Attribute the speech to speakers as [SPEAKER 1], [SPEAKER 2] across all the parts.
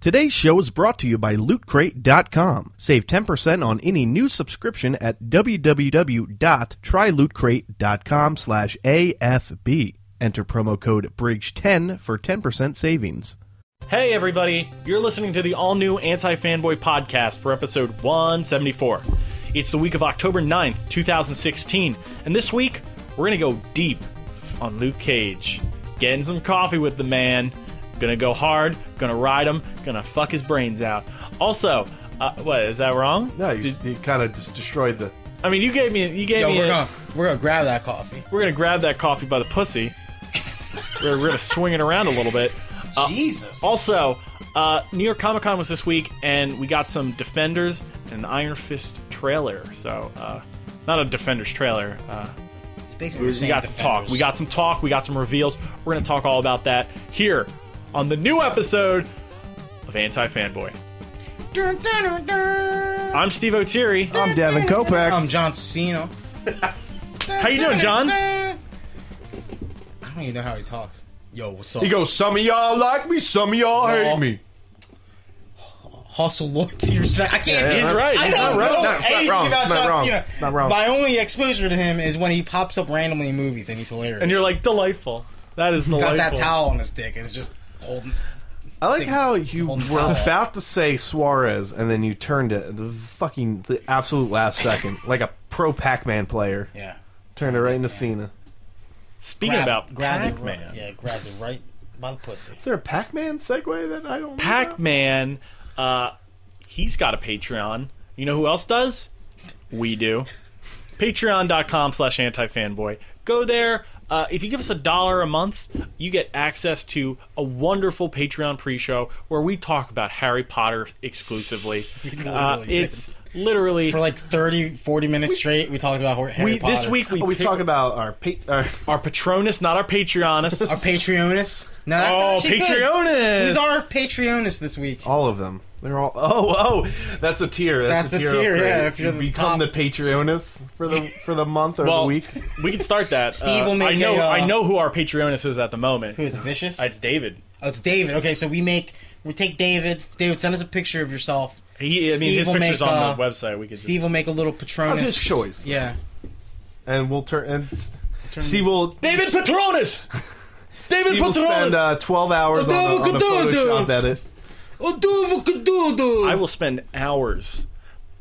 [SPEAKER 1] Today's show is brought to you by LootCrate.com. Save 10% on any new subscription at www.trylootcrate.com slash AFB. Enter promo code BRIDGE10 for 10% savings.
[SPEAKER 2] Hey, everybody, you're listening to the all new Anti Fanboy podcast for episode 174. It's the week of October 9th, 2016, and this week we're gonna go deep on Luke Cage. Getting some coffee with the man, gonna go hard, gonna ride him, gonna fuck his brains out. Also, uh, what is that wrong?
[SPEAKER 1] No, you, you kind of just destroyed the...
[SPEAKER 2] I mean, you gave me you gave
[SPEAKER 3] Yo,
[SPEAKER 2] me
[SPEAKER 3] we're
[SPEAKER 2] a-
[SPEAKER 3] gonna we're gonna grab that coffee.
[SPEAKER 2] we're gonna grab that coffee by the pussy. we're, we're gonna swing it around a little bit. Uh,
[SPEAKER 3] Jesus.
[SPEAKER 2] Also, uh, New York Comic Con was this week, and we got some Defenders and an Iron Fist trailer. So, uh, not a Defenders trailer. Uh,
[SPEAKER 3] Basically,
[SPEAKER 2] we got some talk. We got some talk. We got some reveals. We're going to talk all about that here on the new episode of Anti Fanboy. I'm Steve O'Teary.
[SPEAKER 1] I'm Devin Kopeck.
[SPEAKER 3] I'm John Cena.
[SPEAKER 2] How you doing, John?
[SPEAKER 3] I don't even know how he talks. Yo, what's up?
[SPEAKER 1] He goes, some of y'all like me, some of y'all hate
[SPEAKER 3] No.
[SPEAKER 1] me.
[SPEAKER 3] hustle, loyalty, respect. I can't.
[SPEAKER 2] yeah,
[SPEAKER 3] do
[SPEAKER 2] he's
[SPEAKER 3] it.
[SPEAKER 2] right.
[SPEAKER 3] I
[SPEAKER 2] He's
[SPEAKER 3] don't
[SPEAKER 2] not wrong.
[SPEAKER 3] know
[SPEAKER 1] No, it's not
[SPEAKER 3] anything
[SPEAKER 1] wrong.
[SPEAKER 3] about
[SPEAKER 1] It's not
[SPEAKER 3] John
[SPEAKER 1] wrong.
[SPEAKER 3] Cena.
[SPEAKER 1] It's not wrong.
[SPEAKER 3] My only exposure to him is when he pops up randomly in movies, and he's hilarious.
[SPEAKER 2] And you're like, delightful. That is
[SPEAKER 3] got
[SPEAKER 2] delightful.
[SPEAKER 3] that towel on his dick, and it's just holding.
[SPEAKER 4] I like
[SPEAKER 3] thing
[SPEAKER 4] how you
[SPEAKER 3] on the
[SPEAKER 4] were
[SPEAKER 3] towel.
[SPEAKER 4] about to say Suarez and then you turned it at the fucking the absolute last second, like a pro Pac-Man player.
[SPEAKER 3] Yeah.
[SPEAKER 4] Turned it right into Cena.
[SPEAKER 2] Speaking about
[SPEAKER 3] grab
[SPEAKER 2] Pac
[SPEAKER 3] it right-
[SPEAKER 2] Man.
[SPEAKER 3] Yeah, grab it right by the pussy.
[SPEAKER 4] Is there a Pac-Man segue that I don't? know
[SPEAKER 2] Pac Man, uh, he's got a Patreon. You know who else does? We do. Patreon.com slash antifanboy. Go there. Uh, if you give us a dollar a month, you get access to a wonderful Patreon pre show where we talk about Harry Potter exclusively. Uh,
[SPEAKER 3] literally
[SPEAKER 2] it's literally
[SPEAKER 3] For like 30, 40 minutes straight, we talked about Hor- Harry
[SPEAKER 2] we, this
[SPEAKER 3] Potter.
[SPEAKER 2] week we,
[SPEAKER 4] about? Oh, we
[SPEAKER 2] pick
[SPEAKER 4] talk about our, pa- our
[SPEAKER 2] our Patronus, not our Patreonus.
[SPEAKER 3] Our Patreonus. No, that's
[SPEAKER 2] oh,
[SPEAKER 3] actually good.
[SPEAKER 2] Patreonus!
[SPEAKER 3] Who's our Patreonus this week?
[SPEAKER 4] all of them. They're all. Oh, oh, that's a tier. That's,
[SPEAKER 3] That's a tier,
[SPEAKER 4] upgrade.
[SPEAKER 3] yeah, if you're
[SPEAKER 4] you
[SPEAKER 3] the
[SPEAKER 4] become
[SPEAKER 3] top.
[SPEAKER 4] the Patreonus for the for the month or
[SPEAKER 2] well,
[SPEAKER 4] the week.
[SPEAKER 2] we can start that.
[SPEAKER 3] Steve
[SPEAKER 2] Uh,
[SPEAKER 3] will make
[SPEAKER 2] I know.
[SPEAKER 3] a, uh,
[SPEAKER 2] I know who our Patreonus is at the moment.
[SPEAKER 3] Who is it, Vicious?
[SPEAKER 2] It's David.
[SPEAKER 3] Oh, it's David. Okay, so we make we take David. David, send us a picture of yourself.
[SPEAKER 2] He, I mean,
[SPEAKER 3] Steve
[SPEAKER 2] his
[SPEAKER 3] will
[SPEAKER 2] picture's
[SPEAKER 3] make,
[SPEAKER 2] on
[SPEAKER 3] uh,
[SPEAKER 2] the website. We could
[SPEAKER 3] Steve will make a little Patronus.
[SPEAKER 4] Of his choice.
[SPEAKER 3] Yeah.
[SPEAKER 4] And we'll turn and Steve will
[SPEAKER 2] David Patronus. David
[SPEAKER 4] Steve will spend uh, twelve hours on a, on a Photoshop edit.
[SPEAKER 3] Oh,
[SPEAKER 2] I will spend hours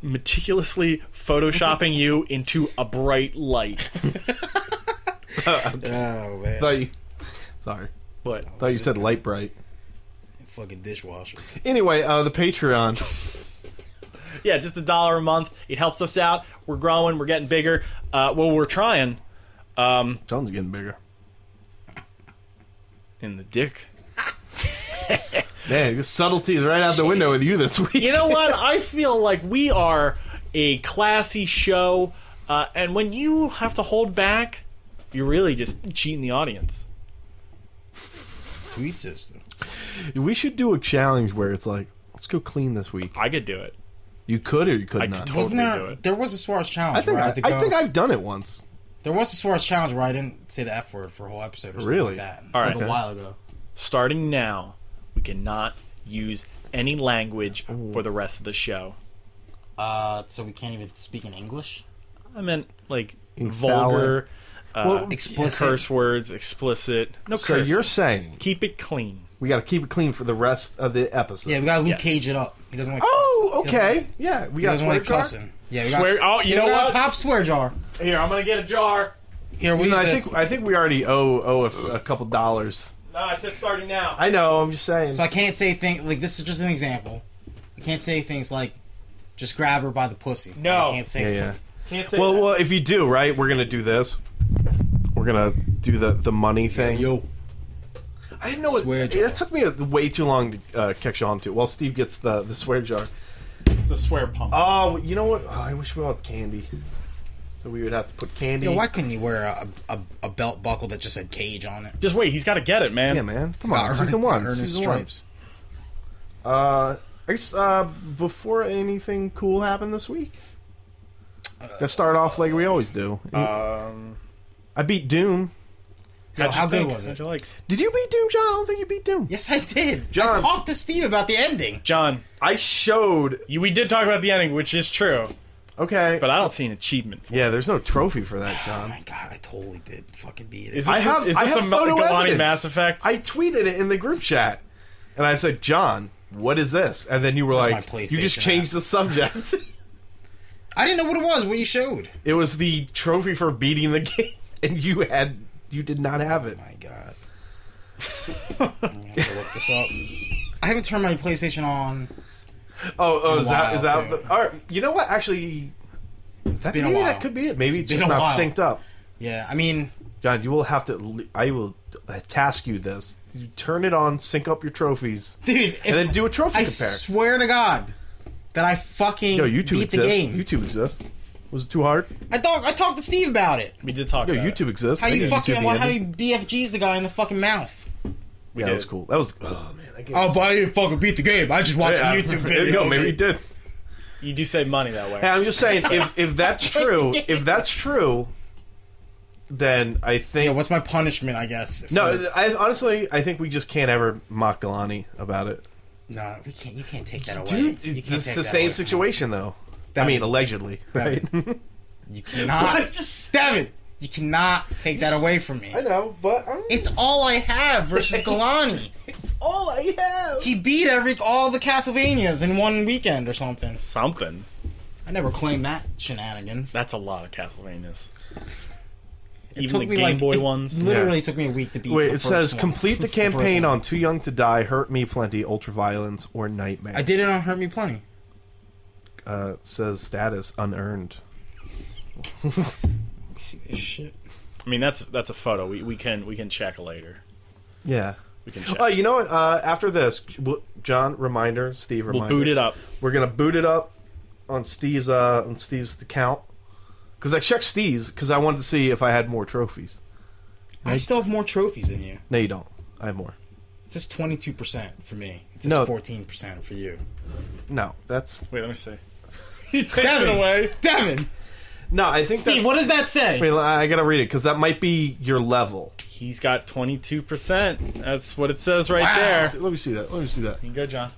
[SPEAKER 2] meticulously photoshopping you into a bright light.
[SPEAKER 3] Oh man.
[SPEAKER 4] Thought you- sorry,
[SPEAKER 2] But
[SPEAKER 4] thought you said light bright.
[SPEAKER 3] Fucking dishwasher.
[SPEAKER 4] Anyway, uh, the Patreon.
[SPEAKER 2] yeah, just a dollar a month. It helps us out. We're growing. We're getting bigger. Uh, well, we're trying. Um,
[SPEAKER 4] John's getting bigger.
[SPEAKER 2] in the dick.
[SPEAKER 4] Man, subtlety is right out the window with you this week.
[SPEAKER 2] You know what? I feel like we are a classy show, uh, and when you have to hold back, you're really just cheating the audience.
[SPEAKER 3] Sweet system.
[SPEAKER 4] we should do a challenge where it's like, let's go clean this week.
[SPEAKER 2] I could do it.
[SPEAKER 4] You could or you could
[SPEAKER 2] I
[SPEAKER 4] not.
[SPEAKER 2] could
[SPEAKER 3] Wasn't
[SPEAKER 2] totally do
[SPEAKER 3] there?
[SPEAKER 2] it.
[SPEAKER 3] There was a Suarez challenge.
[SPEAKER 4] I think
[SPEAKER 3] where I,
[SPEAKER 4] I,
[SPEAKER 3] had to
[SPEAKER 4] I
[SPEAKER 3] go-
[SPEAKER 4] think I've done it once.
[SPEAKER 3] There was a Suarez challenge where I didn't say the F word for a whole episode. Or something
[SPEAKER 4] Really?
[SPEAKER 3] Like that.
[SPEAKER 2] All right.
[SPEAKER 3] Like a while ago.
[SPEAKER 2] starting now, we cannot use any language for the rest of the show.
[SPEAKER 3] Uh, so we can't even speak in English.
[SPEAKER 2] I meant like
[SPEAKER 4] Invalid.
[SPEAKER 2] vulgar, uh,
[SPEAKER 4] Well,
[SPEAKER 3] Explicit.
[SPEAKER 2] curse words, explicit. No
[SPEAKER 4] So
[SPEAKER 2] curse.
[SPEAKER 4] you're saying
[SPEAKER 2] Keep it clean.
[SPEAKER 4] we got to keep it clean for the rest of the episode?
[SPEAKER 3] Yeah, we gotta Luke
[SPEAKER 2] Yes.
[SPEAKER 3] Cage it up. He doesn't like.
[SPEAKER 4] Oh,
[SPEAKER 3] he doesn't
[SPEAKER 4] okay. Yeah, we
[SPEAKER 3] He
[SPEAKER 4] got
[SPEAKER 3] doesn't
[SPEAKER 4] swear
[SPEAKER 3] like
[SPEAKER 4] jar.
[SPEAKER 3] cussing. Yeah, we
[SPEAKER 2] Swear-
[SPEAKER 3] Got,
[SPEAKER 2] oh, you
[SPEAKER 3] yeah,
[SPEAKER 2] know
[SPEAKER 3] we got a
[SPEAKER 2] what?
[SPEAKER 3] Pop swear jar.
[SPEAKER 2] Here, I'm gonna get a jar.
[SPEAKER 3] Here we.
[SPEAKER 4] You know, I
[SPEAKER 3] this.
[SPEAKER 4] think I think we already owe owe a, f- a couple dollars.
[SPEAKER 2] No, I said starting now.
[SPEAKER 4] I know. I'm just saying.
[SPEAKER 3] So I can't say things like this is just an example. I can't say things like just grab her by the pussy.
[SPEAKER 2] No.
[SPEAKER 3] I can't say
[SPEAKER 4] yeah, yeah.
[SPEAKER 3] stuff.
[SPEAKER 2] Can't say
[SPEAKER 4] Well,
[SPEAKER 2] that.
[SPEAKER 4] well, if you do right, we're gonna do this. We're gonna do the the money thing. I didn't know what
[SPEAKER 3] Swear jar.
[SPEAKER 4] that took me a, way too long to uh, catch on to. While Steve gets the the swear jar.
[SPEAKER 2] it's a swear pump.
[SPEAKER 4] Oh, you know what? Oh, I wish we all had candy. So we would have to put candy.
[SPEAKER 3] Yo, why couldn't you wear a, a, a belt buckle that just said cage on it?
[SPEAKER 2] Just wait. He's got to get it, man.
[SPEAKER 4] Yeah, man. Come
[SPEAKER 3] Gotta
[SPEAKER 4] on,
[SPEAKER 3] earn-
[SPEAKER 4] season one,
[SPEAKER 3] gotta earn his
[SPEAKER 4] season one. Uh, I guess uh, before anything cool happened this week,
[SPEAKER 2] Uh,
[SPEAKER 4] let's start off like we always do.
[SPEAKER 2] Um,
[SPEAKER 4] I beat Doom.
[SPEAKER 3] Yo,
[SPEAKER 2] How'd you
[SPEAKER 3] how good
[SPEAKER 2] think?
[SPEAKER 3] was
[SPEAKER 2] How'd
[SPEAKER 3] it?
[SPEAKER 2] you like?
[SPEAKER 4] Did you beat Doom, John? I don't think you beat Doom.
[SPEAKER 3] Yes, I did.
[SPEAKER 4] John.
[SPEAKER 3] I talked to Steve about the ending.
[SPEAKER 2] John,
[SPEAKER 4] I showed.
[SPEAKER 2] you, we did talk about the ending, which is true,
[SPEAKER 4] Okay.
[SPEAKER 2] but I don't see an achievement for it.
[SPEAKER 4] yeah, there's no trophy for that,
[SPEAKER 3] Oh
[SPEAKER 4] John.
[SPEAKER 3] my god, I totally did fucking beat it.
[SPEAKER 2] Is
[SPEAKER 4] I
[SPEAKER 2] this,
[SPEAKER 4] have.
[SPEAKER 2] is
[SPEAKER 4] I
[SPEAKER 2] this
[SPEAKER 4] have
[SPEAKER 2] a Mel-
[SPEAKER 4] photo
[SPEAKER 2] Galani
[SPEAKER 4] evidence.
[SPEAKER 2] Mass Effect?
[SPEAKER 4] I tweeted it in the group chat, and I said, "John, what is this?" And then you were
[SPEAKER 3] That's my
[SPEAKER 4] like, "You just
[SPEAKER 3] PlayStation
[SPEAKER 4] changed the subject."
[SPEAKER 3] I didn't know what it was when you showed.
[SPEAKER 4] it was the trophy for beating the game, and you had you did not have it.
[SPEAKER 3] My god. I'm gonna have to look this up. I haven't turned my PlayStation on.
[SPEAKER 4] Oh, oh,
[SPEAKER 3] a
[SPEAKER 4] is that is
[SPEAKER 3] while,
[SPEAKER 4] that? The,
[SPEAKER 3] too.
[SPEAKER 4] all right, you know what? Actually, that,
[SPEAKER 3] been a
[SPEAKER 4] maybe
[SPEAKER 3] while.
[SPEAKER 4] that could be it. Maybe it's,
[SPEAKER 3] been
[SPEAKER 4] just
[SPEAKER 3] a
[SPEAKER 4] not
[SPEAKER 3] while.
[SPEAKER 4] synced up.
[SPEAKER 3] Yeah, I mean,
[SPEAKER 4] John, you will have to. l- I will uh, task you this. You turn it on, sync up your trophies,
[SPEAKER 3] dude, if
[SPEAKER 4] and then do a trophy
[SPEAKER 3] I
[SPEAKER 4] compare.
[SPEAKER 3] swear to God that I fucking
[SPEAKER 4] Yo, YouTube
[SPEAKER 3] beat the
[SPEAKER 4] exists.
[SPEAKER 3] game.
[SPEAKER 4] YouTube exists. Was it too hard?
[SPEAKER 3] I talked. I talked to Steve about it.
[SPEAKER 2] we did talk
[SPEAKER 4] Yo,
[SPEAKER 2] about it.
[SPEAKER 4] YouTube exists.
[SPEAKER 3] Uh, How
[SPEAKER 4] I
[SPEAKER 3] you
[SPEAKER 4] gave
[SPEAKER 3] fucking?
[SPEAKER 4] YouTube the
[SPEAKER 3] why- How
[SPEAKER 4] ending.
[SPEAKER 3] you BFG's the guy in the fucking mouth?
[SPEAKER 4] Yeah, that
[SPEAKER 2] did.
[SPEAKER 4] was cool. That was. Oh man, that game
[SPEAKER 3] Oh,
[SPEAKER 4] was-
[SPEAKER 3] but I didn't fucking beat the game. I just watched
[SPEAKER 4] Yeah,
[SPEAKER 3] the YouTube
[SPEAKER 4] there
[SPEAKER 3] video.
[SPEAKER 4] you go, Maybe you did.
[SPEAKER 2] You do save money that way.
[SPEAKER 4] Hey, I'm just saying, if if that's true, if that's true, then I think.
[SPEAKER 3] Yeah, what's my punishment? I guess.
[SPEAKER 4] no, I honestly, I think we just can't ever mock Galani about it.
[SPEAKER 3] no, we can't. You can't take that away.
[SPEAKER 4] Dude,
[SPEAKER 3] you can't
[SPEAKER 4] it's
[SPEAKER 3] take
[SPEAKER 4] the
[SPEAKER 3] that
[SPEAKER 4] same
[SPEAKER 3] away.
[SPEAKER 4] situation though. I
[SPEAKER 3] That-
[SPEAKER 4] mean, allegedly, right?
[SPEAKER 3] You cannot. just Devin, you cannot take that away from me.
[SPEAKER 4] I know, but I'm,
[SPEAKER 3] It's all I have versus Galani.
[SPEAKER 4] it's all I have.
[SPEAKER 3] He beat every all the Castlevanias in one weekend or something.
[SPEAKER 2] Something.
[SPEAKER 3] I never claimed that shenanigans.
[SPEAKER 2] That's a lot of Castlevanias.
[SPEAKER 3] It
[SPEAKER 2] Even the
[SPEAKER 3] took
[SPEAKER 2] Game
[SPEAKER 3] me, like-
[SPEAKER 2] Boy
[SPEAKER 3] it
[SPEAKER 2] ones.
[SPEAKER 3] Literally took me a week to beat.
[SPEAKER 4] Wait,
[SPEAKER 3] the
[SPEAKER 4] it says
[SPEAKER 3] first one.
[SPEAKER 4] complete the
[SPEAKER 3] first
[SPEAKER 4] campaign
[SPEAKER 3] one.
[SPEAKER 4] on Too Young to Die, Hurt Me Plenty, Ultraviolence, or Nightmare.
[SPEAKER 3] I did it on Hurt Me Plenty.
[SPEAKER 4] Uh, says status unearned.
[SPEAKER 3] See this shit.
[SPEAKER 2] I mean, that's that's a photo. We, we can we can check later.
[SPEAKER 4] Yeah.
[SPEAKER 2] We can check.
[SPEAKER 4] Oh, you know what? Uh, after this, we'll, John reminder, Steve
[SPEAKER 2] we'll
[SPEAKER 4] reminder.
[SPEAKER 2] boot it up.
[SPEAKER 4] We're gonna boot it up on Steve's uh, on Steve's account because I checked Steve's because I wanted to see if I had more trophies.
[SPEAKER 3] I still have more trophies than you.
[SPEAKER 4] No, you don't. I have more.
[SPEAKER 3] It's just twenty two percent for me. It's
[SPEAKER 4] No.
[SPEAKER 3] just fourteen percent for you.
[SPEAKER 4] No, that's
[SPEAKER 2] Wait, let me see. He takes
[SPEAKER 3] Devin,
[SPEAKER 2] it away.
[SPEAKER 3] Devin,
[SPEAKER 4] no. I think
[SPEAKER 3] Steve,
[SPEAKER 4] that's.
[SPEAKER 3] what does that say?
[SPEAKER 4] I, mean, I gotta read it because that might be your level.
[SPEAKER 2] He's got 22%. That's what it says right
[SPEAKER 3] Wow.
[SPEAKER 2] there.
[SPEAKER 4] Let me see that. Let me see that.
[SPEAKER 2] You go, John.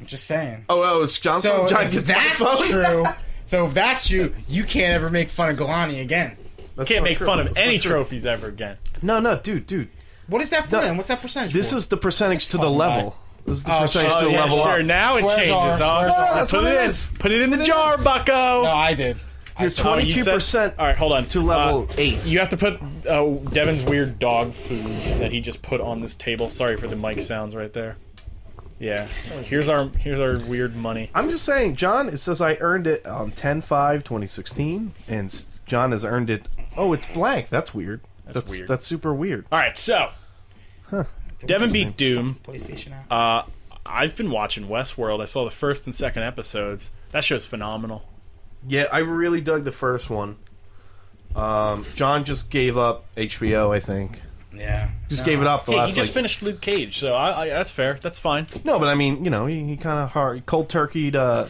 [SPEAKER 3] I'm just saying.
[SPEAKER 4] Oh, oh, it's John's
[SPEAKER 3] So
[SPEAKER 4] phone. John
[SPEAKER 3] if
[SPEAKER 4] gets
[SPEAKER 3] that's
[SPEAKER 4] my phone.
[SPEAKER 3] true. So if that's true, you can't ever make fun of Galani again.
[SPEAKER 4] That's
[SPEAKER 2] Can't
[SPEAKER 4] not
[SPEAKER 2] make
[SPEAKER 4] true.
[SPEAKER 2] fun of
[SPEAKER 4] That's
[SPEAKER 2] any
[SPEAKER 4] not true.
[SPEAKER 2] trophies ever again.
[SPEAKER 4] No, no, dude, dude.
[SPEAKER 3] What is that for
[SPEAKER 4] No.
[SPEAKER 3] then? What's that percentage?
[SPEAKER 4] This
[SPEAKER 3] for?
[SPEAKER 4] is the percentage to the
[SPEAKER 3] fucking
[SPEAKER 4] level. This is the
[SPEAKER 3] Oh,
[SPEAKER 4] percentage
[SPEAKER 3] shit.
[SPEAKER 4] to
[SPEAKER 2] Oh,
[SPEAKER 4] the
[SPEAKER 2] yeah,
[SPEAKER 4] level
[SPEAKER 2] sure.
[SPEAKER 4] up.
[SPEAKER 2] Now it
[SPEAKER 3] Swear
[SPEAKER 2] changes.
[SPEAKER 3] jar,
[SPEAKER 2] Oh,
[SPEAKER 3] swear jar.
[SPEAKER 4] That's
[SPEAKER 2] put
[SPEAKER 4] what
[SPEAKER 2] it
[SPEAKER 4] it
[SPEAKER 2] in.
[SPEAKER 4] is.
[SPEAKER 2] Put it in the
[SPEAKER 4] That's what it
[SPEAKER 2] jar,
[SPEAKER 4] is.
[SPEAKER 2] bucko.
[SPEAKER 3] No, I did. I
[SPEAKER 4] You're
[SPEAKER 3] said-
[SPEAKER 2] Oh, you
[SPEAKER 4] 22%
[SPEAKER 2] said- All right, hold on.
[SPEAKER 4] to level
[SPEAKER 2] Uh,
[SPEAKER 4] eight.
[SPEAKER 2] You have to put uh, Devin's weird dog food that he just put on this table. Sorry for the mic sounds right there. Yeah. Here's our here's our weird money.
[SPEAKER 4] I'm just saying, John, it says I earned it um, on 10 5 2016, and S- John has earned it. Oh, it's blank. That's weird. That's,
[SPEAKER 2] weird.
[SPEAKER 4] That's super weird.
[SPEAKER 2] All right, so Devin beat Doom.
[SPEAKER 3] PlayStation app.
[SPEAKER 2] Uh, I've been watching Westworld. I saw the first and second episodes. That show's phenomenal.
[SPEAKER 4] Yeah, I really dug the first one. Um, John just gave up HBO, I think.
[SPEAKER 3] yeah.
[SPEAKER 4] Just gave it up the
[SPEAKER 2] Hey,
[SPEAKER 4] last
[SPEAKER 2] he just
[SPEAKER 4] like-
[SPEAKER 2] finished Luke Cage, so I, I, that's fair. That's fine.
[SPEAKER 4] No, but I mean, you know, he, he kind of hard cold turkeyed. Uh,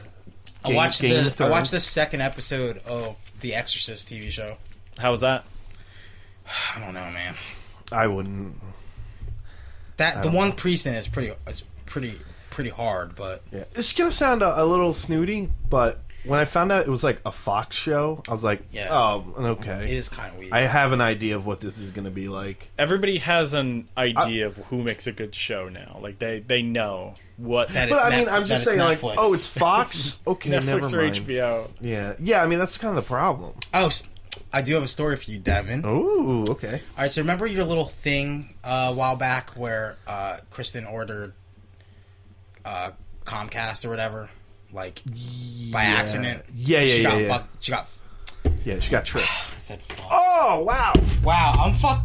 [SPEAKER 3] I watched
[SPEAKER 4] Game
[SPEAKER 3] the
[SPEAKER 4] of
[SPEAKER 3] I watched the
[SPEAKER 4] Thrones.
[SPEAKER 3] second episode of the Exorcist TV show.
[SPEAKER 2] How was that?
[SPEAKER 3] I don't know, man.
[SPEAKER 4] I wouldn't.
[SPEAKER 3] That the
[SPEAKER 4] don't
[SPEAKER 3] one priest in it is pretty is pretty pretty hard, but
[SPEAKER 4] Yeah. It's gonna sound a, a little snooty, but when I found out it was like a Fox show, I was like,
[SPEAKER 3] Yeah.
[SPEAKER 4] oh, okay.
[SPEAKER 3] it is kind of weird.
[SPEAKER 4] I have an idea of what this is gonna be like.
[SPEAKER 2] Everybody has an idea of who makes a good show now. Like they they know what
[SPEAKER 3] That
[SPEAKER 4] But
[SPEAKER 3] It's
[SPEAKER 4] I mean,
[SPEAKER 3] Netf-
[SPEAKER 4] I'm just
[SPEAKER 3] that
[SPEAKER 4] saying,
[SPEAKER 3] it's
[SPEAKER 4] like,
[SPEAKER 3] Netflix.
[SPEAKER 4] oh, it's Fox. Okay, never
[SPEAKER 2] Netflix or
[SPEAKER 4] mind.
[SPEAKER 2] HBO.
[SPEAKER 4] Yeah, yeah. I mean, that's kind of the problem.
[SPEAKER 3] oh, s- I do have a story for you, Devin.
[SPEAKER 4] Oh. Ooh, okay.
[SPEAKER 3] All right, so remember your little thing uh, a while back where uh, Kristen ordered uh, Comcast or whatever, like by
[SPEAKER 4] Yeah.
[SPEAKER 3] accident.
[SPEAKER 4] Yeah, yeah,
[SPEAKER 3] she
[SPEAKER 4] yeah,
[SPEAKER 3] got
[SPEAKER 4] yeah.
[SPEAKER 3] Fucked, she got.
[SPEAKER 4] Yeah, she got tripped.
[SPEAKER 3] I said, fuck.
[SPEAKER 4] Oh wow!
[SPEAKER 3] Wow, I'm fuck.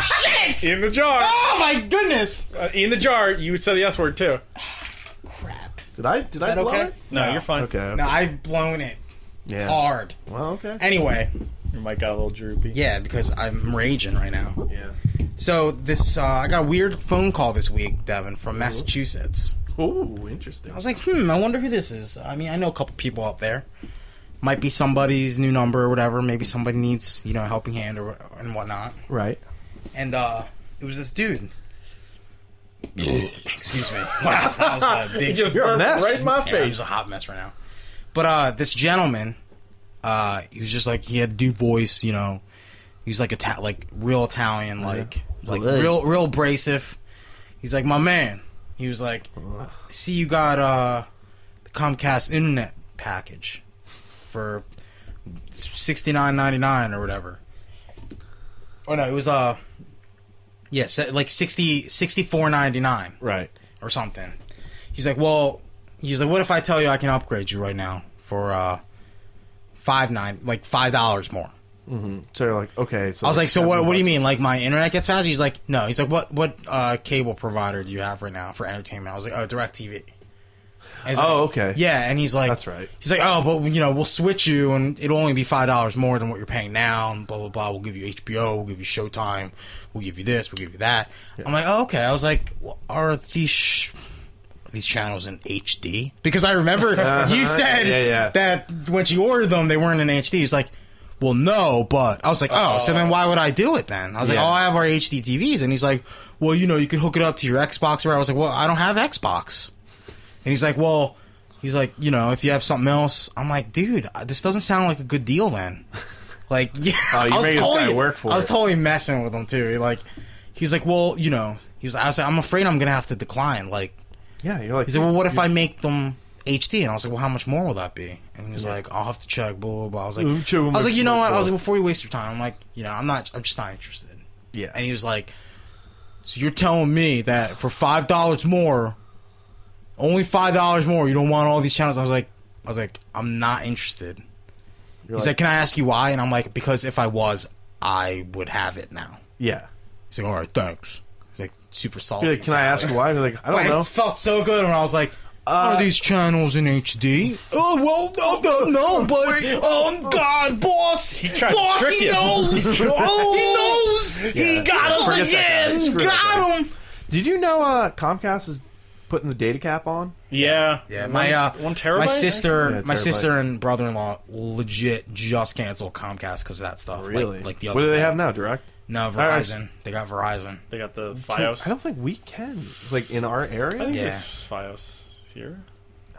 [SPEAKER 3] Shit!
[SPEAKER 2] In the jar.
[SPEAKER 4] Ah!
[SPEAKER 3] Oh my goodness!
[SPEAKER 2] Uh, in the jar. You would say the S word too.
[SPEAKER 3] Crap.
[SPEAKER 4] Did I? Did I
[SPEAKER 3] that
[SPEAKER 4] blow
[SPEAKER 3] okay?
[SPEAKER 4] it?
[SPEAKER 2] No, you're fine.
[SPEAKER 4] Okay. okay.
[SPEAKER 3] No, I've blown it
[SPEAKER 4] yeah.
[SPEAKER 3] hard.
[SPEAKER 4] Well, okay.
[SPEAKER 3] Anyway,
[SPEAKER 2] Your mic got a little droopy.
[SPEAKER 3] yeah, because I'm raging right now.
[SPEAKER 4] yeah.
[SPEAKER 3] So this, uh, I got a weird phone call this week, Devin, from Massachusetts.
[SPEAKER 4] Ooh, interesting.
[SPEAKER 3] I was like, hmm, I wonder who this is. I mean, I know a couple people out there. Might be somebody's new number or whatever. Maybe somebody needs, you know, a helping hand or and whatnot.
[SPEAKER 4] Right.
[SPEAKER 3] and uh, it was this dude. Excuse me. Wow, that was a big.
[SPEAKER 4] You're a mess.
[SPEAKER 2] right in my
[SPEAKER 3] Yeah, I'm
[SPEAKER 2] face.
[SPEAKER 3] just a hot mess right now. But uh, this gentleman, uh, he was just like he had deep voice, you know. He was like Ita- like real Italian, like like
[SPEAKER 4] Really?
[SPEAKER 3] real real abrasive. He's like my man. He was like, "See, you got uh, the Comcast internet package for sixty nine ninety nine or whatever." Oh no, it was uh, yeah, se- like 60 $64.99
[SPEAKER 2] Right.
[SPEAKER 3] or something. He's like, well, he's like, what if I tell you I can upgrade you right now for uh five nine, like five dollars more?
[SPEAKER 4] So you're like, okay. So
[SPEAKER 3] I was like, so what? What do you mean? Like my internet gets faster? He's like, no. He's like, what? What uh, cable provider do you have right now for entertainment? I was like, oh, Directv. And he's
[SPEAKER 4] Oh,
[SPEAKER 3] like,
[SPEAKER 4] okay.
[SPEAKER 3] Yeah, and he's like,
[SPEAKER 4] That's right.
[SPEAKER 3] He's like, oh, but you know, we'll switch you, and it'll only be five dollars more than what you're paying now, and blah blah blah. We'll give you HBO, we'll give you Showtime, we'll give you this, we'll give you that. I'm like, oh, okay. I was like, well, are these sh- are these channels in HD? Because I remember you said
[SPEAKER 4] Yeah, yeah.
[SPEAKER 3] that when you ordered them, they weren't in HD. He's like. Well, no, but I was like, oh, so then why would I do it then? I was like,
[SPEAKER 4] Yeah.
[SPEAKER 3] all I have are HD TVs, and he's like, well, you know, you can hook it up to your Xbox. Where I was like, well, I don't have Xbox. And he's like, well, he's like, you know, if you have something else, I'm like, dude, I- this doesn't sound like a good deal then. Like, yeah,
[SPEAKER 4] Oh, you
[SPEAKER 3] I was
[SPEAKER 4] made this
[SPEAKER 3] totally,
[SPEAKER 4] guy work for
[SPEAKER 3] I was
[SPEAKER 4] it.
[SPEAKER 3] totally messing with him too. He, Like, he's like, well, you know, he was. I was like, I'm afraid I'm gonna have to decline. Like,
[SPEAKER 4] Yeah, you're like.
[SPEAKER 3] he said, well, what if I make them HD? And I was like, well, how much more will that be? And he was like, I'll have to check. Blah blah blah. I was like,
[SPEAKER 4] Ooh, check
[SPEAKER 3] I
[SPEAKER 4] how
[SPEAKER 3] was like,
[SPEAKER 4] much
[SPEAKER 3] you know
[SPEAKER 4] Mm, more
[SPEAKER 3] what?
[SPEAKER 4] it
[SPEAKER 3] I was like,
[SPEAKER 4] costs.
[SPEAKER 3] before you waste your time, I'm like, you know, I'm not. I'm just not interested.
[SPEAKER 4] Yeah.
[SPEAKER 3] And he was like, so you're telling me that for five dollars more, only five dollars more, you don't want all these channels? I was like, I was like, I'm not interested.
[SPEAKER 4] You're
[SPEAKER 3] He's like, can I ask you why? And I'm like, because if I was, I would have it now.
[SPEAKER 4] yeah.
[SPEAKER 3] He's like, all right, thanks. He's like, super salty.
[SPEAKER 4] You're like, can I ask you why? You're like, I
[SPEAKER 3] But
[SPEAKER 4] don't know.
[SPEAKER 3] it felt so good when I was like, are these channels in HD? Oh well, no, no, no but oh God, boss, he
[SPEAKER 2] tried to
[SPEAKER 3] boss,
[SPEAKER 2] trick
[SPEAKER 3] he
[SPEAKER 2] you.
[SPEAKER 3] knows, oh, he knows, he
[SPEAKER 4] Yeah.
[SPEAKER 3] got us
[SPEAKER 4] Forget that guy.
[SPEAKER 3] again,
[SPEAKER 4] Screw that
[SPEAKER 3] got
[SPEAKER 4] guy.
[SPEAKER 3] him.
[SPEAKER 4] Did you know uh, Comcast is putting the data cap on?
[SPEAKER 2] Yeah.
[SPEAKER 3] Yeah, my uh,
[SPEAKER 2] one terabyte,
[SPEAKER 3] my sister,
[SPEAKER 4] Yeah,
[SPEAKER 3] my
[SPEAKER 4] terabyte.
[SPEAKER 3] sister and brother-in-law legit just canceled Comcast because of that stuff. Like-
[SPEAKER 4] Really?
[SPEAKER 3] Like, the other
[SPEAKER 4] what do they
[SPEAKER 3] day.
[SPEAKER 4] have now? Direct?
[SPEAKER 3] No,
[SPEAKER 4] right.
[SPEAKER 3] Verizon. They got Verizon.
[SPEAKER 2] They got the FiOS.
[SPEAKER 4] I don't think we can. Like in our area,
[SPEAKER 2] I think
[SPEAKER 3] Yeah.
[SPEAKER 2] there's FiOS here.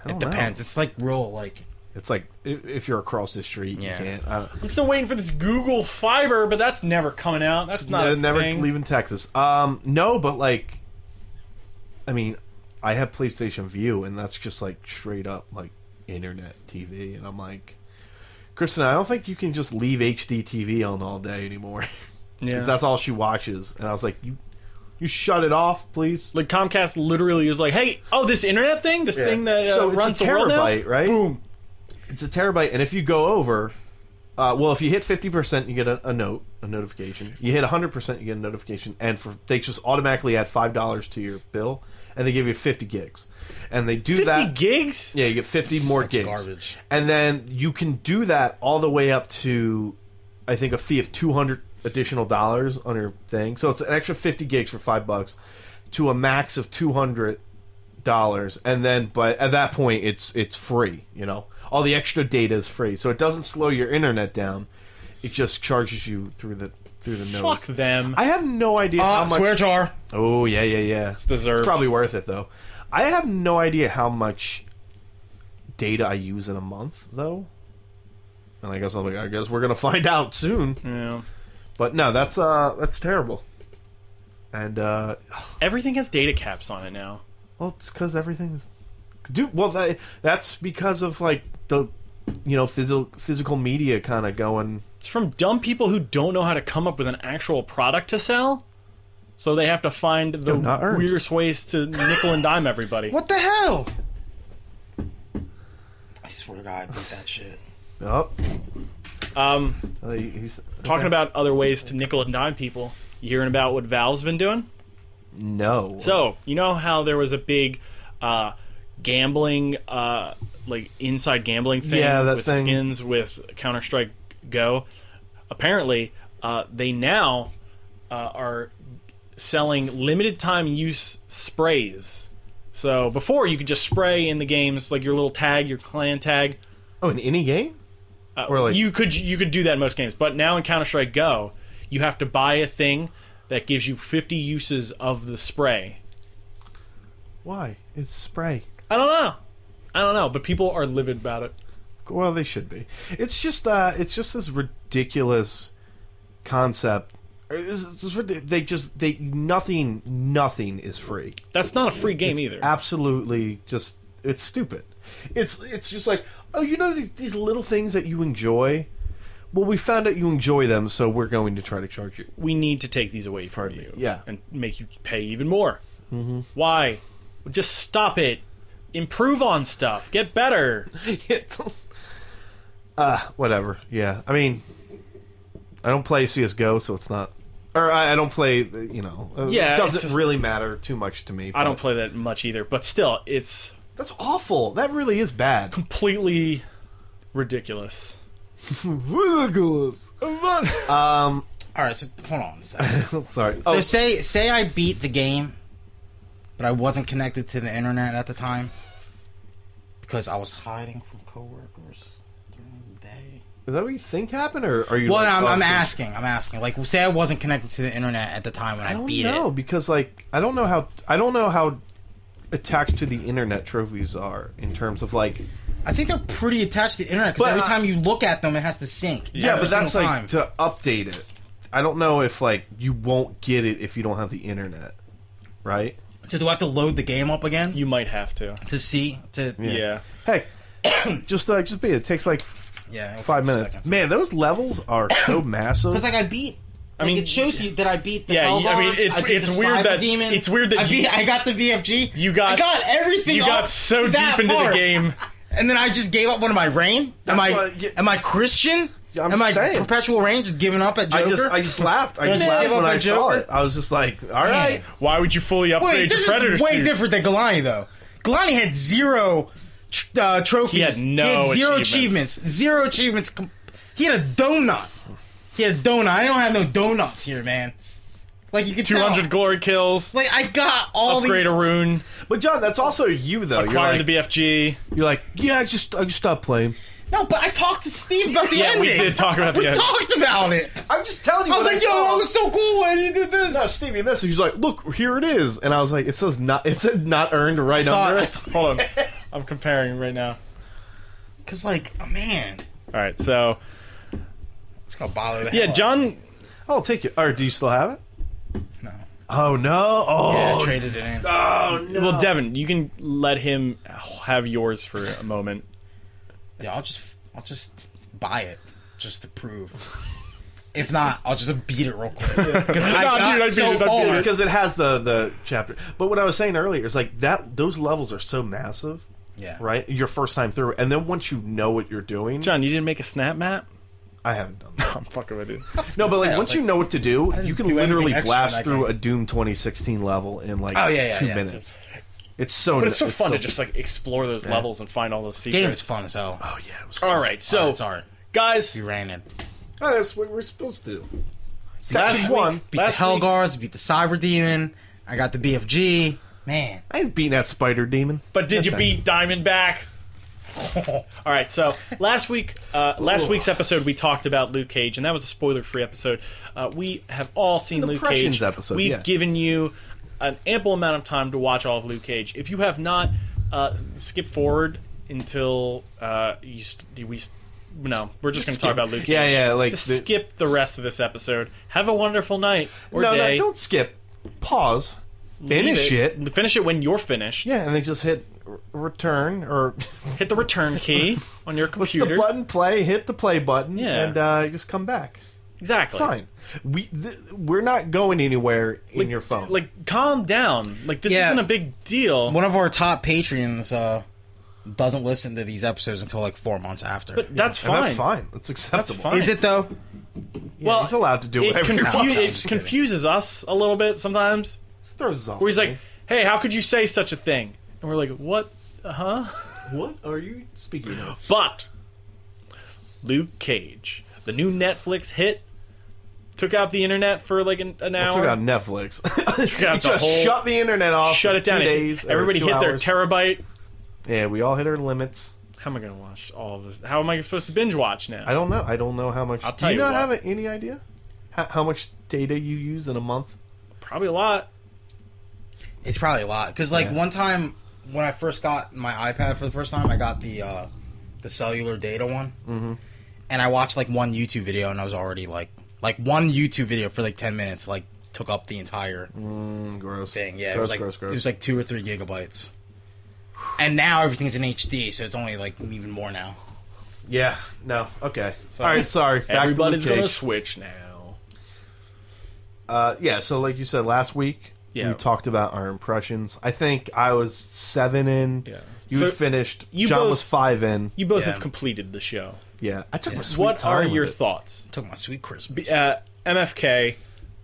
[SPEAKER 4] I
[SPEAKER 3] It
[SPEAKER 4] don't
[SPEAKER 3] depends.
[SPEAKER 4] Know.
[SPEAKER 3] It's like real, like
[SPEAKER 4] It's like i- if you're across the street,
[SPEAKER 3] Yeah.
[SPEAKER 4] you can't. I don't,
[SPEAKER 2] I'm still waiting for this Google Fiber, but that's never coming out. That's not
[SPEAKER 4] Ne-
[SPEAKER 2] a
[SPEAKER 4] never
[SPEAKER 2] thing.
[SPEAKER 4] leaving Texas. Um, no, but like, I mean, I have PlayStation View, and that's just like straight up like internet TV, and I'm like, Kristen, I don't think you can just leave HD TV on all day anymore 'Cause
[SPEAKER 2] Yeah.
[SPEAKER 4] that's all she watches. And I was like, you, you shut it off, please.
[SPEAKER 2] like Comcast literally is like, hey, oh, this internet thing, this thing that uh,
[SPEAKER 4] so it's
[SPEAKER 2] runs
[SPEAKER 4] a
[SPEAKER 2] the world now?
[SPEAKER 4] terabyte, right?
[SPEAKER 2] Boom.
[SPEAKER 4] It's a terabyte, and if you go over, uh, well, if you hit fifty percent, you get a, a note, a notification. You hit hundred percent, you get a notification, and for they just automatically add five dollars to your bill, and they give you fifty gigs, and they do
[SPEAKER 2] 50
[SPEAKER 4] that.
[SPEAKER 2] gigs?
[SPEAKER 4] Yeah, you get fifty
[SPEAKER 3] It's
[SPEAKER 4] more
[SPEAKER 3] such
[SPEAKER 4] gigs,
[SPEAKER 3] garbage.
[SPEAKER 4] and then you can do that all the way up to, I think, a fee of two hundred additional dollars on your thing. So it's an extra fifty gigs for five bucks, to a max of two hundred dollars, and then but at that point it's it's free. You know, all the extra data is free, so it doesn't slow your internet down. It just charges you through the through the nose.
[SPEAKER 2] Fuck them.
[SPEAKER 4] I have no idea
[SPEAKER 3] uh,
[SPEAKER 4] how much.
[SPEAKER 3] swear jar.
[SPEAKER 4] Oh yeah, yeah, yeah. It's
[SPEAKER 2] deserved.
[SPEAKER 4] It's probably worth it though. I have no idea how much data I use in a month though. And I guess I'm like, I guess we're gonna find out soon.
[SPEAKER 2] yeah.
[SPEAKER 4] But no, that's uh, that's terrible. And uh,
[SPEAKER 2] Everything has data caps on it now.
[SPEAKER 4] well, it's because everything's, dude. Well, that, that's because of like the, you know, physical physical media kind of going.
[SPEAKER 2] It's from dumb people who don't know how to come up with an actual product to sell. So they have to find the
[SPEAKER 4] not earned.
[SPEAKER 2] weirdest ways to nickel and dime everybody.
[SPEAKER 3] What the hell? I swear to God, I did that shit.
[SPEAKER 4] Oh,
[SPEAKER 2] Um,
[SPEAKER 4] uh, he- he's
[SPEAKER 2] talking about other ways to nickel and dime people. You hearing about what Valve's been doing?
[SPEAKER 4] no.
[SPEAKER 2] So you know how there was a big uh, gambling, uh, like inside gambling thing
[SPEAKER 4] Yeah, that
[SPEAKER 2] with
[SPEAKER 4] thing.
[SPEAKER 2] skins with Counter Strike Go. Apparently, uh, they now uh, are selling limited time use sprays. So before you could just spray in the games like your little tag, your clan tag.
[SPEAKER 4] oh, in any game?
[SPEAKER 2] Uh,
[SPEAKER 4] Or, like-
[SPEAKER 2] you could you could do that in most games, but now in Counter Strike Go, you have to buy a thing that gives you 50 uses of the spray.
[SPEAKER 4] Why? It's spray.
[SPEAKER 2] I don't know. I don't know, but people are livid about it.
[SPEAKER 4] Well, they should be. It's just uh, it's just this ridiculous concept. Uh, It's- it's just rid- they just they nothing nothing is free.
[SPEAKER 2] That's not a free game either.
[SPEAKER 4] Absolutely, just it's stupid. It's it's just like oh, you know these these little things that you enjoy. Well, we found out you enjoy them, so we're going to try to charge you.
[SPEAKER 2] we need to take these away from you.
[SPEAKER 4] Yeah.
[SPEAKER 2] And make you pay even more. Mm-hmm. Why? Just stop it. Improve on stuff. Get better.
[SPEAKER 4] uh, whatever. Yeah, I mean, I don't play CS:GO, so it's not. Or I, I don't play. You know, uh,
[SPEAKER 2] Yeah,
[SPEAKER 4] it
[SPEAKER 2] it's
[SPEAKER 4] doesn't
[SPEAKER 2] just-
[SPEAKER 4] really matter too much to me.
[SPEAKER 2] I don't
[SPEAKER 4] but-
[SPEAKER 2] play that much either, but still, it's
[SPEAKER 4] That's awful. That really is bad.
[SPEAKER 2] completely ridiculous.
[SPEAKER 4] Um,
[SPEAKER 3] All right, so hold on a second.
[SPEAKER 4] sorry.
[SPEAKER 3] So
[SPEAKER 4] Oh,
[SPEAKER 3] say say I beat the game, but I wasn't connected to the internet at the time because I was hiding from coworkers during the day.
[SPEAKER 4] is that what you think happened, or are you?
[SPEAKER 3] Well,
[SPEAKER 4] like,
[SPEAKER 3] I'm,
[SPEAKER 4] oh,
[SPEAKER 3] I'm
[SPEAKER 4] dude,
[SPEAKER 3] asking. I'm asking. Like, say I wasn't connected to the internet at the time when I,
[SPEAKER 4] I don't
[SPEAKER 3] beat
[SPEAKER 4] know
[SPEAKER 3] it.
[SPEAKER 4] because, like, I don't know how I don't know how attached to the internet trophies are in terms of like.
[SPEAKER 3] I think they're pretty attached to the internet because
[SPEAKER 4] But
[SPEAKER 3] every
[SPEAKER 4] I-
[SPEAKER 3] time you look at them, it has to sync.
[SPEAKER 4] Yeah,
[SPEAKER 3] every
[SPEAKER 4] but that's
[SPEAKER 3] single
[SPEAKER 4] like
[SPEAKER 3] time.
[SPEAKER 4] to update it. I don't know if like you won't get it if you don't have the internet, right?
[SPEAKER 3] so do I have to load the game up again
[SPEAKER 2] You might have to.
[SPEAKER 3] to see? To yeah,
[SPEAKER 2] Yeah.
[SPEAKER 4] Heck, just uh, just be. It takes like
[SPEAKER 3] it'll
[SPEAKER 4] five
[SPEAKER 3] take two
[SPEAKER 4] minutes.
[SPEAKER 3] seconds.
[SPEAKER 4] Man, those levels are so massive.
[SPEAKER 3] Because like I beat. I
[SPEAKER 2] mean-
[SPEAKER 3] mean, it shows you that I beat the
[SPEAKER 2] Yeah,
[SPEAKER 3] Hellbarns,
[SPEAKER 2] I mean, it's-
[SPEAKER 3] I beat
[SPEAKER 2] it's
[SPEAKER 3] the
[SPEAKER 2] weird
[SPEAKER 3] Cyber
[SPEAKER 2] that-
[SPEAKER 3] demon,
[SPEAKER 2] it's weird that
[SPEAKER 3] I
[SPEAKER 2] you-
[SPEAKER 3] beat. I got the BFG.
[SPEAKER 2] You got-
[SPEAKER 3] I got everything.
[SPEAKER 2] You got
[SPEAKER 3] up
[SPEAKER 2] so
[SPEAKER 3] to
[SPEAKER 2] deep
[SPEAKER 3] that
[SPEAKER 2] into
[SPEAKER 3] part.
[SPEAKER 2] the game.
[SPEAKER 3] and then I just gave up. What am I, Rain? Am I?
[SPEAKER 4] what I get-
[SPEAKER 3] am I Christian?
[SPEAKER 4] Yeah, I'm
[SPEAKER 3] am I
[SPEAKER 4] saying.
[SPEAKER 3] perpetual Rain? Just giving up at
[SPEAKER 4] I
[SPEAKER 3] Joker?
[SPEAKER 4] just I just laughed. I just
[SPEAKER 3] Doesn't
[SPEAKER 4] laughed
[SPEAKER 3] give up
[SPEAKER 4] when
[SPEAKER 3] a
[SPEAKER 4] I saw
[SPEAKER 3] Joker?
[SPEAKER 4] it. I was just like, all right.
[SPEAKER 2] Why would you fully upgrade
[SPEAKER 3] Wait,
[SPEAKER 2] your
[SPEAKER 3] this
[SPEAKER 2] predator
[SPEAKER 3] is way
[SPEAKER 2] suit?
[SPEAKER 3] different than Galani though. Galani had zero tr- uh, trophies.
[SPEAKER 2] He had no
[SPEAKER 3] zero
[SPEAKER 2] achievements.
[SPEAKER 3] achievements. Zero achievements. Com- He had a donut. He had a donut. I don't have no donuts here, man. Like you can
[SPEAKER 2] Two
[SPEAKER 3] tell.
[SPEAKER 2] hundred glory kills.
[SPEAKER 3] Like I got all
[SPEAKER 2] upgrade
[SPEAKER 3] these. Oh,
[SPEAKER 2] a rune.
[SPEAKER 4] But John, that's also you though. You're
[SPEAKER 2] Acquire
[SPEAKER 4] like,
[SPEAKER 2] the BFG.
[SPEAKER 4] you're like, yeah, I just I just stopped playing.
[SPEAKER 3] No, but I talked to Steve about the
[SPEAKER 2] Yeah,
[SPEAKER 3] ending.
[SPEAKER 2] we did talk about the
[SPEAKER 3] We
[SPEAKER 2] ending.
[SPEAKER 3] talked about it.
[SPEAKER 4] I'm just telling you.
[SPEAKER 3] I was like, yo, that was so cool when you did this.
[SPEAKER 4] no, Stevie message. He's like, look, here it is, and I was like, it says not, it said not earned right
[SPEAKER 3] thought-
[SPEAKER 4] under
[SPEAKER 3] I
[SPEAKER 4] it.
[SPEAKER 3] thought-
[SPEAKER 2] Hold on. I'm comparing right now.
[SPEAKER 3] Cause like, oh, man,
[SPEAKER 2] Alright, so
[SPEAKER 3] it's gonna bother the hell
[SPEAKER 2] Yeah,
[SPEAKER 3] out of
[SPEAKER 2] John
[SPEAKER 4] I'll take it. Or do you still have it?
[SPEAKER 3] me. No.
[SPEAKER 4] Oh no! Oh,
[SPEAKER 3] Yeah, I traded it in.
[SPEAKER 4] oh no!
[SPEAKER 2] Well, Devin, you can let him have yours for a moment.
[SPEAKER 3] Yeah, I'll just, I'll just buy it just to prove. If not, I'll just beat it real quick. Because I
[SPEAKER 2] Nah,
[SPEAKER 3] got
[SPEAKER 2] dude, I beat
[SPEAKER 3] so
[SPEAKER 2] it, I beat
[SPEAKER 3] far.
[SPEAKER 4] it's because it has the the chapter. But what I was saying earlier is like that. Those levels are so massive,
[SPEAKER 3] Yeah.
[SPEAKER 4] right? Your first time through, and then once you know what you're doing,
[SPEAKER 2] John, you didn't make a snap map?
[SPEAKER 4] I haven't done. That.
[SPEAKER 2] I'm fucking with you.
[SPEAKER 4] No, but
[SPEAKER 3] gonna
[SPEAKER 4] like
[SPEAKER 3] say, I
[SPEAKER 4] once
[SPEAKER 3] was
[SPEAKER 4] you
[SPEAKER 3] like,
[SPEAKER 4] know what to do, you can
[SPEAKER 3] do anything
[SPEAKER 4] literally
[SPEAKER 3] extra in
[SPEAKER 4] blast
[SPEAKER 3] that
[SPEAKER 4] through
[SPEAKER 3] game.
[SPEAKER 4] a Doom 2016 level in like
[SPEAKER 3] Oh, yeah, yeah,
[SPEAKER 4] two
[SPEAKER 3] yeah.
[SPEAKER 4] minutes. It's so,
[SPEAKER 2] But it's so fun to just like explore those levels and find all those secrets.
[SPEAKER 3] Game is fun as hell.
[SPEAKER 4] Oh yeah. It was
[SPEAKER 2] All right, so
[SPEAKER 3] Oh, sorry,
[SPEAKER 2] guys,
[SPEAKER 3] you ran it.
[SPEAKER 4] Oh, that's what we're supposed to do.
[SPEAKER 2] week-
[SPEAKER 4] Section one.
[SPEAKER 3] Beat
[SPEAKER 2] Last
[SPEAKER 3] the
[SPEAKER 2] week-
[SPEAKER 3] Hellgars, beat the Cyber Demon. I got the BFG. Man,
[SPEAKER 4] I ain't beating that spider demon.
[SPEAKER 2] but did
[SPEAKER 4] That
[SPEAKER 2] you
[SPEAKER 4] thing.
[SPEAKER 2] beat Diamondback? all right, so last week, uh, last week's episode, we talked about Luke Cage, and that was a spoiler-free episode. Uh, we have all seen Luke
[SPEAKER 4] Impressions
[SPEAKER 2] Cage.
[SPEAKER 4] episode,
[SPEAKER 2] We've
[SPEAKER 4] yeah.
[SPEAKER 2] given you an ample amount of time to watch all of Luke Cage. If you have not, uh, skip forward until uh, you st- we. St- no, we're just going to talk about Luke Cage.
[SPEAKER 4] Yeah, yeah, like
[SPEAKER 2] just
[SPEAKER 4] the-
[SPEAKER 2] skip the rest of this episode. Have a wonderful night or
[SPEAKER 4] No,
[SPEAKER 2] day.
[SPEAKER 4] no, don't skip. Pause.
[SPEAKER 2] Leave
[SPEAKER 4] Finish it.
[SPEAKER 2] Finish it when you're finished.
[SPEAKER 4] Yeah, and then just hit r- return or
[SPEAKER 2] Hit the return key on your
[SPEAKER 4] what's
[SPEAKER 2] computer.
[SPEAKER 4] the button? Play. Hit the play button.
[SPEAKER 2] Yeah.
[SPEAKER 4] and uh, just come back.
[SPEAKER 2] Exactly.
[SPEAKER 4] Fine. We th- we're not going anywhere in your phone.
[SPEAKER 2] Like, calm down. Like, this
[SPEAKER 3] Yeah.
[SPEAKER 2] isn't a big deal.
[SPEAKER 3] one of our top Patreons uh, doesn't listen to these episodes until like four months after.
[SPEAKER 2] but that's
[SPEAKER 4] And
[SPEAKER 2] fine.
[SPEAKER 4] that's fine. That's acceptable.
[SPEAKER 2] fine.
[SPEAKER 3] Is it though?
[SPEAKER 4] Yeah,
[SPEAKER 2] Well,
[SPEAKER 4] he's allowed to do
[SPEAKER 2] It,
[SPEAKER 4] whatever.
[SPEAKER 2] confu-
[SPEAKER 4] he wants.
[SPEAKER 3] I'm
[SPEAKER 2] it
[SPEAKER 3] just kidding.
[SPEAKER 2] confuses us a little bit sometimes.
[SPEAKER 4] Just throws us off.
[SPEAKER 2] Where he's like, "Hey, how could you say such a thing?" And we're like, "What? Huh?"
[SPEAKER 4] What are you speaking of?
[SPEAKER 2] But Luke Cage, the new Netflix hit, took out the internet for like an, an hour.
[SPEAKER 4] Took out Netflix.
[SPEAKER 2] out
[SPEAKER 4] You
[SPEAKER 2] the
[SPEAKER 4] just
[SPEAKER 2] whole-
[SPEAKER 4] shut the internet off.
[SPEAKER 2] Shut
[SPEAKER 4] for
[SPEAKER 2] it down.
[SPEAKER 4] Two
[SPEAKER 2] It-
[SPEAKER 4] days. or
[SPEAKER 2] Everybody
[SPEAKER 4] two
[SPEAKER 2] hit their
[SPEAKER 4] hours.
[SPEAKER 2] terabyte.
[SPEAKER 4] Yeah, we all hit our limits.
[SPEAKER 2] How am I gonna watch all of this? How am I supposed to binge watch now?
[SPEAKER 4] I don't know. I don't know how much.
[SPEAKER 2] I'll
[SPEAKER 4] do
[SPEAKER 2] tell
[SPEAKER 4] you,
[SPEAKER 2] you
[SPEAKER 4] not
[SPEAKER 2] what.
[SPEAKER 4] have any idea how, how much data you use in a month?
[SPEAKER 2] Probably a lot.
[SPEAKER 3] It's probably a lot because like
[SPEAKER 4] Yeah.
[SPEAKER 3] one time when I first got my iPad for the first time, I got the uh, the cellular data one, mm-hmm. and I watched like one YouTube video, and I was already like like one YouTube video for like ten minutes, like took up the entire
[SPEAKER 4] Mm, gross.
[SPEAKER 3] thing. Yeah,
[SPEAKER 4] gross,
[SPEAKER 3] it was like
[SPEAKER 4] gross, gross.
[SPEAKER 3] it was like two or three gigabytes, and now everything's in HD, so it's only like even more now.
[SPEAKER 4] yeah, no, okay. All right, sorry. Back
[SPEAKER 2] Everybody's
[SPEAKER 4] to Luke
[SPEAKER 2] gonna
[SPEAKER 4] Cage.
[SPEAKER 2] switch now.
[SPEAKER 4] Uh, yeah, so like you said last week,
[SPEAKER 2] Yeah.
[SPEAKER 4] we talked about our impressions. I think I was seven in.
[SPEAKER 2] Yeah.
[SPEAKER 4] You
[SPEAKER 2] So
[SPEAKER 4] had finished.
[SPEAKER 2] you
[SPEAKER 4] John
[SPEAKER 2] both-
[SPEAKER 4] was five in.
[SPEAKER 2] You both
[SPEAKER 3] Yeah.
[SPEAKER 2] have completed the show.
[SPEAKER 4] Yeah, I took my sweet
[SPEAKER 2] what
[SPEAKER 4] time
[SPEAKER 2] are
[SPEAKER 4] with
[SPEAKER 2] your
[SPEAKER 4] it.
[SPEAKER 2] thoughts?
[SPEAKER 3] Took my sweet Christmas.
[SPEAKER 2] B- Uh, MFK,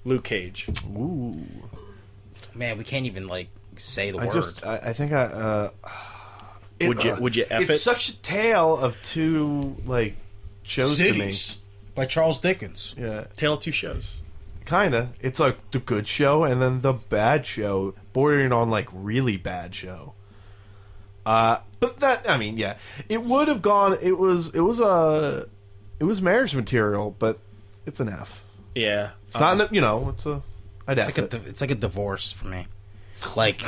[SPEAKER 2] Luke Cage.
[SPEAKER 4] Ooh,
[SPEAKER 3] Man, we can't even like say the
[SPEAKER 4] I
[SPEAKER 3] word.
[SPEAKER 4] just, I, I think I. Uh,
[SPEAKER 2] Would you-
[SPEAKER 4] uh,
[SPEAKER 2] would you F
[SPEAKER 4] it's
[SPEAKER 2] it?
[SPEAKER 4] such a tale of two like shows
[SPEAKER 3] Cities by Charles Dickens.
[SPEAKER 4] to me. Yeah,
[SPEAKER 2] Tale of Two Shows.
[SPEAKER 4] kinda. It's like the good show and then the bad show, bordering on like really bad show. Uh, but that I mean, yeah, it would have gone. It was it was a it was marriage material, but it's an F.
[SPEAKER 2] Yeah. Um,
[SPEAKER 4] Not in the- you know it's a I'd F
[SPEAKER 3] Uh-huh. It's like a
[SPEAKER 4] it.
[SPEAKER 3] di- it's like a divorce for me. Like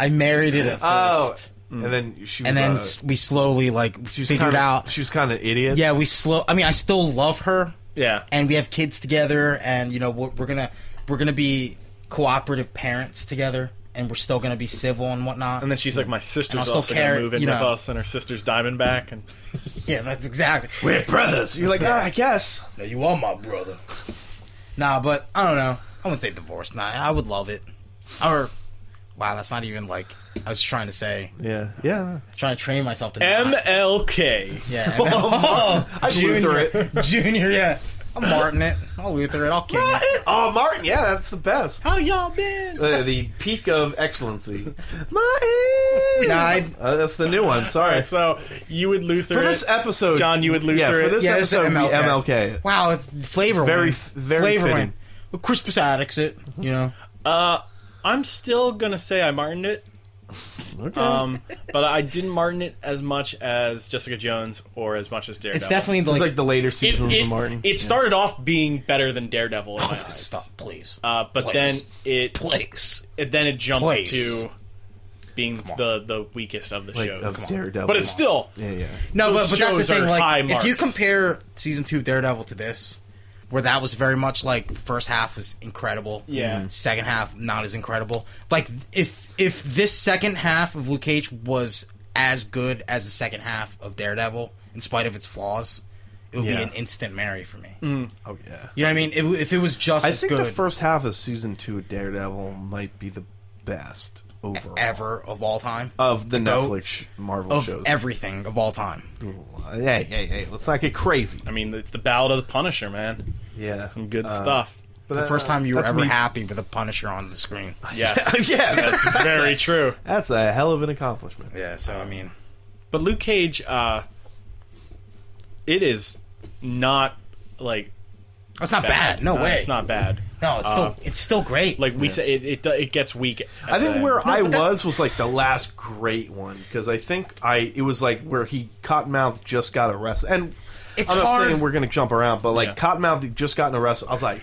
[SPEAKER 3] I married it at first,
[SPEAKER 4] and then she was,
[SPEAKER 3] Mm. and then
[SPEAKER 4] Oh. uh,
[SPEAKER 3] s we slowly like
[SPEAKER 4] she was
[SPEAKER 3] figured
[SPEAKER 4] kinda,
[SPEAKER 3] out.
[SPEAKER 4] she was kind of an idiot.
[SPEAKER 3] Yeah, we slow. I mean, I still love her,
[SPEAKER 2] Yeah.
[SPEAKER 3] and we have kids together, and you know we're, we're gonna we're gonna be cooperative parents together, and we're still gonna be civil and whatnot.
[SPEAKER 2] And then she's like, my sister's
[SPEAKER 3] And I'll still
[SPEAKER 2] also
[SPEAKER 3] care,
[SPEAKER 2] gonna move in
[SPEAKER 3] you
[SPEAKER 2] with
[SPEAKER 3] know.
[SPEAKER 2] us, and her sister's diamond back, and
[SPEAKER 3] yeah, that's exactly.
[SPEAKER 4] we're brothers. You're like, ah, I guess.
[SPEAKER 3] No, you are my brother. nah, but I don't know. I wouldn't say divorce. Nah, I would love it. Or wow, that's not even like I was trying to say.
[SPEAKER 4] Yeah, yeah.
[SPEAKER 3] Trying to train myself to not-
[SPEAKER 2] MLK.
[SPEAKER 3] Yeah. and then-
[SPEAKER 4] I'd Luther
[SPEAKER 3] Junior, yeah. I'm Martin it. I'll Luther it. I'll kill it.
[SPEAKER 4] oh, Martin, yeah, that's the best.
[SPEAKER 2] How y'all been?
[SPEAKER 4] Uh, the peak of excellency. Martin.
[SPEAKER 3] Nah, I-
[SPEAKER 4] Uh, that's the new one.
[SPEAKER 2] All
[SPEAKER 4] Sorry.
[SPEAKER 2] right, so you would Luther
[SPEAKER 4] for
[SPEAKER 2] it.
[SPEAKER 4] this episode,
[SPEAKER 2] John, you would Luther
[SPEAKER 4] Yeah, for
[SPEAKER 2] it.
[SPEAKER 4] this
[SPEAKER 3] Yeah, this is
[SPEAKER 4] episode, it'd be
[SPEAKER 3] MLK.
[SPEAKER 4] MLK.
[SPEAKER 3] Wow, it's flavor.
[SPEAKER 4] It's very-
[SPEAKER 3] win.
[SPEAKER 4] very
[SPEAKER 3] flavor
[SPEAKER 4] fitting.
[SPEAKER 3] win. Well, Crispus Attucks it. You know,
[SPEAKER 2] Uh, I'm still gonna say I martined it,
[SPEAKER 4] Okay.
[SPEAKER 2] um, but I didn't martin it as much as Jessica Jones or as much as Daredevil.
[SPEAKER 3] it's definitely the,
[SPEAKER 4] it was
[SPEAKER 3] like,
[SPEAKER 4] like the later
[SPEAKER 2] it,
[SPEAKER 4] seasons
[SPEAKER 2] it-
[SPEAKER 4] of Martin.
[SPEAKER 2] it started off being better than Daredevil in my eyes.
[SPEAKER 3] Oh, stop, please,
[SPEAKER 2] Uh, but
[SPEAKER 3] Please.
[SPEAKER 2] then it,
[SPEAKER 3] please.
[SPEAKER 2] it then it jumped
[SPEAKER 3] Please.
[SPEAKER 2] to being the the weakest of the
[SPEAKER 4] like
[SPEAKER 2] shows.
[SPEAKER 4] of Daredevil.
[SPEAKER 2] but it's still
[SPEAKER 4] Yeah, yeah.
[SPEAKER 3] No, but,
[SPEAKER 2] Those
[SPEAKER 3] but that's the
[SPEAKER 2] shows
[SPEAKER 3] thing.
[SPEAKER 2] are high
[SPEAKER 3] Like, if you
[SPEAKER 2] marks.
[SPEAKER 3] compare season two of Daredevil to this, where that was very much like the first half was incredible,
[SPEAKER 2] Yeah. Mhm.
[SPEAKER 3] Second half not as incredible. Like if if this second half of Luke Cage was as good as the second half of Daredevil, in spite of its flaws, it would
[SPEAKER 4] Yeah.
[SPEAKER 3] be an instant Mary for me.
[SPEAKER 2] Mm.
[SPEAKER 4] Oh yeah.
[SPEAKER 3] You know what I mean? If, if it was just
[SPEAKER 4] I
[SPEAKER 3] as
[SPEAKER 4] think
[SPEAKER 3] good
[SPEAKER 4] the first half of season two of Daredevil might be the best overall
[SPEAKER 3] ever of all time
[SPEAKER 4] of the
[SPEAKER 3] goat
[SPEAKER 4] Netflix sh- Marvel
[SPEAKER 3] of
[SPEAKER 4] shows.
[SPEAKER 3] everything of all time,
[SPEAKER 4] hey, hey, hey! Let's not get crazy.
[SPEAKER 2] I mean it's the Ballad of the Punisher, man.
[SPEAKER 4] Yeah,
[SPEAKER 2] Some good
[SPEAKER 4] Uh,
[SPEAKER 2] stuff.
[SPEAKER 4] But
[SPEAKER 3] the
[SPEAKER 4] that-
[SPEAKER 2] Uh,
[SPEAKER 3] first time you were
[SPEAKER 4] that's
[SPEAKER 3] ever
[SPEAKER 4] me-
[SPEAKER 3] happy with a Punisher on the screen.
[SPEAKER 2] Yes,
[SPEAKER 4] yeah, that's,
[SPEAKER 2] very true.
[SPEAKER 4] that's a hell of an accomplishment.
[SPEAKER 3] Yeah, so I mean.
[SPEAKER 2] But Luke Cage, uh, it is not like
[SPEAKER 3] It's not bad. No
[SPEAKER 2] Uh,
[SPEAKER 3] way.
[SPEAKER 2] It's not bad.
[SPEAKER 3] No, it's still
[SPEAKER 2] Uh,
[SPEAKER 3] it's still great.
[SPEAKER 2] Like we say, it, it do- it gets weak. at
[SPEAKER 4] I
[SPEAKER 2] the
[SPEAKER 4] think
[SPEAKER 2] end.
[SPEAKER 4] where I
[SPEAKER 3] but that's-
[SPEAKER 4] was was like the last great one because I think I it was like where he Cottonmouth just got arrested, and
[SPEAKER 3] It's
[SPEAKER 4] I'm not
[SPEAKER 3] hard-
[SPEAKER 4] saying we're gonna jump around, but like
[SPEAKER 2] Yeah.
[SPEAKER 4] Cottonmouth just gotten arrested. I was like,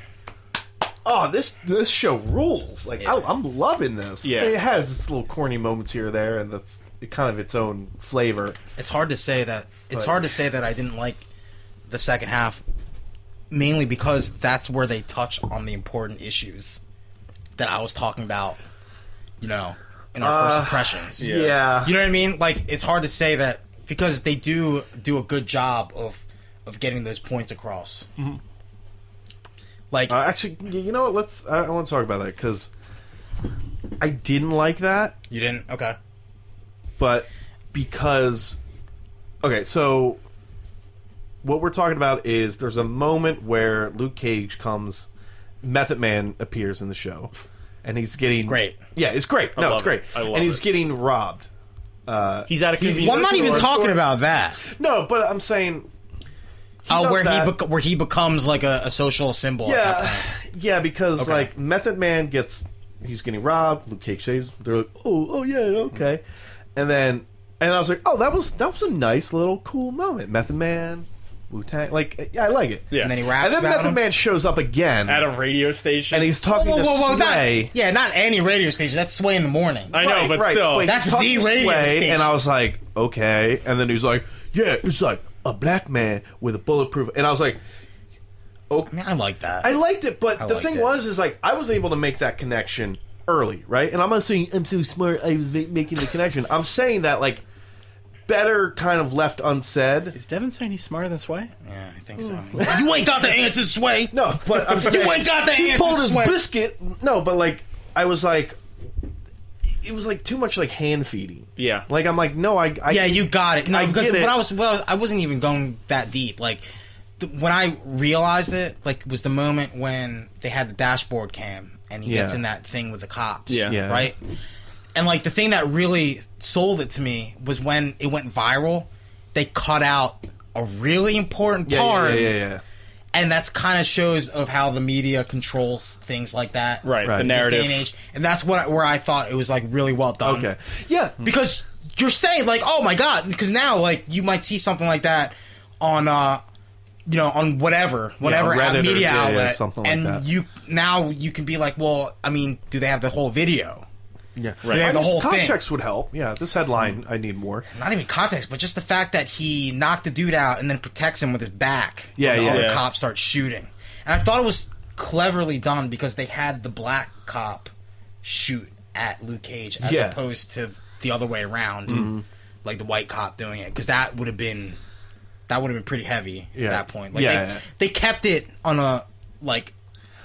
[SPEAKER 4] oh, this this show rules! Like I, I'm loving this.
[SPEAKER 2] Yeah.
[SPEAKER 4] it has its little corny moments here or there, and that's kind of its own flavor.
[SPEAKER 3] it's hard to say that. It's
[SPEAKER 4] But-
[SPEAKER 3] hard to say that I didn't like the second half, mainly because that's where they touch on the important issues that I was talking about. You know, in our
[SPEAKER 4] Uh,
[SPEAKER 3] first impressions.
[SPEAKER 4] Yeah. yeah.
[SPEAKER 3] You know what I mean? Like it's hard to say that because they do do a good job of of getting those points across. Like
[SPEAKER 4] Mm-hmm. Uh, actually, y- you know what? Let's. I, I want to talk about that because I didn't like that,
[SPEAKER 3] you didn't. Okay.
[SPEAKER 4] but because okay, so what we're talking about is there's a moment where Luke Cage comes, Method Man appears in the show, and he's getting
[SPEAKER 3] Great.
[SPEAKER 4] Yeah, it's great. no,
[SPEAKER 2] love
[SPEAKER 4] it's great.
[SPEAKER 2] it. I love
[SPEAKER 4] and he's
[SPEAKER 2] it.
[SPEAKER 4] getting robbed. Uh,
[SPEAKER 2] he's at a convenience.
[SPEAKER 3] Well, I'm not
[SPEAKER 2] store.
[SPEAKER 3] even talking about that.
[SPEAKER 4] no, but I'm saying
[SPEAKER 3] Oh,
[SPEAKER 4] does
[SPEAKER 3] where he
[SPEAKER 4] that.
[SPEAKER 3] bec- where he becomes like a, a social symbol. at that
[SPEAKER 4] Yeah, yeah, because
[SPEAKER 3] Okay.
[SPEAKER 4] like Method Man gets he's getting robbed. Luke Cage saves. They're like, oh, oh yeah,
[SPEAKER 2] Mm-hmm.
[SPEAKER 4] okay. And then and I was like, oh, that was that was a nice little cool moment. Method Man Wu Tang. Like, yeah, I like it.
[SPEAKER 2] Yeah.
[SPEAKER 3] And then he
[SPEAKER 4] And
[SPEAKER 3] raps
[SPEAKER 4] then
[SPEAKER 3] about
[SPEAKER 4] Method
[SPEAKER 3] him.
[SPEAKER 4] Man shows up again,
[SPEAKER 2] at a radio station.
[SPEAKER 4] and he's talking
[SPEAKER 3] whoa, whoa, whoa,
[SPEAKER 4] to
[SPEAKER 3] not,
[SPEAKER 4] Slay.
[SPEAKER 3] yeah, not any radio station. That's Sway in the Morning.
[SPEAKER 2] I know,
[SPEAKER 4] Right,
[SPEAKER 2] but
[SPEAKER 4] right,
[SPEAKER 2] still,
[SPEAKER 4] he's
[SPEAKER 3] That's
[SPEAKER 4] talking
[SPEAKER 3] the
[SPEAKER 4] to
[SPEAKER 3] radio
[SPEAKER 4] Slay,
[SPEAKER 3] station.
[SPEAKER 4] And I was like, okay. And then he's like, yeah, it's like a black man with a bulletproof. And I was like,
[SPEAKER 3] I mean, I like that.
[SPEAKER 4] I liked it, but
[SPEAKER 3] I
[SPEAKER 4] the
[SPEAKER 3] liked
[SPEAKER 4] thing
[SPEAKER 3] it.
[SPEAKER 4] was, is like I was able to make that connection early, right? And I'm not saying I'm so smart. I was ma- making the connection. I'm saying that like better kind of left unsaid.
[SPEAKER 2] is Devin saying he's smarter than Sway?
[SPEAKER 3] yeah, I think so. you ain't got the answers, Sway.
[SPEAKER 4] No, but I'm saying
[SPEAKER 3] You ain't got the
[SPEAKER 4] he pulled
[SPEAKER 3] answers,
[SPEAKER 4] his
[SPEAKER 3] Sway.
[SPEAKER 4] biscuit. No, but like I was like, it was like too much like hand feeding.
[SPEAKER 2] Yeah.
[SPEAKER 4] like I'm like no, I, I
[SPEAKER 3] yeah, you got it. No,
[SPEAKER 4] I
[SPEAKER 3] because
[SPEAKER 4] get
[SPEAKER 3] when
[SPEAKER 4] it.
[SPEAKER 3] I was well, I wasn't even going that deep. Like th- when I realized it, like was the moment when they had the dashboard cam and he gets
[SPEAKER 4] Yeah.
[SPEAKER 3] in that thing with the cops.
[SPEAKER 2] Yeah.
[SPEAKER 4] Yeah.
[SPEAKER 3] Right. And like the thing that really sold it to me was when it went viral. They cut out a really important
[SPEAKER 4] Yeah, yeah,
[SPEAKER 3] part,
[SPEAKER 4] yeah, yeah, yeah.
[SPEAKER 3] and that's kind of shows of how the media controls things like that.
[SPEAKER 2] Right,
[SPEAKER 4] Right.
[SPEAKER 2] the
[SPEAKER 4] This day
[SPEAKER 3] This day
[SPEAKER 2] narrative.
[SPEAKER 3] and age, and that's what I- where I thought it was like really well done
[SPEAKER 4] Okay, yeah,
[SPEAKER 3] Mm-hmm. because you're saying like oh my god because now like you might see something like that on uh you know on whatever whatever
[SPEAKER 4] on Reddit or-
[SPEAKER 3] out- media
[SPEAKER 4] yeah, yeah,
[SPEAKER 3] outlet
[SPEAKER 4] something like
[SPEAKER 3] and
[SPEAKER 4] that.
[SPEAKER 3] you now you can be like well i mean do they have the whole video
[SPEAKER 4] yeah.
[SPEAKER 3] They
[SPEAKER 4] I
[SPEAKER 3] have the
[SPEAKER 4] just-
[SPEAKER 3] whole thing.
[SPEAKER 4] context would help. Yeah, this headline I need more.
[SPEAKER 3] not even context but just the fact that he knocked the dude out and then protects him with his back
[SPEAKER 4] Yeah,
[SPEAKER 3] when the
[SPEAKER 4] yeah.
[SPEAKER 3] other
[SPEAKER 2] Yeah.
[SPEAKER 3] cop starts shooting and i thought it was cleverly done because they had the black cop shoot at luke cage as
[SPEAKER 4] Yeah. Mm-hmm.
[SPEAKER 3] opposed to the other way around like the white cop doing it because that would have been that would have been pretty heavy
[SPEAKER 4] Yeah.
[SPEAKER 3] at that point like
[SPEAKER 4] Yeah,
[SPEAKER 3] they,
[SPEAKER 4] yeah.
[SPEAKER 3] they kept it on a like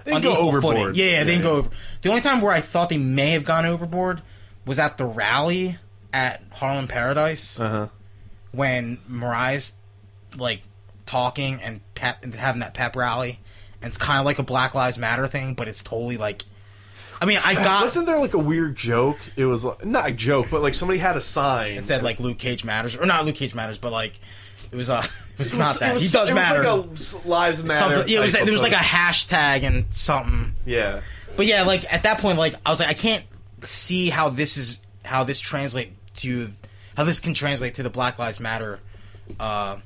[SPEAKER 4] They didn't go
[SPEAKER 3] unequal
[SPEAKER 4] overboard.
[SPEAKER 3] footing. yeah, yeah, they
[SPEAKER 4] Yeah,
[SPEAKER 3] didn't go
[SPEAKER 4] yeah.
[SPEAKER 3] over the only time where i thought they may have gone overboard was at the rally at harlem paradise
[SPEAKER 4] Uh-huh.
[SPEAKER 3] when mariah's like talking and pep, and having that pep rally and it's kind of like a black lives matter thing but it's totally like i mean i got
[SPEAKER 4] Wasn't there like a weird joke? It was like, not a joke, but like somebody had a sign.
[SPEAKER 3] it said like Luke Cage matters, or not Luke Cage matters, but like it was uh, it was
[SPEAKER 4] It
[SPEAKER 3] not
[SPEAKER 4] was-
[SPEAKER 3] that
[SPEAKER 4] it was-
[SPEAKER 3] he does
[SPEAKER 4] it
[SPEAKER 3] matter.
[SPEAKER 4] Was like a lives matter.
[SPEAKER 3] something. Yeah, it was
[SPEAKER 4] type
[SPEAKER 3] like, there was
[SPEAKER 4] of
[SPEAKER 3] like a
[SPEAKER 4] thing.
[SPEAKER 3] hashtag and something.
[SPEAKER 4] yeah.
[SPEAKER 3] But yeah, like at that point, like I was like, I can't see how this is how this translate to how this can translate to the Black Lives Matter uh,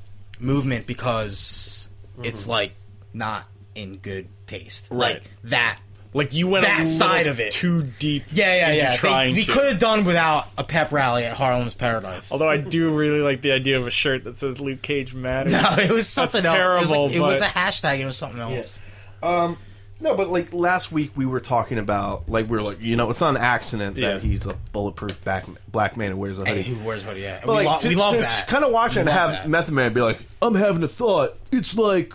[SPEAKER 3] movement because it's like not in good taste.
[SPEAKER 2] Right.
[SPEAKER 3] Like that.
[SPEAKER 2] like you went
[SPEAKER 3] That
[SPEAKER 2] a little
[SPEAKER 3] side of it.
[SPEAKER 2] too deep.
[SPEAKER 3] Yeah, yeah,
[SPEAKER 2] into
[SPEAKER 3] yeah. They-
[SPEAKER 2] Trying
[SPEAKER 3] we
[SPEAKER 2] to.
[SPEAKER 3] could have done without a pep rally at Harlem's Paradise.
[SPEAKER 2] Although I do really like the idea of a shirt that says Luke Cage matters.
[SPEAKER 3] No, it was something else. It
[SPEAKER 2] terrible,
[SPEAKER 3] was, like, it was a
[SPEAKER 2] but-
[SPEAKER 3] hashtag. It was something else.
[SPEAKER 4] Um, no, but like last week we were talking about like we were like you know it's not an accident
[SPEAKER 2] Yeah.
[SPEAKER 4] that he's a bulletproof back, black man who wears a
[SPEAKER 3] Hey,
[SPEAKER 4] hoodie.
[SPEAKER 3] who wears hoodie? Yeah,
[SPEAKER 4] But,
[SPEAKER 3] we,
[SPEAKER 4] like,
[SPEAKER 3] lo-
[SPEAKER 4] to,
[SPEAKER 3] we love
[SPEAKER 4] to
[SPEAKER 3] that.
[SPEAKER 4] Kind of watch and
[SPEAKER 3] love
[SPEAKER 4] have
[SPEAKER 3] that.
[SPEAKER 4] Method Man be like, "I'm having a thought." It's like,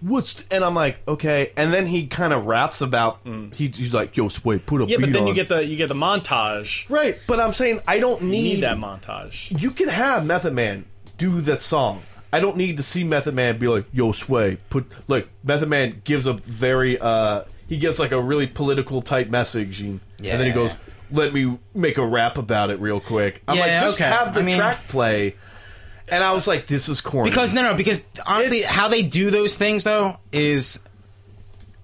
[SPEAKER 4] what's? th- And I'm like, okay. And then he kind of raps about he, he's like, "Yo, wait, put a
[SPEAKER 2] Yeah,
[SPEAKER 4] beat
[SPEAKER 2] but then
[SPEAKER 4] on."
[SPEAKER 2] you get the you get the montage.
[SPEAKER 4] right. But I'm saying I don't
[SPEAKER 2] You
[SPEAKER 4] need,
[SPEAKER 2] need that montage.
[SPEAKER 4] you can have Method Man do that song. I don't need to see Method Man be like, "Yo, Sway, put like." Method Man gives a very uh, he gives like a really political type message, and, and then he
[SPEAKER 3] Yeah.
[SPEAKER 4] goes, "Let me make a rap about it real quick." I'm like,
[SPEAKER 3] Yeah,
[SPEAKER 4] just
[SPEAKER 3] okay.
[SPEAKER 4] have the
[SPEAKER 3] I mean-
[SPEAKER 4] track play. And I was like, "This is corny."
[SPEAKER 3] because no, no, because honestly,
[SPEAKER 4] It's-
[SPEAKER 3] how they do those things though is,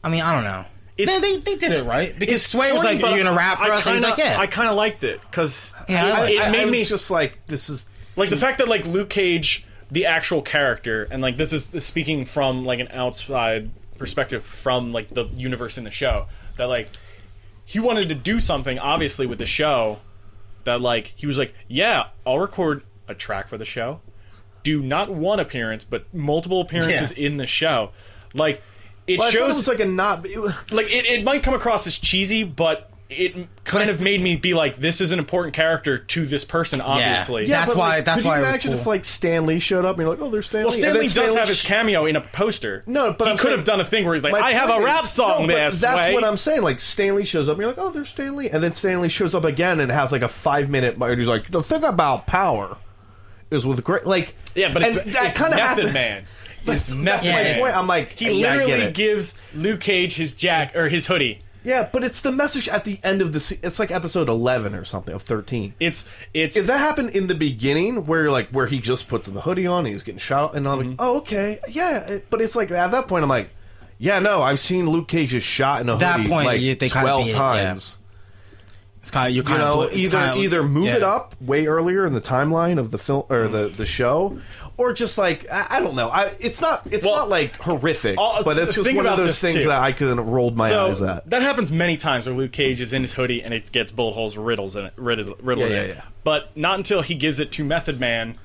[SPEAKER 3] I mean, I don't know.
[SPEAKER 2] It's-
[SPEAKER 3] They, they, they did it right because Sway was
[SPEAKER 2] Corny,
[SPEAKER 3] like,
[SPEAKER 2] but
[SPEAKER 3] "You're gonna rap for
[SPEAKER 2] I
[SPEAKER 3] us," and he's like,
[SPEAKER 2] kinda-
[SPEAKER 3] "Yeah."
[SPEAKER 2] I kind of liked it because
[SPEAKER 3] Yeah, I like
[SPEAKER 2] it,
[SPEAKER 3] that.
[SPEAKER 4] I,
[SPEAKER 2] made
[SPEAKER 4] I was
[SPEAKER 2] me
[SPEAKER 4] just like, "This is
[SPEAKER 2] like
[SPEAKER 4] Hmm.
[SPEAKER 2] the fact that like Luke Cage, the actual character, and like this is speaking from like an outside perspective from like the universe in the show that like he wanted to do something obviously with the show that like he was like yeah I'll record a track for the show do not one appearance but multiple appearances in the show like it
[SPEAKER 4] well, I thought it
[SPEAKER 2] shows
[SPEAKER 4] was like a not." It was,
[SPEAKER 2] like it, it might come across as cheesy, but it kind
[SPEAKER 3] it's-
[SPEAKER 2] of made me be like, this is an important character to this person, obviously.
[SPEAKER 3] Yeah, That's
[SPEAKER 4] but,
[SPEAKER 3] why-
[SPEAKER 4] Like,
[SPEAKER 3] that's
[SPEAKER 4] could
[SPEAKER 3] why it
[SPEAKER 4] You
[SPEAKER 3] was
[SPEAKER 4] imagine if
[SPEAKER 3] cool.
[SPEAKER 4] like Stan Lee showed up and you're like, "Oh, there's Stan
[SPEAKER 2] Well,
[SPEAKER 4] Lee." And
[SPEAKER 2] Stanley
[SPEAKER 4] then
[SPEAKER 2] does
[SPEAKER 4] Stan Lee
[SPEAKER 2] have his cameo in a poster.
[SPEAKER 4] No, but
[SPEAKER 2] he
[SPEAKER 4] I'm
[SPEAKER 2] could have
[SPEAKER 4] saying-
[SPEAKER 2] done a thing where he's like,
[SPEAKER 4] My
[SPEAKER 2] "I have a
[SPEAKER 4] point
[SPEAKER 2] rap
[SPEAKER 4] is-
[SPEAKER 2] song."
[SPEAKER 4] no, but
[SPEAKER 2] this
[SPEAKER 4] that's
[SPEAKER 2] way.
[SPEAKER 4] what I'm saying. Like Stanley shows up, and you're like, "Oh, there's Stanley," and then Stanley shows up again and has like a five minute. And he's like, "The thing about power is with great like
[SPEAKER 2] Yeah, but it's,
[SPEAKER 4] and
[SPEAKER 2] it's
[SPEAKER 4] kinda
[SPEAKER 2] Method
[SPEAKER 4] happened-
[SPEAKER 2] Man.
[SPEAKER 4] That's,
[SPEAKER 2] It's
[SPEAKER 4] that's
[SPEAKER 2] Method
[SPEAKER 4] my
[SPEAKER 2] Man.
[SPEAKER 4] point. I'm like,
[SPEAKER 2] he
[SPEAKER 4] yeah, I get
[SPEAKER 2] literally
[SPEAKER 4] it.
[SPEAKER 2] gives Luke Cage his jack or his hoodie.
[SPEAKER 4] yeah, but it's the message at the end of the. se- It's like episode eleven or something of thirteen.
[SPEAKER 2] It's it's
[SPEAKER 4] if that happened in the beginning, where like where he just puts the hoodie on, he's getting shot, and I'm
[SPEAKER 2] Mm-hmm.
[SPEAKER 4] like, oh okay, yeah. it- But it's like at that point, I'm like, yeah, no, I've seen Luke Cage just shot in a
[SPEAKER 3] that
[SPEAKER 4] hoodie
[SPEAKER 3] point,
[SPEAKER 4] like
[SPEAKER 3] you- they kinda
[SPEAKER 4] twelve
[SPEAKER 3] beat it, yeah.
[SPEAKER 4] times.
[SPEAKER 3] It's kind of you're
[SPEAKER 4] You
[SPEAKER 3] kind
[SPEAKER 4] know,
[SPEAKER 3] of
[SPEAKER 4] either either move it up way earlier in the timeline of the film or the, the show, or just like I, I don't know. I it's not it's
[SPEAKER 2] Well,
[SPEAKER 4] not like horrific,
[SPEAKER 2] I'll-
[SPEAKER 4] but it's just
[SPEAKER 2] think
[SPEAKER 4] one of
[SPEAKER 2] about
[SPEAKER 4] those
[SPEAKER 2] this,
[SPEAKER 4] things
[SPEAKER 2] too.
[SPEAKER 4] that I couldn't rolled my
[SPEAKER 2] So
[SPEAKER 4] eyes at.
[SPEAKER 2] that happens many times where Luke Cage is in his hoodie and it gets bullet holes riddles in it, riddled, riddled
[SPEAKER 4] Yeah,
[SPEAKER 2] in
[SPEAKER 4] yeah,
[SPEAKER 2] it.
[SPEAKER 4] yeah.
[SPEAKER 2] But not until he gives it to Method Man,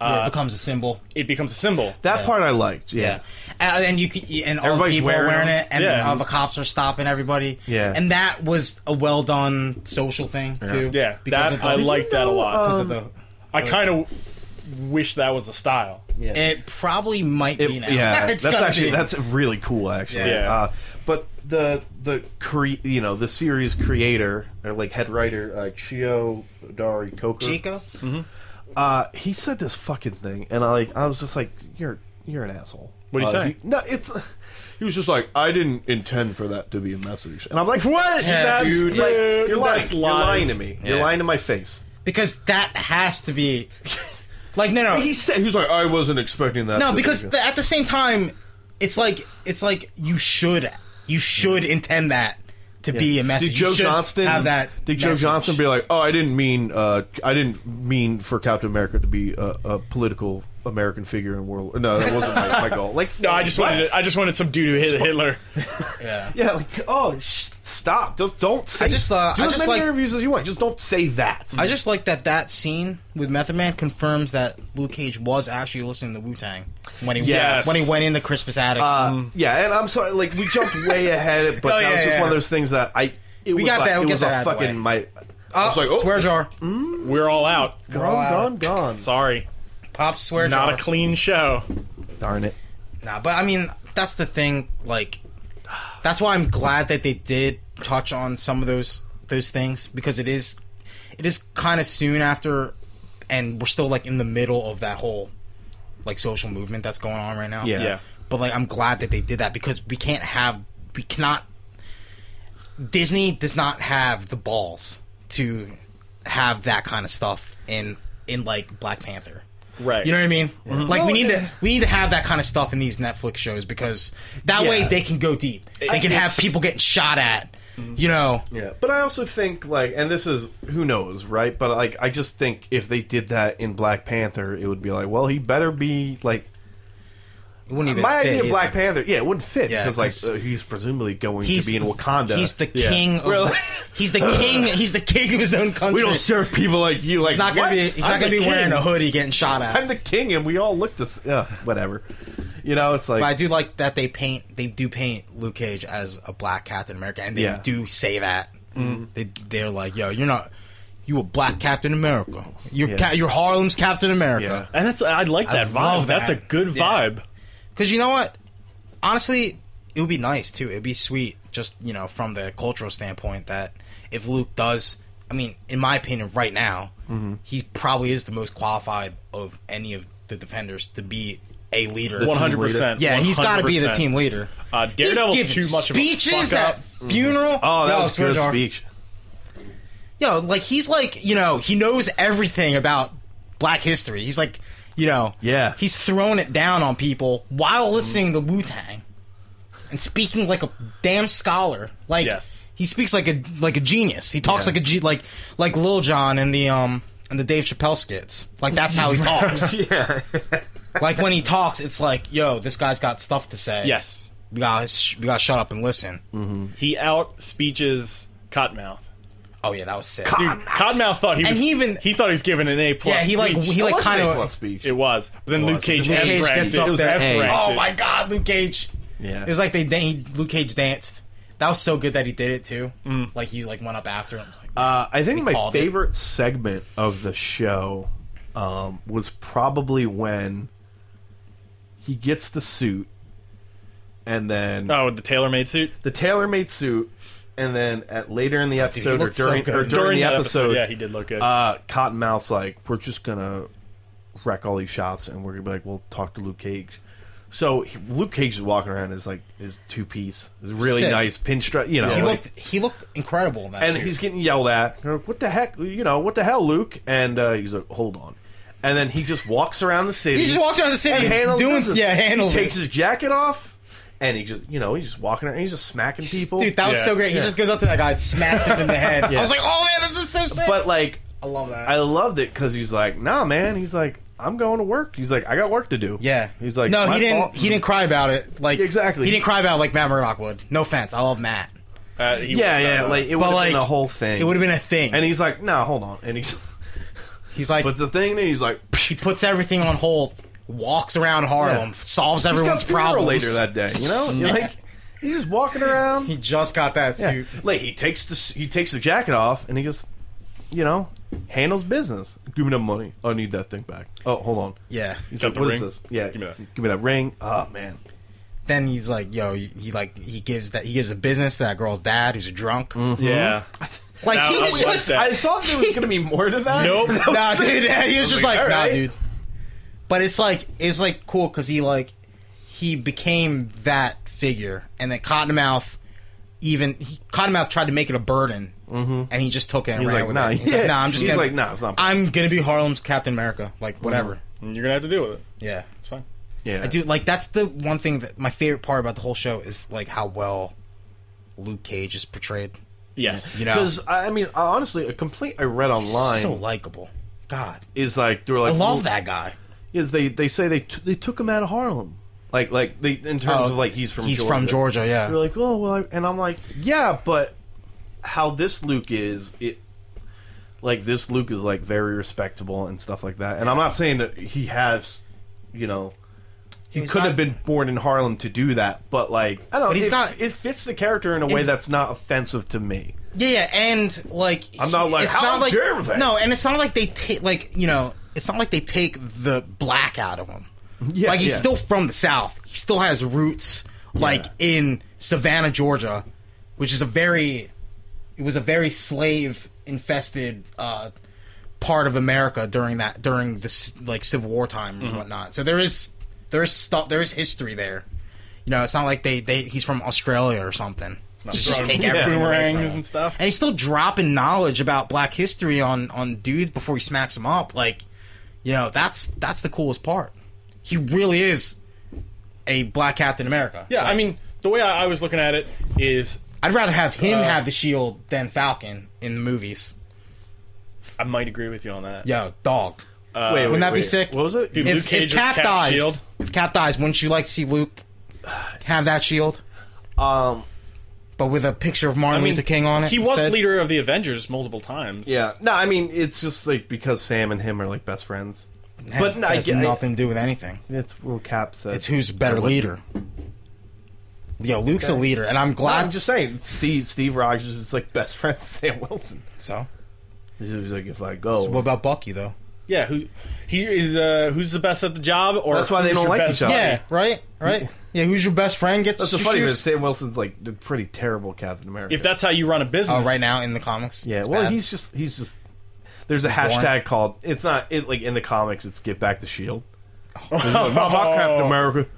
[SPEAKER 2] uh,
[SPEAKER 3] Yeah, Uh, it becomes a symbol.
[SPEAKER 2] it becomes a symbol.
[SPEAKER 4] That part I liked. Yeah.
[SPEAKER 3] Yeah, and, and you can, and all the
[SPEAKER 4] Everybody's
[SPEAKER 3] people are
[SPEAKER 4] wearing
[SPEAKER 3] wearing
[SPEAKER 4] them.
[SPEAKER 3] it, and
[SPEAKER 2] Yeah.
[SPEAKER 3] all the cops are stopping everybody.
[SPEAKER 4] Yeah.
[SPEAKER 3] and that was a well done social thing too.
[SPEAKER 2] yeah,
[SPEAKER 3] because
[SPEAKER 2] that
[SPEAKER 3] of the,
[SPEAKER 2] I like that a
[SPEAKER 4] know, uh,
[SPEAKER 2] lot.
[SPEAKER 3] because of the.
[SPEAKER 2] I kind of wish that was the style.
[SPEAKER 4] Yeah.
[SPEAKER 3] It probably might
[SPEAKER 4] It-
[SPEAKER 3] be now.
[SPEAKER 4] yeah,
[SPEAKER 3] It's
[SPEAKER 4] that's
[SPEAKER 3] gotta
[SPEAKER 4] actually
[SPEAKER 3] be.
[SPEAKER 4] that's really cool actually.
[SPEAKER 2] Yeah.
[SPEAKER 4] Uh, but the the cre- you know the series creator or like head writer uh, Chio Dari Coker.
[SPEAKER 3] Chico.
[SPEAKER 4] uh, he said this fucking thing, and I like I was just like, "You're you're an asshole."
[SPEAKER 2] What'd he
[SPEAKER 4] Uh,
[SPEAKER 2] say?
[SPEAKER 4] no, it's he was just like, "I didn't intend for that to be a message," and I'm like, "What,
[SPEAKER 3] Yeah, dude,
[SPEAKER 4] Like,
[SPEAKER 2] dude,
[SPEAKER 4] you're lying.
[SPEAKER 2] that's
[SPEAKER 4] You're lying
[SPEAKER 2] lies.
[SPEAKER 4] to me. You're
[SPEAKER 3] Yeah.
[SPEAKER 4] lying to my face."
[SPEAKER 3] because that has to be like no no
[SPEAKER 4] Uh, He said he was like, "I wasn't expecting that."
[SPEAKER 3] no
[SPEAKER 4] to be
[SPEAKER 3] because
[SPEAKER 4] a-"
[SPEAKER 3] the, at the same time it's like it's like you should you should intend that to be a message
[SPEAKER 4] Did
[SPEAKER 3] You
[SPEAKER 4] Joe
[SPEAKER 3] should
[SPEAKER 4] Johnston
[SPEAKER 3] have that
[SPEAKER 4] Did Joe
[SPEAKER 3] message.
[SPEAKER 4] Johnston be like, "Oh, I didn't mean uh, I didn't mean for Captain America to be a, a political American figure in world." No, that wasn't my, my goal. Like,
[SPEAKER 2] No, I just
[SPEAKER 4] what?
[SPEAKER 2] wanted I just wanted some dude who hit Hitler.
[SPEAKER 3] yeah
[SPEAKER 4] Yeah, like oh, sh- stop! Just don't. Say,
[SPEAKER 3] I just, uh,
[SPEAKER 4] do
[SPEAKER 3] I
[SPEAKER 4] as
[SPEAKER 3] just
[SPEAKER 4] many
[SPEAKER 3] like-
[SPEAKER 4] interviews as you want. Just don't say that.
[SPEAKER 3] I just like that that scene with Method Man confirms that Luke Cage was actually listening to Wu Tang when he
[SPEAKER 4] Yes.
[SPEAKER 3] when he went into Crispus Mm. Attucks.
[SPEAKER 4] uh, yeah, and I'm sorry. Like we jumped way ahead, but
[SPEAKER 3] Oh,
[SPEAKER 4] that
[SPEAKER 3] yeah,
[SPEAKER 4] was just
[SPEAKER 3] yeah.
[SPEAKER 4] one of those things that I. It was
[SPEAKER 3] got
[SPEAKER 4] like,
[SPEAKER 3] that, we
[SPEAKER 4] It
[SPEAKER 3] got
[SPEAKER 4] was
[SPEAKER 3] that
[SPEAKER 4] a
[SPEAKER 3] out of the
[SPEAKER 4] fucking my.
[SPEAKER 3] way.
[SPEAKER 4] I was like, oh,
[SPEAKER 3] swear jar,
[SPEAKER 2] We're all out.
[SPEAKER 4] gone, gone, gone.
[SPEAKER 2] Sorry.
[SPEAKER 3] pop swear jar.
[SPEAKER 2] Not a clean show.
[SPEAKER 4] Darn it.
[SPEAKER 3] Nah, but I mean, that's the thing. Like, that's why I'm glad that they did touch on some of those those things because it is it is kind of soon after, and we're still like in the middle of that whole like social movement that's going on right now.
[SPEAKER 4] Yeah.
[SPEAKER 2] Yeah.
[SPEAKER 3] But like, I'm glad that they did that because we can't have we cannot. Disney does not have the balls to have that kind of stuff in in like Black Panther.
[SPEAKER 2] Right.
[SPEAKER 3] You know what I mean? Like
[SPEAKER 4] Well,
[SPEAKER 3] we need
[SPEAKER 4] it-
[SPEAKER 3] to we need to have that kind of stuff in these Netflix shows because that way
[SPEAKER 4] Yeah.
[SPEAKER 3] they can go deep. They can have
[SPEAKER 4] it's-
[SPEAKER 3] people getting shot at. You know,
[SPEAKER 4] Yeah, but I also think like, and this is who knows, right? But like, I just think if they did that in Black Panther, it would be like, well, he better be like.
[SPEAKER 3] it wouldn't even.
[SPEAKER 4] My
[SPEAKER 3] fit
[SPEAKER 4] idea of
[SPEAKER 3] either.
[SPEAKER 4] Black Panther, yeah, it wouldn't fit
[SPEAKER 3] Yeah,
[SPEAKER 4] because
[SPEAKER 3] 'cause
[SPEAKER 4] like uh, he's presumably going
[SPEAKER 3] He's
[SPEAKER 4] to be in Wakanda.
[SPEAKER 3] He's the king. Of,
[SPEAKER 4] Really?
[SPEAKER 3] He's the king. He's the king of his own country.
[SPEAKER 4] We don't serve people like you. Like
[SPEAKER 3] He's not gonna
[SPEAKER 4] what?
[SPEAKER 3] be. He's
[SPEAKER 4] I'm
[SPEAKER 3] not gonna
[SPEAKER 4] the
[SPEAKER 3] be wearing
[SPEAKER 4] king.
[SPEAKER 3] a hoodie getting shot at.
[SPEAKER 4] I'm the king, and we all look this. Yeah, whatever. You know, it's like
[SPEAKER 3] but I do like that they paint. They do paint Luke Cage as a black Captain America, and they
[SPEAKER 4] Yeah. Mm-hmm.
[SPEAKER 3] do say that. They they're like, yo, you're not. You a black Captain America. You're
[SPEAKER 4] Yeah.
[SPEAKER 3] ca- you're Harlem's Captain America.
[SPEAKER 4] Yeah.
[SPEAKER 2] And that's I like that vibe.
[SPEAKER 3] love
[SPEAKER 2] That's a
[SPEAKER 3] that.
[SPEAKER 2] good
[SPEAKER 3] Yeah.
[SPEAKER 2] vibe.
[SPEAKER 3] Because you know what? Honestly, it would be nice too. It'd be sweet, just you know, from the cultural standpoint, that if Luke does, I mean, in my opinion, right now,
[SPEAKER 4] Mm-hmm.
[SPEAKER 3] he probably is the most qualified of any of the defenders to be a leader.
[SPEAKER 2] One hundred percent.
[SPEAKER 3] Yeah, he's got to be the team leader.
[SPEAKER 2] Uh,
[SPEAKER 3] He's
[SPEAKER 2] Daredevil
[SPEAKER 3] giving
[SPEAKER 2] too much of a
[SPEAKER 3] speeches
[SPEAKER 2] fuck up.
[SPEAKER 3] at funeral.
[SPEAKER 4] oh, that
[SPEAKER 3] Yo,
[SPEAKER 4] was
[SPEAKER 3] swear
[SPEAKER 4] good
[SPEAKER 3] jar.
[SPEAKER 4] speech.
[SPEAKER 3] Yo, like he's like you know he knows everything about Black history. He's like you know
[SPEAKER 4] Yeah.
[SPEAKER 3] he's throwing it down on people while listening to Wu Tang and speaking like a damn scholar. Like
[SPEAKER 2] Yes.
[SPEAKER 3] he speaks like a like a genius. He talks like a ge- like like Lil Jon and the um and the Dave Chappelle skits. Like that's how he talks.
[SPEAKER 4] Yeah,
[SPEAKER 3] like when he talks, it's like yo, this guy's got stuff to say.
[SPEAKER 2] Yes,
[SPEAKER 3] we got sh- we got to shut up and listen.
[SPEAKER 4] Mm.
[SPEAKER 2] he out speeches Cottonmouth.
[SPEAKER 3] Oh yeah, that was sick.
[SPEAKER 2] Dude, Cottonmouth thought he was,
[SPEAKER 3] And he even-
[SPEAKER 2] he thought he was given an A plus.
[SPEAKER 3] yeah, he like
[SPEAKER 2] speech.
[SPEAKER 3] he like kind
[SPEAKER 4] Plus
[SPEAKER 3] of.
[SPEAKER 4] speech.
[SPEAKER 2] it was. But then Luke
[SPEAKER 3] was.
[SPEAKER 2] Cage
[SPEAKER 3] Luke
[SPEAKER 2] S
[SPEAKER 3] Cage
[SPEAKER 2] ranked
[SPEAKER 3] gets
[SPEAKER 2] it.
[SPEAKER 3] up
[SPEAKER 2] It was
[SPEAKER 3] there.
[SPEAKER 2] S
[SPEAKER 4] Hey.
[SPEAKER 2] ranked.
[SPEAKER 3] Oh
[SPEAKER 2] it.
[SPEAKER 3] my God, Luke Cage.
[SPEAKER 4] yeah,
[SPEAKER 3] It was like they dan- he, Luke Cage danced. That was so good that he did it too. Like he like went up after him. It's like,
[SPEAKER 4] Uh, I think my
[SPEAKER 3] called it.
[SPEAKER 4] favorite segment of the show um, was probably when he gets the suit, and then
[SPEAKER 2] Oh, the tailor-made suit.
[SPEAKER 4] the tailor-made suit, and then at later in the episode or
[SPEAKER 3] looked so
[SPEAKER 4] during
[SPEAKER 3] good.
[SPEAKER 4] or during, the
[SPEAKER 2] that
[SPEAKER 4] episode,
[SPEAKER 2] yeah, he did look good.
[SPEAKER 4] uh, Cottonmouth's like, "We're just gonna wreck all these shops, and we're gonna be like, we'll talk to Luke Cage." So he- Luke Cage is walking around is like his two piece, is really
[SPEAKER 3] Sick.
[SPEAKER 4] nice pinstripe, you know.
[SPEAKER 3] he
[SPEAKER 4] like-
[SPEAKER 3] looked he looked incredible in that.
[SPEAKER 4] and
[SPEAKER 3] suit.
[SPEAKER 4] he's getting yelled at. They're like, What the heck? You know, what the hell, Luke? And uh, he's like, hold on. And then he just walks around the city.
[SPEAKER 3] he just walks around the
[SPEAKER 4] and
[SPEAKER 3] city
[SPEAKER 4] handles
[SPEAKER 3] doing
[SPEAKER 4] business.
[SPEAKER 3] yeah handles
[SPEAKER 4] He takes
[SPEAKER 3] it.
[SPEAKER 4] his jacket off. and he just you know he's just walking around, he's just smacking people.
[SPEAKER 3] Dude, that was
[SPEAKER 2] Yeah.
[SPEAKER 3] so great. He
[SPEAKER 4] Yeah.
[SPEAKER 3] just goes up to that guy and smacks him in the head. I was like, oh man, this is so sick.
[SPEAKER 4] but like
[SPEAKER 3] I love that.
[SPEAKER 4] I loved it because he's like, nah, man. He's like, I'm going to work. He's like, I got work to do.
[SPEAKER 3] yeah,
[SPEAKER 4] He's like,
[SPEAKER 3] no,
[SPEAKER 4] "My
[SPEAKER 3] he didn't.
[SPEAKER 4] fault."
[SPEAKER 3] He didn't cry about it. Like
[SPEAKER 4] Exactly.
[SPEAKER 3] he didn't cry about it like Matt Murdock would. No offense, I love Matt.
[SPEAKER 2] Uh, he-
[SPEAKER 4] Yeah, yeah.
[SPEAKER 2] uh,
[SPEAKER 4] Like it would
[SPEAKER 3] But
[SPEAKER 4] have
[SPEAKER 3] like
[SPEAKER 4] been a whole thing.
[SPEAKER 3] it would have been a thing.
[SPEAKER 4] And he's like, nah, hold on. And he's,
[SPEAKER 3] he's like,
[SPEAKER 4] but the thing is, he's like,
[SPEAKER 3] he puts everything on hold, walks around Harlem,
[SPEAKER 4] Yeah.
[SPEAKER 3] solves
[SPEAKER 4] he's got
[SPEAKER 3] everyone's
[SPEAKER 4] funeral
[SPEAKER 3] problems.
[SPEAKER 4] later that day. You know, You're like he's just walking around.
[SPEAKER 3] He just got that
[SPEAKER 4] Yeah.
[SPEAKER 3] suit.
[SPEAKER 4] Like he takes the he takes the jacket off and he just, you know, handles business. Give me that money. I need that thing back. Oh, hold on.
[SPEAKER 3] Yeah.
[SPEAKER 4] He's
[SPEAKER 2] Got
[SPEAKER 4] like,
[SPEAKER 2] the
[SPEAKER 4] what is
[SPEAKER 2] ring?
[SPEAKER 4] this? Yeah,
[SPEAKER 2] Give me that.
[SPEAKER 4] Give me that ring. Oh man.
[SPEAKER 3] Then he's like, yo, he, he like he gives that he gives a business to that girl's dad who's a drunk.
[SPEAKER 4] Mm-hmm.
[SPEAKER 2] yeah.
[SPEAKER 3] Like
[SPEAKER 2] Now, I
[SPEAKER 3] he's
[SPEAKER 2] would like
[SPEAKER 3] just
[SPEAKER 2] that.
[SPEAKER 4] I thought there was gonna be more to that.
[SPEAKER 2] Nope.
[SPEAKER 3] nah, dude. He was just
[SPEAKER 4] like,
[SPEAKER 3] like,
[SPEAKER 4] "All
[SPEAKER 3] nah,
[SPEAKER 4] right."
[SPEAKER 3] dude. But it's like it's like cool because he like he became that figure, and then Cottonmouth even he, Cottonmouth tried to make it a burden, and he just took it. And
[SPEAKER 4] Mm-hmm. He's
[SPEAKER 3] ran
[SPEAKER 4] like,
[SPEAKER 3] with
[SPEAKER 4] nah,
[SPEAKER 3] it. He's
[SPEAKER 4] yeah.
[SPEAKER 3] like, nah, I'm just
[SPEAKER 4] He's
[SPEAKER 3] gonna
[SPEAKER 4] like, nah, it's not- Mm-hmm.
[SPEAKER 3] I'm gonna be Harlem's Captain America, like whatever.
[SPEAKER 2] And Mm-hmm. you're gonna have to deal with it.
[SPEAKER 3] Yeah,
[SPEAKER 2] It's fine.
[SPEAKER 4] Yeah.
[SPEAKER 3] I do like that's the one thing that my favorite part about the whole show is like how well Luke Cage is portrayed.
[SPEAKER 2] Yes.
[SPEAKER 3] You know,
[SPEAKER 4] Because I I mean, honestly, a complaint I read online
[SPEAKER 3] so likable. God,
[SPEAKER 4] is like they're
[SPEAKER 3] I
[SPEAKER 4] like,
[SPEAKER 3] love
[SPEAKER 4] well,
[SPEAKER 3] that guy.
[SPEAKER 4] Is they they say they t- they took him out of Harlem, like like they in terms
[SPEAKER 3] Oh,
[SPEAKER 4] of like he's from
[SPEAKER 3] he's
[SPEAKER 4] Georgia.
[SPEAKER 3] from Georgia. Yeah,
[SPEAKER 4] They're like, oh well, I, and I'm like, yeah, but how this Luke is it. Like this, Luke is like very respectable and stuff like that. And I'm not saying that he has, you know, he
[SPEAKER 3] He's
[SPEAKER 4] could
[SPEAKER 3] not-
[SPEAKER 4] have been born in Harlem to do that, but like I don't know,
[SPEAKER 3] But he's
[SPEAKER 4] it,
[SPEAKER 3] got-
[SPEAKER 4] it fits the character in a way that's not offensive to me.
[SPEAKER 3] Yeah, yeah, and like
[SPEAKER 4] I'm not like, "How dare they?"
[SPEAKER 3] no, and it's not like they take like you know, it's not like they take the black out of him.
[SPEAKER 4] Yeah,
[SPEAKER 3] like he's
[SPEAKER 4] yeah.
[SPEAKER 3] still from the South. He still has roots like in Savannah, Georgia, which is a very it was a very slave infested uh, part of America during that during this like Civil War time
[SPEAKER 4] Mm-hmm.
[SPEAKER 3] and whatnot. So there is there is stuff there is history there. You know, it's not like they, they he's from Australia or something. Just, just take everything away from
[SPEAKER 2] Boomerangs
[SPEAKER 3] him.
[SPEAKER 2] and stuff.
[SPEAKER 3] And he's still dropping knowledge about black history on on dudes before he smacks them up. Like, you know, that's that's the coolest part. He really is a black Captain America.
[SPEAKER 2] Yeah, I mean, the way I, I was looking at it is,
[SPEAKER 3] I'd rather have him
[SPEAKER 2] Uh,
[SPEAKER 3] have the shield than Falcon in the movies.
[SPEAKER 2] I might agree with you on that.
[SPEAKER 3] Yo, dog.
[SPEAKER 2] Uh,
[SPEAKER 4] wait, wait,
[SPEAKER 3] Wouldn't that be
[SPEAKER 4] wait.
[SPEAKER 3] sick?
[SPEAKER 4] What was it?
[SPEAKER 2] Dude, Luke
[SPEAKER 3] if,
[SPEAKER 2] Cage
[SPEAKER 3] if
[SPEAKER 2] with
[SPEAKER 3] Cap,
[SPEAKER 2] Cap's
[SPEAKER 3] dies,
[SPEAKER 2] shield?
[SPEAKER 3] if Cap dies, wouldn't you like to see Luke have that shield,
[SPEAKER 4] um,
[SPEAKER 3] but with a picture of Martin
[SPEAKER 2] I mean,
[SPEAKER 3] Luther King on it?
[SPEAKER 2] He was
[SPEAKER 3] instead?
[SPEAKER 2] leader of the Avengers multiple times.
[SPEAKER 4] Yeah. No, I mean it's just like because Sam and him are like best friends.
[SPEAKER 3] Has-
[SPEAKER 4] but no, I
[SPEAKER 3] has
[SPEAKER 4] get- I-
[SPEAKER 3] nothing to do with anything.
[SPEAKER 4] It's what Cap said.
[SPEAKER 3] It's who's a better leader. Yo, Luke's a leader, and I'm
[SPEAKER 4] No,
[SPEAKER 3] glad.
[SPEAKER 4] I'm just saying, Steve Steve Rogers is like best friends with Sam Wilson.
[SPEAKER 3] so.
[SPEAKER 4] He's always like, if I go,
[SPEAKER 3] What about Bucky though?
[SPEAKER 2] Yeah, who he is uh who's the best at the job or
[SPEAKER 4] That's why they
[SPEAKER 2] who's
[SPEAKER 4] don't
[SPEAKER 2] your
[SPEAKER 4] like
[SPEAKER 2] best
[SPEAKER 4] each other.
[SPEAKER 2] buddy?
[SPEAKER 4] Yeah.
[SPEAKER 3] right, right. Yeah, who's your best friend? Gets
[SPEAKER 4] that's the funny bit. Sam Wilson's like the pretty terrible Captain America.
[SPEAKER 2] If that's how you run a business.
[SPEAKER 3] Oh, right now in the comics.
[SPEAKER 4] yeah,
[SPEAKER 3] It's
[SPEAKER 4] well,
[SPEAKER 3] bad.
[SPEAKER 4] he's just he's just. There's a
[SPEAKER 3] boring.
[SPEAKER 4] hashtag called. It's not it like in the comics. It's get back the shield.
[SPEAKER 2] Oh,
[SPEAKER 4] Not my Captain America.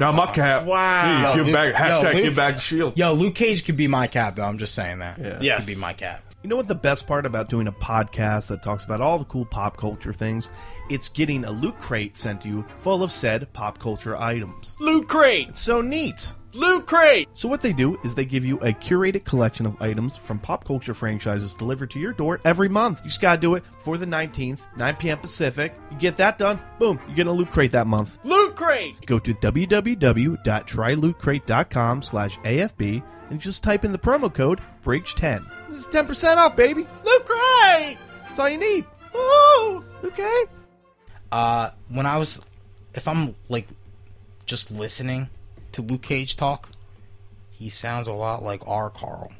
[SPEAKER 4] Not my cap.
[SPEAKER 2] Wow.
[SPEAKER 4] Give
[SPEAKER 3] Yo,
[SPEAKER 4] back
[SPEAKER 3] Luke-
[SPEAKER 4] hashtag.
[SPEAKER 3] yo, Luke-
[SPEAKER 4] give back the shield.
[SPEAKER 3] Yo, Luke Cage could be my cap though. I'm just saying that.
[SPEAKER 4] Yeah.
[SPEAKER 2] Yes.
[SPEAKER 3] could be my cap.
[SPEAKER 1] You know what the best part about doing a podcast that talks about all the cool pop culture things? It's getting a loot crate sent to you full of said pop culture items.
[SPEAKER 2] Loot crate.
[SPEAKER 1] So neat!
[SPEAKER 2] Loot crate.
[SPEAKER 1] So what they do is they give you a curated collection of items from pop culture franchises delivered to your door every month. You just gotta do it before the 19th, 9 p.m. Pacific. You get that done, boom, you get a loot crate that month.
[SPEAKER 2] Loot crate.
[SPEAKER 1] Go to www.trylootcrate.com slash AFB and just type in the promo code BREACH10. It's 10% off, baby!
[SPEAKER 2] Loot crate.
[SPEAKER 1] That's all you need. Woo! Okay.
[SPEAKER 3] Uh, when I was, if I'm like, just listening to Luke Cage talk, he sounds a lot like our Carl.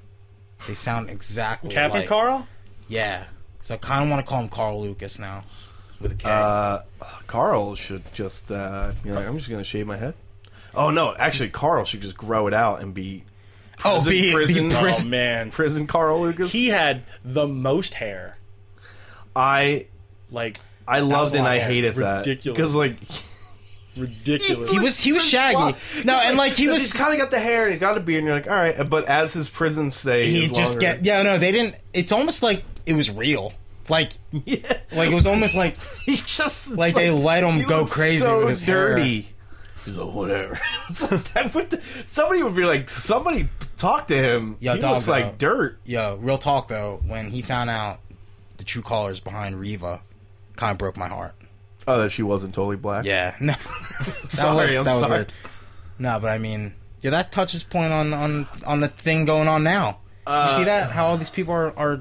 [SPEAKER 3] They sound exactly
[SPEAKER 2] Captain
[SPEAKER 3] like,
[SPEAKER 2] Carl?
[SPEAKER 3] Yeah. So I kind of want to call him Carl Lucas now, with a K.
[SPEAKER 4] Uh, Carl should just. Uh, you know, I'm just gonna shave my head. Oh no, actually, Carl should just grow it out and be
[SPEAKER 3] oh,
[SPEAKER 4] prison-
[SPEAKER 3] be,
[SPEAKER 4] prison-
[SPEAKER 3] be
[SPEAKER 2] Oh
[SPEAKER 3] prison.
[SPEAKER 2] man.
[SPEAKER 4] prison Carl Lucas.
[SPEAKER 2] He had the most hair.
[SPEAKER 4] I
[SPEAKER 2] Like
[SPEAKER 4] I
[SPEAKER 3] was
[SPEAKER 4] loved
[SPEAKER 3] a
[SPEAKER 4] and
[SPEAKER 3] lot
[SPEAKER 4] I
[SPEAKER 3] of
[SPEAKER 4] hated that
[SPEAKER 2] ridiculous.
[SPEAKER 4] because like
[SPEAKER 2] ridiculous.
[SPEAKER 3] He was he was shaggy. No, and like he was
[SPEAKER 4] he's kind of got the hair and he's got a beard and you're like all right, but as his prison stay,
[SPEAKER 3] he
[SPEAKER 4] is
[SPEAKER 3] just
[SPEAKER 4] longer.
[SPEAKER 3] get yeah no they didn't. It's almost like it was real. Like like it was almost like
[SPEAKER 4] he just
[SPEAKER 3] Like, they let him
[SPEAKER 4] he
[SPEAKER 3] go
[SPEAKER 4] looks
[SPEAKER 3] crazy
[SPEAKER 4] So
[SPEAKER 3] with his hair.
[SPEAKER 4] dirty. He's like, whatever. It's like, that would, somebody would be like, somebody talk to him.
[SPEAKER 3] Yo,
[SPEAKER 4] he
[SPEAKER 3] dog,
[SPEAKER 4] looks
[SPEAKER 3] though.
[SPEAKER 4] like dirt.
[SPEAKER 3] Yo, real talk though, when he found out the true callers behind Riva, kind of broke my heart.
[SPEAKER 4] Oh, that she wasn't totally black.
[SPEAKER 3] Yeah, no, that
[SPEAKER 4] Sorry,
[SPEAKER 3] was
[SPEAKER 4] I'm
[SPEAKER 3] that was
[SPEAKER 4] sorry.
[SPEAKER 3] weird. No, but I mean, yeah, that touches point on on on the thing going on now. you
[SPEAKER 4] Uh,
[SPEAKER 3] see that how all these people are are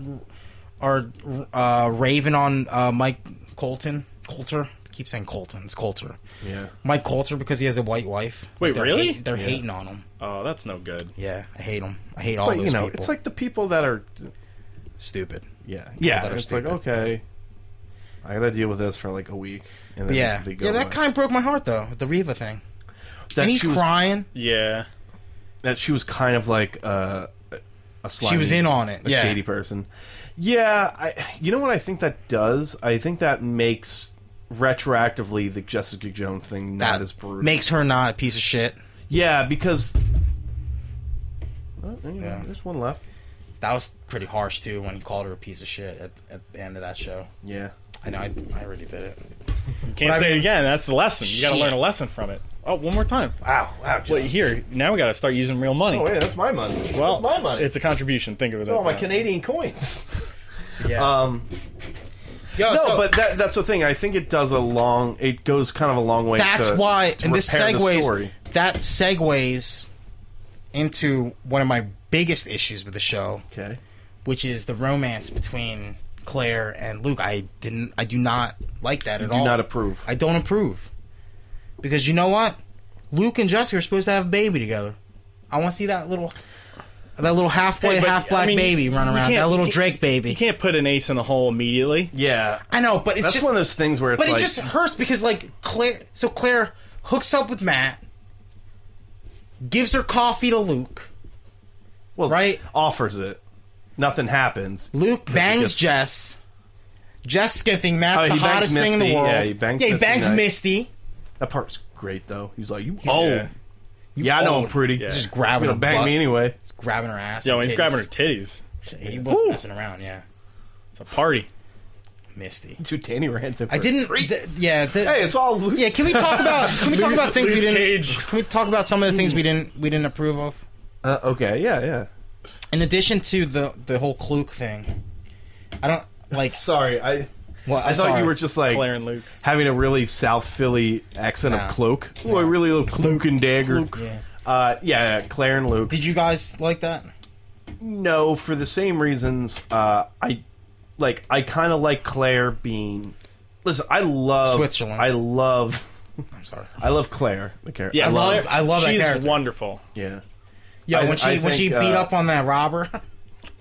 [SPEAKER 3] are uh, raving on uh, Mike Colton Coulter. I keep saying Colton. It's Coulter.
[SPEAKER 4] Yeah.
[SPEAKER 3] Mike Coulter because he has a white wife.
[SPEAKER 2] Wait,
[SPEAKER 3] they're
[SPEAKER 2] really?
[SPEAKER 3] hate- they're hating on him.
[SPEAKER 2] Oh, that's no good.
[SPEAKER 3] Yeah, I hate him. I hate all
[SPEAKER 4] But
[SPEAKER 3] those
[SPEAKER 4] you know,
[SPEAKER 3] people.
[SPEAKER 4] it's like the people that are,
[SPEAKER 3] stupid.
[SPEAKER 4] yeah, yeah.
[SPEAKER 3] that are
[SPEAKER 4] It's like
[SPEAKER 3] stupid.
[SPEAKER 4] okay, I gotta deal with this for like a week, and then
[SPEAKER 3] yeah,
[SPEAKER 4] they go
[SPEAKER 3] yeah, that
[SPEAKER 4] away.
[SPEAKER 3] kind of broke my heart though. The Riva thing,
[SPEAKER 4] that
[SPEAKER 3] and he's
[SPEAKER 4] she was,
[SPEAKER 3] crying.
[SPEAKER 2] Yeah.
[SPEAKER 4] that she was kind of like uh, a slimy,
[SPEAKER 3] She was in on it.
[SPEAKER 4] a
[SPEAKER 3] yeah,
[SPEAKER 4] shady person. Yeah, I, you know what I think that does? I think that makes retroactively the Jessica Jones thing not
[SPEAKER 3] that
[SPEAKER 4] as brutal.
[SPEAKER 3] makes her not a piece of shit.
[SPEAKER 4] yeah, because oh, anyway,
[SPEAKER 3] Yeah.
[SPEAKER 4] there's one left.
[SPEAKER 3] That was pretty harsh too when he called her a piece of shit at, at the end of that show.
[SPEAKER 4] Yeah,
[SPEAKER 3] I know, I, I already did it.
[SPEAKER 2] Can't
[SPEAKER 3] I
[SPEAKER 2] say it
[SPEAKER 3] mean-
[SPEAKER 2] again. That's the lesson. You got to
[SPEAKER 3] Shit.
[SPEAKER 2] learn a lesson from it. Oh, one more time.
[SPEAKER 4] wow, wow. John.
[SPEAKER 2] Wait, here. Now we got to start using real money.
[SPEAKER 4] Oh, wait, that's my money.
[SPEAKER 2] well,
[SPEAKER 4] that's my money.
[SPEAKER 2] It's a contribution. Think of it.
[SPEAKER 4] all
[SPEAKER 2] as
[SPEAKER 4] my
[SPEAKER 2] that.
[SPEAKER 4] Canadian coins.
[SPEAKER 3] Yeah,
[SPEAKER 4] Um,
[SPEAKER 3] Yo,
[SPEAKER 4] no,
[SPEAKER 3] so
[SPEAKER 4] but that, that's the thing. I think it does a long. It goes kind of a long way.
[SPEAKER 3] that's
[SPEAKER 4] to-
[SPEAKER 3] why,
[SPEAKER 4] to
[SPEAKER 3] and this
[SPEAKER 4] repair the
[SPEAKER 3] segues
[SPEAKER 4] story.
[SPEAKER 3] that segues into one of my biggest issues with the show,
[SPEAKER 4] Okay.
[SPEAKER 3] which is the romance between Claire and Luke. I didn't, I do not like that at
[SPEAKER 4] Do
[SPEAKER 3] all.
[SPEAKER 4] not approve.
[SPEAKER 3] I don't approve. Because you know what? Luke and Jessica are supposed to have a baby together. I want to see that little that little half
[SPEAKER 2] Hey,
[SPEAKER 3] white,
[SPEAKER 2] but,
[SPEAKER 3] half black
[SPEAKER 2] I mean,
[SPEAKER 3] baby run
[SPEAKER 2] you
[SPEAKER 3] around.
[SPEAKER 2] can't-
[SPEAKER 3] That little
[SPEAKER 2] you can't-
[SPEAKER 3] Drake
[SPEAKER 2] You
[SPEAKER 3] baby.
[SPEAKER 2] can't put an ace in the hole immediately.
[SPEAKER 4] yeah,
[SPEAKER 3] I know, but it's
[SPEAKER 4] that's
[SPEAKER 3] just
[SPEAKER 4] one of those things where it's
[SPEAKER 3] but
[SPEAKER 4] like
[SPEAKER 3] it just hurts because like Claire so Claire hooks up with Matt, gives her coffee to Luke.
[SPEAKER 4] well,
[SPEAKER 3] right?
[SPEAKER 4] offers it. Nothing happens.
[SPEAKER 3] Luke bangs
[SPEAKER 4] gets-
[SPEAKER 3] Jess. Jess skiffing Matt's
[SPEAKER 4] Oh,
[SPEAKER 3] the
[SPEAKER 4] he bangs
[SPEAKER 3] hottest thing in the
[SPEAKER 4] Misty.
[SPEAKER 3] world.
[SPEAKER 4] Yeah, he bangs Misty
[SPEAKER 3] bangs
[SPEAKER 4] Knight.
[SPEAKER 3] Misty.
[SPEAKER 4] That part's great though. He's like, you old.
[SPEAKER 2] yeah.
[SPEAKER 4] Yeah, I know I'm
[SPEAKER 3] old.
[SPEAKER 4] pretty.
[SPEAKER 2] Yeah.
[SPEAKER 3] Just
[SPEAKER 4] You're
[SPEAKER 3] grabbing
[SPEAKER 4] gonna
[SPEAKER 3] her
[SPEAKER 4] bang
[SPEAKER 3] butt,
[SPEAKER 4] me anyway.
[SPEAKER 3] grabbing her ass.
[SPEAKER 2] Yo,
[SPEAKER 3] and
[SPEAKER 2] when he's
[SPEAKER 3] titties.
[SPEAKER 2] grabbing her titties.
[SPEAKER 3] He wasn't messing around, yeah.
[SPEAKER 2] It's a party.
[SPEAKER 3] Misty.
[SPEAKER 4] Two Danny Ransom.
[SPEAKER 3] I didn't. th- yeah. th-
[SPEAKER 4] Hey, it's all loose.
[SPEAKER 3] yeah. Can we talk about? Can we talk about things we
[SPEAKER 2] Luke
[SPEAKER 3] didn't?
[SPEAKER 2] Cage.
[SPEAKER 3] Can we talk about some of the things we didn't we didn't approve of?
[SPEAKER 4] Uh, okay. Yeah. Yeah.
[SPEAKER 3] In addition to the the whole Kluke thing, I don't like.
[SPEAKER 4] Sorry. I.
[SPEAKER 3] Well,
[SPEAKER 4] I
[SPEAKER 3] I'm
[SPEAKER 4] thought
[SPEAKER 3] sorry.
[SPEAKER 4] you were just like
[SPEAKER 2] Claire and Luke.
[SPEAKER 4] having a really South Philly accent
[SPEAKER 3] Nah.
[SPEAKER 4] of cloak. Oh, I really love cloak and dagger.
[SPEAKER 3] Yeah.
[SPEAKER 4] Uh, yeah, yeah, Claire and Luke.
[SPEAKER 3] Did you guys like that?
[SPEAKER 4] No, for the same reasons. Uh, I like. I kind of like Claire being. Listen, I love
[SPEAKER 3] Switzerland.
[SPEAKER 4] I love.
[SPEAKER 3] I'm sorry.
[SPEAKER 4] I love Claire. The character.
[SPEAKER 2] Yeah,
[SPEAKER 4] I love.
[SPEAKER 2] Claire-
[SPEAKER 3] I love that
[SPEAKER 2] She's
[SPEAKER 3] character.
[SPEAKER 2] wonderful.
[SPEAKER 4] Yeah.
[SPEAKER 3] Yeah,
[SPEAKER 4] I-
[SPEAKER 3] when she
[SPEAKER 4] I
[SPEAKER 3] when she beat
[SPEAKER 4] think, uh,
[SPEAKER 3] up on that robber.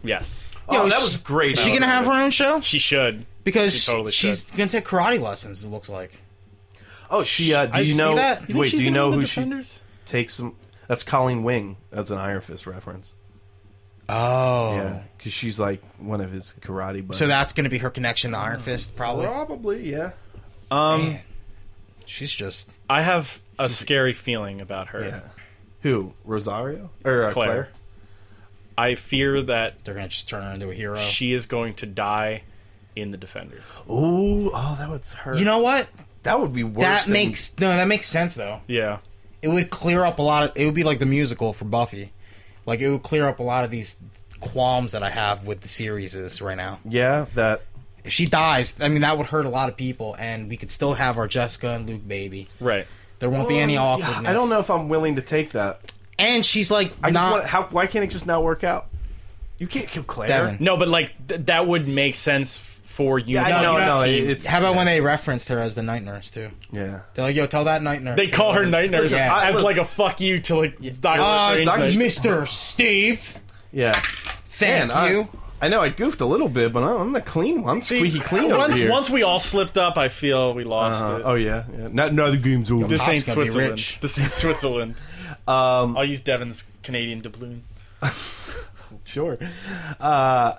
[SPEAKER 2] Yes,
[SPEAKER 4] Oh,
[SPEAKER 3] Yo,
[SPEAKER 4] that
[SPEAKER 3] she-
[SPEAKER 4] was great.
[SPEAKER 3] Is she gonna have her own show?
[SPEAKER 2] she should.
[SPEAKER 3] Because
[SPEAKER 2] She totally
[SPEAKER 3] she's
[SPEAKER 2] should.
[SPEAKER 3] gonna take karate lessons. It looks like.
[SPEAKER 4] Oh, she. Uh, do
[SPEAKER 3] I
[SPEAKER 4] you
[SPEAKER 3] see
[SPEAKER 4] know?
[SPEAKER 3] that. You think
[SPEAKER 4] Wait, do you know who
[SPEAKER 2] Defenders?
[SPEAKER 4] she takes some? That's Colleen Wing. That's an Iron Fist reference.
[SPEAKER 3] Oh.
[SPEAKER 4] Yeah, because she's like one of his karate buddies.
[SPEAKER 3] So that's gonna be her connection to Iron Fist, probably.
[SPEAKER 4] probably yeah.
[SPEAKER 2] Um,
[SPEAKER 3] Man, she's just
[SPEAKER 2] I have a scary feeling about her.
[SPEAKER 4] Yeah. Who? Rosario or uh,
[SPEAKER 2] Claire.
[SPEAKER 4] Claire.
[SPEAKER 2] I fear that
[SPEAKER 3] they're gonna just turn her into a hero.
[SPEAKER 2] she is going to die in the Defenders.
[SPEAKER 4] Ooh, oh, that was her.
[SPEAKER 3] You know what?
[SPEAKER 4] that would be worse.
[SPEAKER 3] That
[SPEAKER 4] than-
[SPEAKER 3] makes no, that makes sense though.
[SPEAKER 2] Yeah,
[SPEAKER 3] It would clear up a lot of. It would be like the musical for Buffy. Like it would clear up a lot of these qualms that I have with the series is right now.
[SPEAKER 4] yeah that.
[SPEAKER 3] If she dies, I mean that would hurt a lot of people, and we could still have our Jessica and Luke baby.
[SPEAKER 2] right.
[SPEAKER 3] There won't be any
[SPEAKER 4] Oh, Yeah,
[SPEAKER 3] awkwardness.
[SPEAKER 4] I don't know if I'm willing to take that.
[SPEAKER 3] And she's like
[SPEAKER 4] I
[SPEAKER 3] not.
[SPEAKER 4] just want how. Why can't it just not work out? You can't kill Claire.
[SPEAKER 3] Devin.
[SPEAKER 2] No, but like th- that would make sense for you.
[SPEAKER 4] Yeah, I
[SPEAKER 3] No,
[SPEAKER 4] know,
[SPEAKER 3] you're
[SPEAKER 4] no,
[SPEAKER 3] not-
[SPEAKER 4] it- it's
[SPEAKER 3] how about when they referenced her as the night nurse too?
[SPEAKER 4] yeah.
[SPEAKER 3] They're like, "Yo, tell that night nurse."
[SPEAKER 2] They call her Night Nurse
[SPEAKER 4] Listen, I-
[SPEAKER 2] as
[SPEAKER 4] look-
[SPEAKER 2] like a fuck you to like Doctor
[SPEAKER 3] Uh,
[SPEAKER 2] Strange.
[SPEAKER 4] Doctor-
[SPEAKER 2] like,
[SPEAKER 3] Mister Steve.
[SPEAKER 4] Yeah.
[SPEAKER 3] Thank
[SPEAKER 4] Man, I-
[SPEAKER 3] you.
[SPEAKER 4] I, know I goofed a little bit, but I'm the clean one. I'm squeaky clean over
[SPEAKER 2] once,
[SPEAKER 4] here.
[SPEAKER 2] once we all slipped up, I feel we lost
[SPEAKER 4] Uh,
[SPEAKER 2] it.
[SPEAKER 4] oh yeah, yeah. Now, now the game's over.
[SPEAKER 2] This
[SPEAKER 3] Pop's
[SPEAKER 2] ain't
[SPEAKER 3] gonna be
[SPEAKER 2] Switzerland.
[SPEAKER 3] rich.
[SPEAKER 2] This ain't Switzerland.
[SPEAKER 4] um,
[SPEAKER 2] I'll use Devin's Canadian doubloon.
[SPEAKER 4] sure. Uh,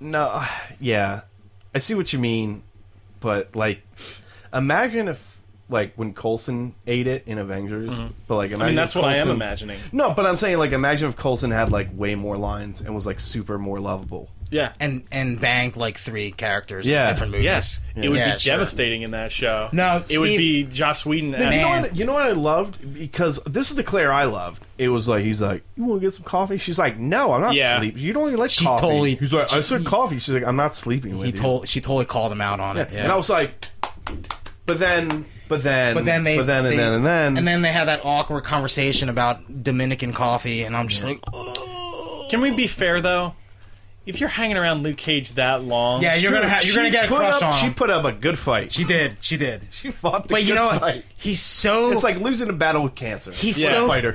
[SPEAKER 4] no, yeah, I see what you mean, but like, imagine if like when Coulson ate it in Avengers. But like, imagine
[SPEAKER 2] Mm-hmm. I mean, that's
[SPEAKER 4] if
[SPEAKER 2] what I am
[SPEAKER 4] Coulson-
[SPEAKER 2] imagining.
[SPEAKER 4] No, but I'm saying like, imagine if Coulson had like way more lines and was like super more lovable.
[SPEAKER 2] Yeah.
[SPEAKER 3] and and banged like three characters
[SPEAKER 4] Yeah.
[SPEAKER 3] in different movies.
[SPEAKER 2] Yes, it would
[SPEAKER 3] Yeah,
[SPEAKER 2] be
[SPEAKER 3] sure.
[SPEAKER 2] devastating in that show.
[SPEAKER 3] No,
[SPEAKER 2] it would
[SPEAKER 3] Steve-
[SPEAKER 2] be Joss Whedon.
[SPEAKER 4] You
[SPEAKER 2] as-
[SPEAKER 4] know,
[SPEAKER 3] Man.
[SPEAKER 4] what, you know what I loved because this is the Claire I loved. It was like he's like, "You want to get some coffee?" She's like, "No, I'm not
[SPEAKER 2] Yeah.
[SPEAKER 4] sleeping. You don't even like
[SPEAKER 3] She
[SPEAKER 4] coffee."
[SPEAKER 3] totally-
[SPEAKER 4] he's like, "I
[SPEAKER 3] she-
[SPEAKER 4] said
[SPEAKER 3] he-
[SPEAKER 4] coffee." She's like, "I'm not sleeping with
[SPEAKER 3] He
[SPEAKER 4] you."
[SPEAKER 3] told she totally called him out on it. Yeah.
[SPEAKER 4] and I was like, "But then, but then,
[SPEAKER 3] but then they,
[SPEAKER 4] but then,
[SPEAKER 3] they-
[SPEAKER 4] and then, and then,
[SPEAKER 3] and then they had that awkward conversation about Dominican coffee, and I'm just like,
[SPEAKER 2] Can we be fair though? If you're hanging around Luke Cage that long,
[SPEAKER 3] yeah, you're gonna
[SPEAKER 4] Dude,
[SPEAKER 3] have, you're gonna
[SPEAKER 4] she
[SPEAKER 3] get a
[SPEAKER 4] put
[SPEAKER 3] crush
[SPEAKER 4] up-
[SPEAKER 3] on
[SPEAKER 4] She
[SPEAKER 3] him.
[SPEAKER 4] put up a good fight.
[SPEAKER 3] She did, she did.
[SPEAKER 4] She fought the
[SPEAKER 3] But you know
[SPEAKER 4] good
[SPEAKER 3] what?
[SPEAKER 4] fight.
[SPEAKER 3] He's so
[SPEAKER 4] It's like losing a battle with cancer.
[SPEAKER 3] He's
[SPEAKER 4] Like a
[SPEAKER 3] so-
[SPEAKER 4] fighter.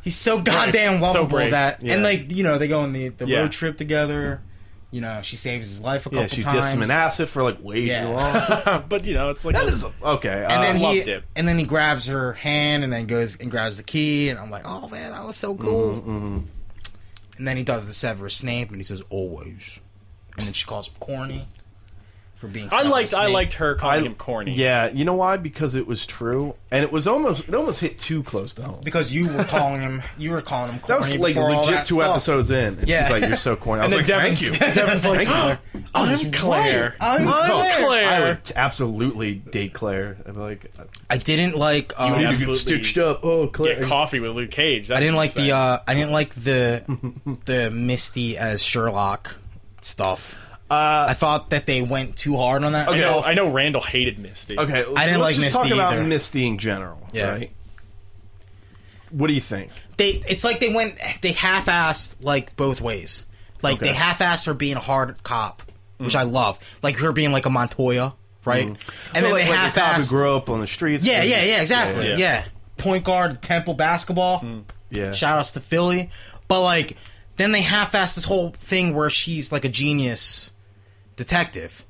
[SPEAKER 3] he's so goddamn
[SPEAKER 2] So
[SPEAKER 3] lovable
[SPEAKER 2] brave.
[SPEAKER 3] that,
[SPEAKER 4] Yeah.
[SPEAKER 3] and like you know they go on the, the
[SPEAKER 2] Yeah.
[SPEAKER 3] road trip together. You know she saves his life a couple
[SPEAKER 4] Yeah, she
[SPEAKER 3] times.
[SPEAKER 4] dips him in acid for like way
[SPEAKER 3] Yeah.
[SPEAKER 4] too long.
[SPEAKER 2] but you know it's like
[SPEAKER 4] That
[SPEAKER 2] a-
[SPEAKER 4] is a- okay.
[SPEAKER 3] and
[SPEAKER 4] uh,
[SPEAKER 3] then he
[SPEAKER 2] loved it.
[SPEAKER 3] and then he grabs her hand and then goes and grabs the key and I'm like, oh man, that was so
[SPEAKER 2] Mm-hmm,
[SPEAKER 3] cool. And then he does the Severus Snape and he says always, and then she calls him corny for being.
[SPEAKER 2] I
[SPEAKER 3] Severus
[SPEAKER 2] liked I
[SPEAKER 3] Snape.
[SPEAKER 2] liked her calling him corny.
[SPEAKER 4] Yeah, you know why? Because it was true, and it was almost it almost hit too close to home.
[SPEAKER 3] because you were calling him you were calling him
[SPEAKER 4] That
[SPEAKER 3] corny
[SPEAKER 4] was like
[SPEAKER 3] before all
[SPEAKER 4] legit
[SPEAKER 3] that
[SPEAKER 4] two
[SPEAKER 3] stuff.
[SPEAKER 4] episodes in. And
[SPEAKER 3] Yeah.
[SPEAKER 4] she's like, "You're so corny." I
[SPEAKER 2] and
[SPEAKER 4] was
[SPEAKER 2] then
[SPEAKER 4] like,
[SPEAKER 2] Devin's,
[SPEAKER 4] "Thank you."
[SPEAKER 2] Devin's like, I'm
[SPEAKER 3] Right.
[SPEAKER 2] Claire.
[SPEAKER 3] I'm
[SPEAKER 4] No,
[SPEAKER 3] Claire.
[SPEAKER 2] Claire.
[SPEAKER 4] I would absolutely date Claire. I'd be like, "Oh,
[SPEAKER 3] I didn't like uh,
[SPEAKER 4] "You need to get
[SPEAKER 2] absolutely
[SPEAKER 4] stitched up." Oh, Claire.
[SPEAKER 2] Get coffee with Luke Cage. That's
[SPEAKER 3] I didn't
[SPEAKER 2] what
[SPEAKER 3] like
[SPEAKER 2] I'm
[SPEAKER 3] the uh, I didn't like the the Misty as Sherlock stuff. I
[SPEAKER 4] Uh,
[SPEAKER 3] thought that they went too hard on that.
[SPEAKER 2] saying. I know,
[SPEAKER 3] stuff.
[SPEAKER 2] I know Randall hated Misty.
[SPEAKER 4] okay, so
[SPEAKER 3] I
[SPEAKER 4] let's
[SPEAKER 3] didn't like
[SPEAKER 4] just
[SPEAKER 3] Misty
[SPEAKER 4] talk about
[SPEAKER 3] either.
[SPEAKER 4] Misty in general.
[SPEAKER 3] Yeah.
[SPEAKER 4] Right? What do you think?
[SPEAKER 3] they it's like they went they half-assed like both ways like
[SPEAKER 4] Okay.
[SPEAKER 3] they half-assed her being a hard cop which i love like her being like a montoya right and then
[SPEAKER 4] Oh, like,
[SPEAKER 3] they
[SPEAKER 4] like the cop who
[SPEAKER 3] half-assed
[SPEAKER 4] grew up on the streets.
[SPEAKER 3] yeah
[SPEAKER 4] and
[SPEAKER 3] yeah
[SPEAKER 4] just-
[SPEAKER 3] yeah exactly
[SPEAKER 2] Yeah.
[SPEAKER 3] yeah, point guard temple basketball
[SPEAKER 4] Yeah.
[SPEAKER 3] shout outs to philly but like then they half-assed this whole thing where she's like a genius detective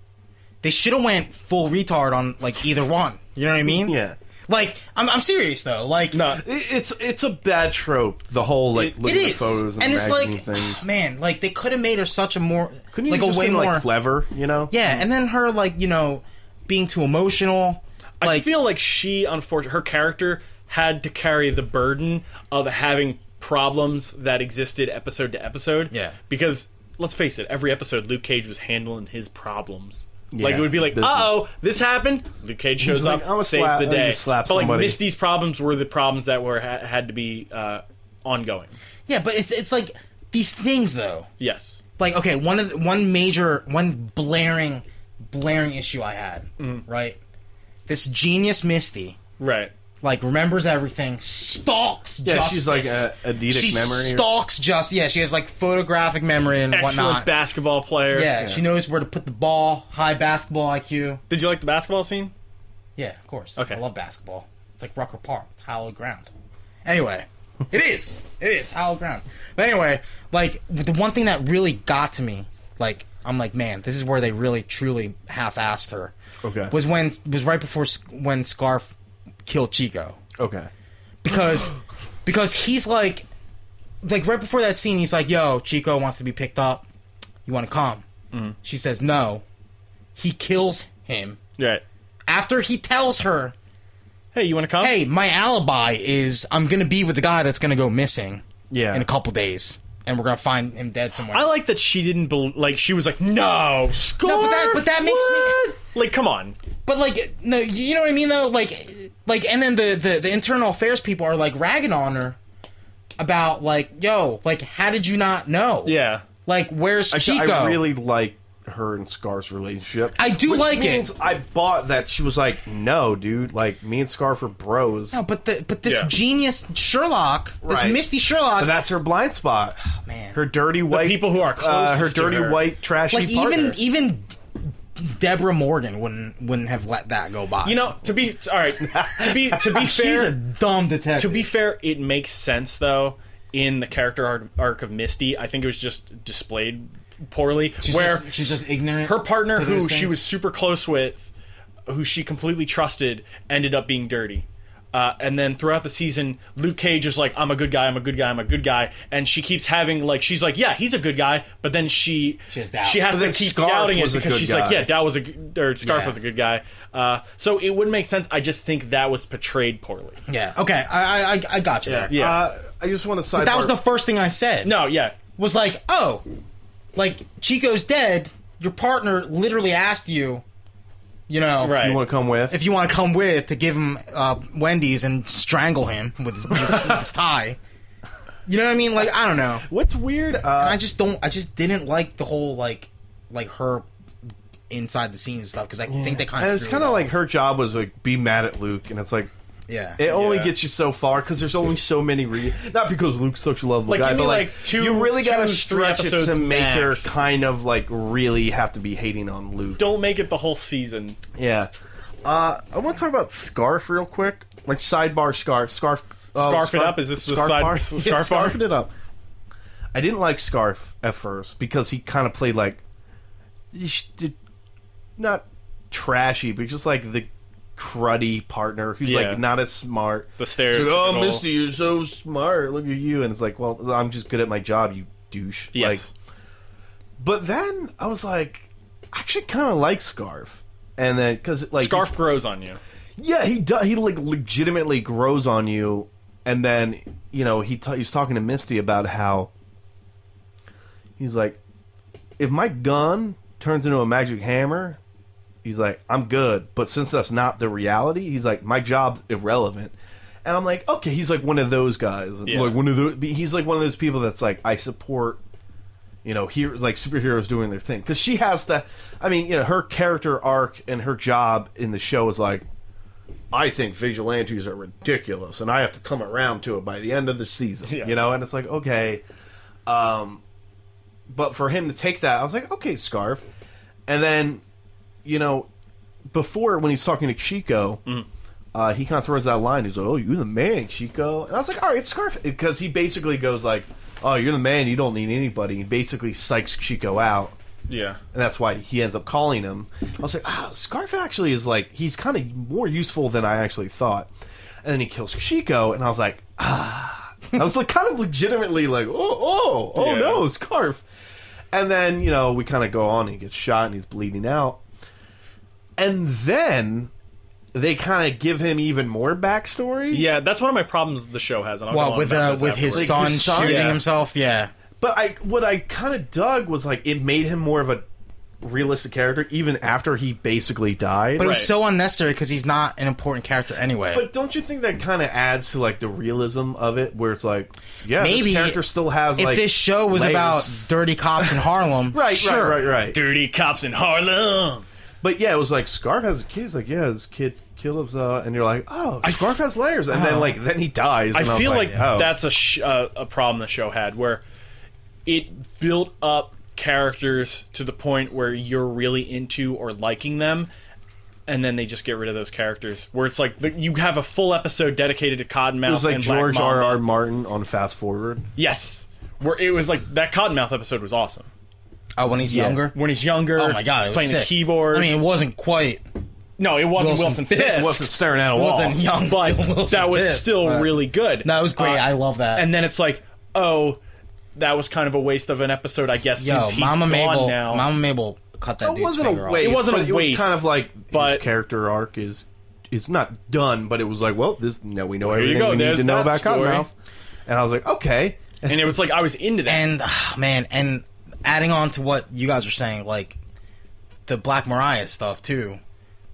[SPEAKER 3] they should have went full retard on like either one you know what i mean
[SPEAKER 4] Yeah.
[SPEAKER 3] like i'm, I'm serious though like
[SPEAKER 2] No,
[SPEAKER 4] It- It's it's a bad trope. The whole like
[SPEAKER 2] It-
[SPEAKER 4] looking
[SPEAKER 3] it
[SPEAKER 4] at
[SPEAKER 3] is,
[SPEAKER 4] photos and,
[SPEAKER 3] and it's
[SPEAKER 4] magazine
[SPEAKER 3] like,
[SPEAKER 4] things.
[SPEAKER 3] man, like they could have made her such a more,
[SPEAKER 4] Couldn't you
[SPEAKER 3] like
[SPEAKER 4] just
[SPEAKER 3] a way
[SPEAKER 4] been,
[SPEAKER 3] more,
[SPEAKER 4] like clever? You know?
[SPEAKER 3] yeah. And then her, like you know, being too emotional,
[SPEAKER 2] I
[SPEAKER 3] like
[SPEAKER 2] feel like she, unfortunately, her character had to carry the burden of having problems that existed episode to episode.
[SPEAKER 3] Yeah.
[SPEAKER 2] Because let's face it, every episode Luke Cage was handling his problems. like it
[SPEAKER 4] Yeah,
[SPEAKER 2] would be like,
[SPEAKER 4] business.
[SPEAKER 2] uh oh, this happened. Luke Cage shows
[SPEAKER 4] like,
[SPEAKER 2] up,
[SPEAKER 4] "I'ma
[SPEAKER 2] saves
[SPEAKER 4] slap-
[SPEAKER 2] the
[SPEAKER 4] I'm gonna
[SPEAKER 2] day.
[SPEAKER 4] slap
[SPEAKER 2] but like
[SPEAKER 4] somebody.
[SPEAKER 2] Misty's problems were the problems that were ha- had to be uh, ongoing.
[SPEAKER 3] yeah, but it's it's like these things though.
[SPEAKER 2] Yes.
[SPEAKER 3] Like okay, one of the, one major, one blaring, blaring issue I had,
[SPEAKER 4] Mm-hmm.
[SPEAKER 3] right? This genius Misty,
[SPEAKER 2] Right.
[SPEAKER 3] like remembers everything, stalks.
[SPEAKER 4] Yeah,
[SPEAKER 3] justice.
[SPEAKER 4] she's like a- a Dedic
[SPEAKER 3] she
[SPEAKER 4] memory or-
[SPEAKER 3] Stalks just yeah, she has like photographic memory and
[SPEAKER 2] Excellent
[SPEAKER 3] whatnot.
[SPEAKER 2] basketball player.
[SPEAKER 3] yeah, she knows where to put the ball. High basketball IQ.
[SPEAKER 2] Did you like the basketball scene?
[SPEAKER 3] Yeah, of course.
[SPEAKER 2] Okay.
[SPEAKER 3] I love basketball. It's like Rucker Park. It's hallowed ground. Anyway, it is. It is hallowed ground. But anyway, like the one thing that really got to me, like I'm like, man, this is where they really truly half-assed her.
[SPEAKER 4] Okay.
[SPEAKER 3] Was when was right before S- when Scarf killed Chico
[SPEAKER 4] Okay.
[SPEAKER 3] because because he's like like right before that scene he's like yo chico wants to be picked up you want to come she says no he kills him
[SPEAKER 2] Right.
[SPEAKER 3] after he tells her
[SPEAKER 2] Hey, you want to come?
[SPEAKER 3] hey my alibi is i'm gonna be with the guy that's gonna go missing
[SPEAKER 4] Yeah.
[SPEAKER 3] in a couple days and we're gonna find him dead somewhere
[SPEAKER 2] I like that she didn't bel like she was like no score.
[SPEAKER 3] No, but that- but that makes me-
[SPEAKER 2] like come on.
[SPEAKER 3] But like, no, you know what I mean though. Like, like, and then the the, the internal affairs people are like ragging on her about like, yo, like, how did you not know?
[SPEAKER 2] Yeah.
[SPEAKER 3] Like, where's
[SPEAKER 4] Actually,
[SPEAKER 3] Chico?
[SPEAKER 4] I really like her and Scarf's relationship.
[SPEAKER 3] I do
[SPEAKER 4] which
[SPEAKER 3] like it.
[SPEAKER 4] means I bought that she was like, "No, dude, like me and Scarf are bros."
[SPEAKER 3] No, but the but this
[SPEAKER 2] Yeah.
[SPEAKER 3] genius Sherlock, this
[SPEAKER 4] Right.
[SPEAKER 3] Misty Sherlock,
[SPEAKER 4] But that's her blind spot.
[SPEAKER 3] Oh, man,
[SPEAKER 4] Her dirty white
[SPEAKER 2] people who are
[SPEAKER 4] uh, her
[SPEAKER 2] closest to
[SPEAKER 4] dirty
[SPEAKER 2] her.
[SPEAKER 4] white trashy
[SPEAKER 3] like
[SPEAKER 4] partner.
[SPEAKER 3] even e- even Deborah Morgan wouldn't wouldn't have let that go by.
[SPEAKER 2] You know, to be all right, to be to be
[SPEAKER 3] she's
[SPEAKER 2] fair,
[SPEAKER 3] a dumb detective.
[SPEAKER 2] to be fair, it makes sense though in the character arc, arc of Misty. I think it was just displayed poorly
[SPEAKER 3] she's
[SPEAKER 2] where
[SPEAKER 3] just, she's just ignorant.
[SPEAKER 2] her partner
[SPEAKER 3] to
[SPEAKER 2] who
[SPEAKER 3] those
[SPEAKER 2] she
[SPEAKER 3] things.
[SPEAKER 2] was super close with who she completely trusted ended up being dirty Uh, and then throughout the season, Luke Cage is like, "I'm a good guy. I'm a good guy. I'm a good guy." And she keeps having like, she's like, "Yeah, he's a good guy," but then she she
[SPEAKER 3] has doubts.
[SPEAKER 2] has
[SPEAKER 4] But
[SPEAKER 2] to
[SPEAKER 4] then
[SPEAKER 2] keep
[SPEAKER 4] Scarf
[SPEAKER 2] doubting it
[SPEAKER 4] was a
[SPEAKER 2] because
[SPEAKER 4] good
[SPEAKER 2] she's
[SPEAKER 4] guy.
[SPEAKER 2] like, "Yeah, Dow was a g- or Scarf
[SPEAKER 3] Yeah.
[SPEAKER 2] was a good guy." Uh, so it would make sense. I just think that was portrayed poorly.
[SPEAKER 3] Yeah. Okay. I I- I I got you there.
[SPEAKER 2] Yeah.
[SPEAKER 4] Uh, I just want to side.
[SPEAKER 3] That was the first thing I said.
[SPEAKER 2] No, yeah,
[SPEAKER 3] was like, oh, like Chico's dead. Your partner literally asked you, you know,
[SPEAKER 2] right.
[SPEAKER 4] You want to come with?
[SPEAKER 3] if you want to come with to give him uh, Wendy's and strangle him with his, with his tie. You know what I mean? Like I don't know.
[SPEAKER 4] What's weird? Uh,
[SPEAKER 3] I just don't. I just didn't like the whole like like her inside the scenes stuff because I think they kind
[SPEAKER 4] and
[SPEAKER 3] of.
[SPEAKER 4] it's kind of like her job was like be mad at Luke, and it's like
[SPEAKER 3] yeah.
[SPEAKER 4] it only
[SPEAKER 2] Yeah.
[SPEAKER 4] gets you so far because there's only so many. Re- not because Luke's such a lovable
[SPEAKER 2] Like,
[SPEAKER 4] guy,
[SPEAKER 2] give me,
[SPEAKER 4] but
[SPEAKER 2] like, two-
[SPEAKER 4] you really gotta
[SPEAKER 2] two, three
[SPEAKER 4] stretch it to
[SPEAKER 2] episodes
[SPEAKER 4] make her
[SPEAKER 2] max.
[SPEAKER 4] kind of like really have to be hating on Luke.
[SPEAKER 2] don't make it the whole season.
[SPEAKER 4] Yeah. Uh, I want to talk about Scarf real quick. Like sidebar Scarf. Scarf. uh,
[SPEAKER 2] Scarf it up? Is this the
[SPEAKER 4] Scarf
[SPEAKER 2] side-
[SPEAKER 4] bar?
[SPEAKER 2] Scarf
[SPEAKER 4] Yeah,
[SPEAKER 2] bar?
[SPEAKER 4] Scarf it up. I didn't like Scarf at first because he kind of played like, he sh- did- not trashy, but just like the cruddy partner who's
[SPEAKER 2] Yeah.
[SPEAKER 4] like not as smart.
[SPEAKER 2] The
[SPEAKER 4] It's like, oh,
[SPEAKER 2] stereotypical.
[SPEAKER 4] Misty, you're so smart. Look at you, and it's like, well, I'm just good at my job, you douche. Like,
[SPEAKER 2] Yes.
[SPEAKER 4] but then I was like, I actually kind of like Scarf, and then because like
[SPEAKER 2] Scarf grows on you.
[SPEAKER 4] yeah, he does. He like legitimately grows on you, and then you know he t- he's talking to Misty about how he's like, if my gun turns into a magic hammer, he's like, I'm good. But since that's not the reality, he's like, my job's irrelevant. And I'm like, okay, he's like one of those guys,
[SPEAKER 2] Yeah.
[SPEAKER 4] like one of those. He's like one of those people that's like, I support you know, here like superheroes doing their thing because she has the, I mean, you know, her character arc and her job in the show is like, I think vigilantes are ridiculous, and I have to come around to it by the end of the season,
[SPEAKER 2] Yeah.
[SPEAKER 4] you know, and it's like okay, um, but for him to take that, I was like, okay, scarf, and then, you know, before when he's talking to Chico. Uh, he kind of throws that line. He's like, "Oh, you're the man, Chico," and I was like, "All right, Scarf," because he basically goes like, "Oh, you're the man. You don't need anybody." He basically psychs Chico out,
[SPEAKER 2] Yeah.
[SPEAKER 4] and that's why he ends up calling him. I was like, "Ah, Scarf actually is like he's kind of more useful than I actually thought." And then he kills Chico, and I was like, "Ah," I was like, kind of legitimately like, "Oh, oh, oh
[SPEAKER 2] Yeah.
[SPEAKER 4] no, Scarf." And then you know we kind of go on. He gets shot, and he's bleeding out, and then. They kind of give him even more backstory.
[SPEAKER 2] Yeah, that's one of my problems the show has. And I'll go
[SPEAKER 3] well,
[SPEAKER 2] on
[SPEAKER 3] with
[SPEAKER 2] about
[SPEAKER 3] uh,
[SPEAKER 2] this
[SPEAKER 3] with his
[SPEAKER 2] afterwards.
[SPEAKER 3] son
[SPEAKER 4] his son,
[SPEAKER 3] shooting
[SPEAKER 2] yeah.
[SPEAKER 3] himself. Yeah.
[SPEAKER 4] But I what I kind of dug was like it made him more of a realistic character even after he basically died.
[SPEAKER 3] But it was
[SPEAKER 2] Right.
[SPEAKER 3] so unnecessary because he's not an important character anyway.
[SPEAKER 4] But don't you think that kind of adds to like the realism of it where it's like yeah,
[SPEAKER 3] Maybe
[SPEAKER 4] this character still has
[SPEAKER 3] if
[SPEAKER 4] like
[SPEAKER 3] this show was
[SPEAKER 4] layers.
[SPEAKER 3] about dirty cops in Harlem,
[SPEAKER 4] Right,
[SPEAKER 3] sure.
[SPEAKER 4] right, right, right.
[SPEAKER 2] dirty cops in Harlem.
[SPEAKER 4] But yeah, it was like Scarf has a kid. He's like, yeah, this kid killed him, uh, and you're like, oh, Scarf has layers, and
[SPEAKER 3] Oh.
[SPEAKER 4] then like then he dies.
[SPEAKER 2] I
[SPEAKER 4] and I'm
[SPEAKER 2] feel like,
[SPEAKER 4] like, oh.
[SPEAKER 2] that's a sh- uh, a problem the show had where it built up characters to the point where you're really into or liking them and then they just get rid of those characters where it's like the, you have a full episode dedicated to Cottonmouth
[SPEAKER 4] it was like
[SPEAKER 2] and
[SPEAKER 4] George
[SPEAKER 2] Black
[SPEAKER 4] R.
[SPEAKER 2] Mamba.
[SPEAKER 4] R. Martin on Fast Forward.
[SPEAKER 2] Yes. Where it was like that Cottonmouth episode was awesome.
[SPEAKER 3] Oh, when he's younger.
[SPEAKER 2] When he's younger,
[SPEAKER 3] Oh my god,
[SPEAKER 2] he's
[SPEAKER 3] it was
[SPEAKER 2] playing the
[SPEAKER 3] sick.
[SPEAKER 2] keyboard.
[SPEAKER 3] I mean, it wasn't quite.
[SPEAKER 2] no, it wasn't Wilson,
[SPEAKER 3] Wilson
[SPEAKER 2] Fisk.
[SPEAKER 3] Fisk.
[SPEAKER 4] Wasn't staring at a wall.
[SPEAKER 3] wasn't young,
[SPEAKER 2] but
[SPEAKER 3] Wilson
[SPEAKER 2] that was
[SPEAKER 3] Fisk,
[SPEAKER 2] still
[SPEAKER 3] but-
[SPEAKER 2] really good.
[SPEAKER 3] No, it was great. I love that.
[SPEAKER 2] Uh, And then it's like, oh, that was kind of a waste of an episode, I guess.
[SPEAKER 3] Yo,
[SPEAKER 2] since he's
[SPEAKER 3] Mama
[SPEAKER 2] gone
[SPEAKER 3] Mabel,
[SPEAKER 2] now,
[SPEAKER 3] Mama Mabel cut that
[SPEAKER 4] It
[SPEAKER 3] dude's
[SPEAKER 4] wasn't
[SPEAKER 3] finger
[SPEAKER 4] a
[SPEAKER 3] off.
[SPEAKER 4] waste.
[SPEAKER 2] It wasn't a
[SPEAKER 4] but It was
[SPEAKER 2] waste,
[SPEAKER 4] kind of like
[SPEAKER 2] but-
[SPEAKER 4] his character arc is it's not done, but it was like, well, this now we know
[SPEAKER 2] you
[SPEAKER 4] everything
[SPEAKER 2] go,
[SPEAKER 4] we need
[SPEAKER 2] there's
[SPEAKER 4] to know
[SPEAKER 2] that
[SPEAKER 4] about
[SPEAKER 2] story.
[SPEAKER 4] Cottonmouth. And I was like, okay,
[SPEAKER 2] and it was like I was into that.
[SPEAKER 3] And ah, man, and adding on to what you guys were saying, like the Black Mariah stuff too.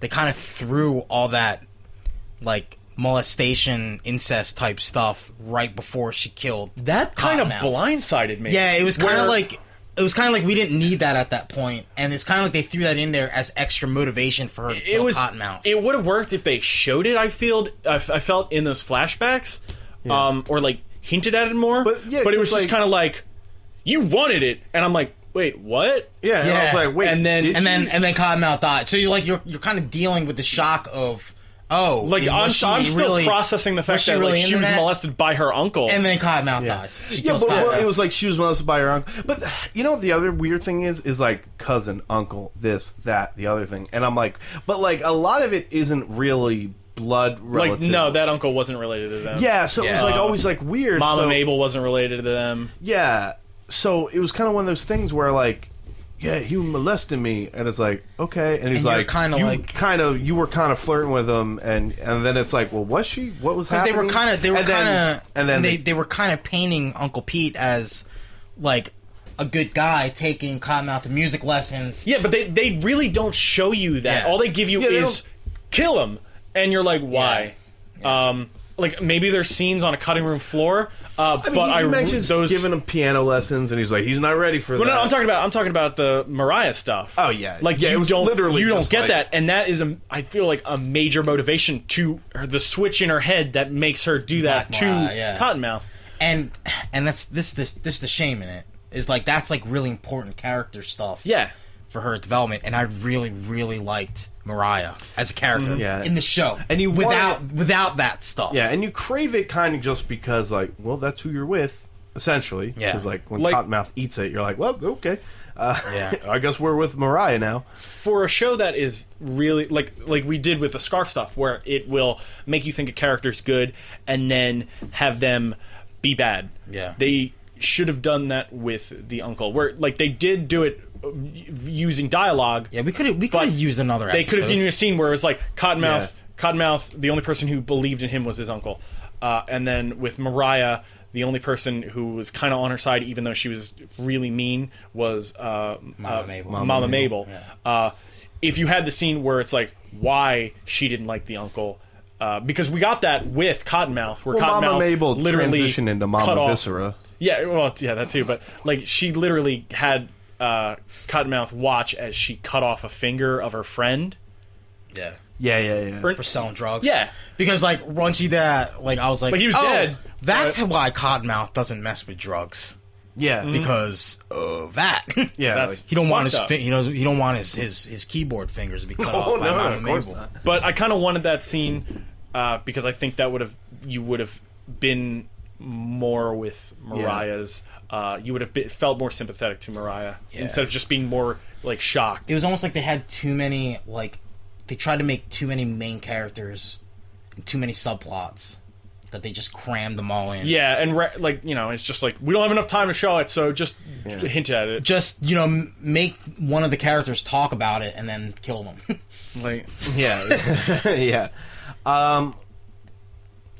[SPEAKER 3] They kind of threw all that like molestation, incest type stuff right before she killed.
[SPEAKER 2] that kind of
[SPEAKER 3] Cottonmouth.
[SPEAKER 2] blindsided me.
[SPEAKER 3] Yeah, it was kind
[SPEAKER 2] Where-
[SPEAKER 3] of like it was kind of like we didn't need that at that point, and it's kind of like they threw that in there as extra motivation for her to
[SPEAKER 2] it
[SPEAKER 3] kill
[SPEAKER 2] was.
[SPEAKER 3] Cottonmouth.
[SPEAKER 2] It would have worked if they showed it. I feel I, f- I felt in those flashbacks, um, or like hinted at it more.
[SPEAKER 4] But, yeah,
[SPEAKER 2] but it was
[SPEAKER 4] 'cause, like-
[SPEAKER 2] just kind of like you wanted it, and I'm like, wait, what?
[SPEAKER 4] yeah. And I was
[SPEAKER 3] Yeah.
[SPEAKER 4] like, wait,
[SPEAKER 2] And then-
[SPEAKER 4] did
[SPEAKER 3] and
[SPEAKER 4] she-
[SPEAKER 3] then and then Cottonmouth died. So you're like you're you're kind of dealing with the shock of oh,
[SPEAKER 2] Like
[SPEAKER 3] was
[SPEAKER 2] I'm,
[SPEAKER 3] she
[SPEAKER 2] I'm still
[SPEAKER 3] really-
[SPEAKER 2] processing the fact
[SPEAKER 3] she
[SPEAKER 2] that like,
[SPEAKER 3] really
[SPEAKER 2] she
[SPEAKER 3] into
[SPEAKER 2] was
[SPEAKER 3] that?
[SPEAKER 2] molested by her uncle.
[SPEAKER 3] and then Cottonmouth dies. She
[SPEAKER 4] yeah,
[SPEAKER 3] kills
[SPEAKER 4] but well,
[SPEAKER 3] Cottonmouth.
[SPEAKER 4] it was like she was molested by her uncle. But you know, the other weird thing is, is like cousin, uncle, this, that, the other thing, and I'm like, but like a lot of it isn't really blood relative.
[SPEAKER 2] Like, no, that uncle wasn't related to them.
[SPEAKER 4] Yeah, so it was
[SPEAKER 2] Yeah.
[SPEAKER 4] like always like weird.
[SPEAKER 2] Mama
[SPEAKER 4] so,
[SPEAKER 2] Mabel wasn't related to them.
[SPEAKER 4] Yeah. So it was kind of one of those things where like, yeah, he molested me, and it's like okay, and he's
[SPEAKER 3] And you're
[SPEAKER 4] like,
[SPEAKER 3] kinda
[SPEAKER 4] you
[SPEAKER 3] like-
[SPEAKER 4] kind of, you were kind of flirting with him, and and then it's like, well, was she? What was
[SPEAKER 3] because
[SPEAKER 4] happening?
[SPEAKER 3] they were kind of they were
[SPEAKER 4] And then-
[SPEAKER 3] kind of
[SPEAKER 4] and then
[SPEAKER 3] they, they were kind of painting Uncle Pete as like a good guy taking Cottonmouth to music lessons.
[SPEAKER 2] Yeah, but they they really don't show you that.
[SPEAKER 3] Yeah.
[SPEAKER 2] All they give you
[SPEAKER 4] Yeah, they
[SPEAKER 2] is kill him, and you're like, why? Um, like maybe there's scenes on a cutting room floor, uh,
[SPEAKER 4] I mean,
[SPEAKER 2] but
[SPEAKER 4] he
[SPEAKER 2] I re-
[SPEAKER 4] mentions
[SPEAKER 2] those.
[SPEAKER 4] giving him piano lessons, and he's like, he's not ready for
[SPEAKER 2] well,
[SPEAKER 4] that.
[SPEAKER 2] no, I'm talking about I'm talking about the Mariah stuff.
[SPEAKER 4] Oh, yeah.
[SPEAKER 2] like
[SPEAKER 4] Yeah,
[SPEAKER 2] you
[SPEAKER 4] it was
[SPEAKER 2] don't
[SPEAKER 4] literally
[SPEAKER 2] you don't
[SPEAKER 4] just
[SPEAKER 2] get
[SPEAKER 4] like-
[SPEAKER 2] that, and that is a I feel like a major motivation to her, the switch in her head that makes her do that
[SPEAKER 3] Black
[SPEAKER 2] to
[SPEAKER 3] Mariah, yeah.
[SPEAKER 2] Cottonmouth.
[SPEAKER 3] And and that's this this this is the shame in it is like that's like really important character stuff.
[SPEAKER 2] Yeah,
[SPEAKER 3] For her development, and I really, really liked Mariah as a character
[SPEAKER 4] Yeah.
[SPEAKER 3] in the show,
[SPEAKER 4] Mm-hmm. And you
[SPEAKER 3] without
[SPEAKER 4] wanted-
[SPEAKER 3] without that stuff.
[SPEAKER 4] Yeah, and you crave it kind of just because, like, well, that's who you're with, essentially.
[SPEAKER 3] Yeah.
[SPEAKER 4] Because, like, when
[SPEAKER 2] Like-
[SPEAKER 4] Cottonmouth eats it, you're like, well, okay. Uh,
[SPEAKER 3] Yeah.
[SPEAKER 4] I guess we're with Mariah now.
[SPEAKER 2] for a show that is really like like we did with the scarf stuff where it will make you think a character's good and then have them be bad
[SPEAKER 3] Yeah.
[SPEAKER 2] they should have done that with the uncle where like they did do it uh, y- using dialogue
[SPEAKER 3] yeah, we could have we could have used another.
[SPEAKER 2] they could have given you a scene where it was like Cottonmouth.
[SPEAKER 4] Yeah.
[SPEAKER 2] Cottonmouth, the only person who believed in him was his uncle, uh, and then with Mariah, the only person who was kind of on her side, even though she was really mean, was uh, Mama
[SPEAKER 3] Mabel.
[SPEAKER 2] Mama,
[SPEAKER 3] Mama
[SPEAKER 2] Mabel. Uh, if you had the scene where it's like why she didn't like the uncle. Uh, because we got that with Cottonmouth, where
[SPEAKER 4] Well,
[SPEAKER 2] Cottonmouth
[SPEAKER 4] Mama Mabel
[SPEAKER 2] literally
[SPEAKER 4] transitioned into
[SPEAKER 2] cut
[SPEAKER 4] Mama
[SPEAKER 2] off-
[SPEAKER 4] Viscera.
[SPEAKER 2] yeah, well, yeah, that too. But like, she literally had uh, Cottonmouth watch as she cut off a finger of her friend.
[SPEAKER 3] yeah
[SPEAKER 4] Yeah, yeah, yeah.
[SPEAKER 2] Burn-
[SPEAKER 3] for selling drugs.
[SPEAKER 2] Yeah.
[SPEAKER 3] because like once you that like I was like,
[SPEAKER 2] Like, he was
[SPEAKER 3] oh,
[SPEAKER 2] dead,
[SPEAKER 3] That's why Cottonmouth doesn't mess with drugs
[SPEAKER 4] yeah.
[SPEAKER 3] because of that.
[SPEAKER 4] yeah.
[SPEAKER 2] That's-
[SPEAKER 4] like-
[SPEAKER 3] He don't want his
[SPEAKER 2] Fucked up.
[SPEAKER 3] fi- he doesn't he don't want his, his his keyboard fingers to be cut
[SPEAKER 4] oh,
[SPEAKER 3] off by
[SPEAKER 4] no,
[SPEAKER 3] Mama
[SPEAKER 4] of course
[SPEAKER 3] Mabel.
[SPEAKER 4] not.
[SPEAKER 2] But I kind of wanted that scene uh, because I think that would have you would have been more with Mariah's. Uh, you would have been, felt more sympathetic to Mariah instead of just being more like shocked.
[SPEAKER 3] It was almost like they had too many like they tried to make too many main characters and too many subplots that they just crammed them all in.
[SPEAKER 2] yeah, and re- like you know, it's just like we don't have enough time to show it, so just hint at it.
[SPEAKER 3] Just you know, m- make one of the characters talk about it and then kill them.
[SPEAKER 2] Like,
[SPEAKER 4] Yeah. yeah. Um,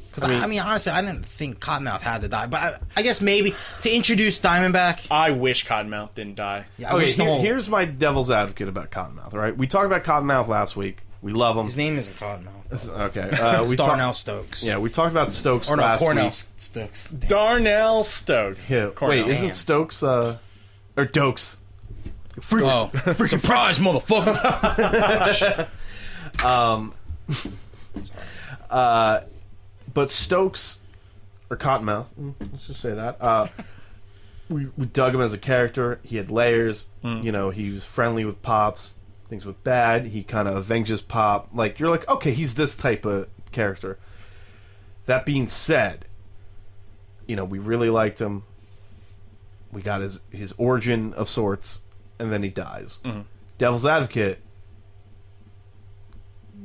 [SPEAKER 3] Because I, I mean, honestly, I didn't think Cottonmouth had to die, but I, I guess maybe to introduce Diamondback.
[SPEAKER 2] I wish Cottonmouth didn't die.
[SPEAKER 3] Yeah, I
[SPEAKER 4] Uh, okay,
[SPEAKER 3] wish the
[SPEAKER 4] here-
[SPEAKER 3] whole-
[SPEAKER 4] here's my devil's advocate about Cottonmouth, all right? We talked about Cottonmouth last week. We love him.
[SPEAKER 3] his name isn't Cottonmouth.
[SPEAKER 4] Okay. Uh, we
[SPEAKER 3] It's Darnell
[SPEAKER 4] talked-
[SPEAKER 3] Stokes.
[SPEAKER 4] Yeah, we talked about Stokes
[SPEAKER 3] or no,
[SPEAKER 4] last
[SPEAKER 3] Cornell
[SPEAKER 4] week.
[SPEAKER 3] S- Stokes.
[SPEAKER 2] Darnell Stokes.
[SPEAKER 4] Yeah,
[SPEAKER 2] Cornell.
[SPEAKER 4] Wait, isn't
[SPEAKER 3] Damn.
[SPEAKER 4] Stokes uh, or Dokes?
[SPEAKER 3] Oh, surprise, motherfucker!
[SPEAKER 4] Um, uh, but Stokes or Cottonmouth, mm, let's just say that. Uh, we, we dug him as a character. He had layers. You know, he was friendly with pops. Things were bad. He kind of avenges pop. Like you're like, okay, he's this type of character. That being said, you know, we really liked him. We got his his origin of sorts, and then he dies. Devil's advocate.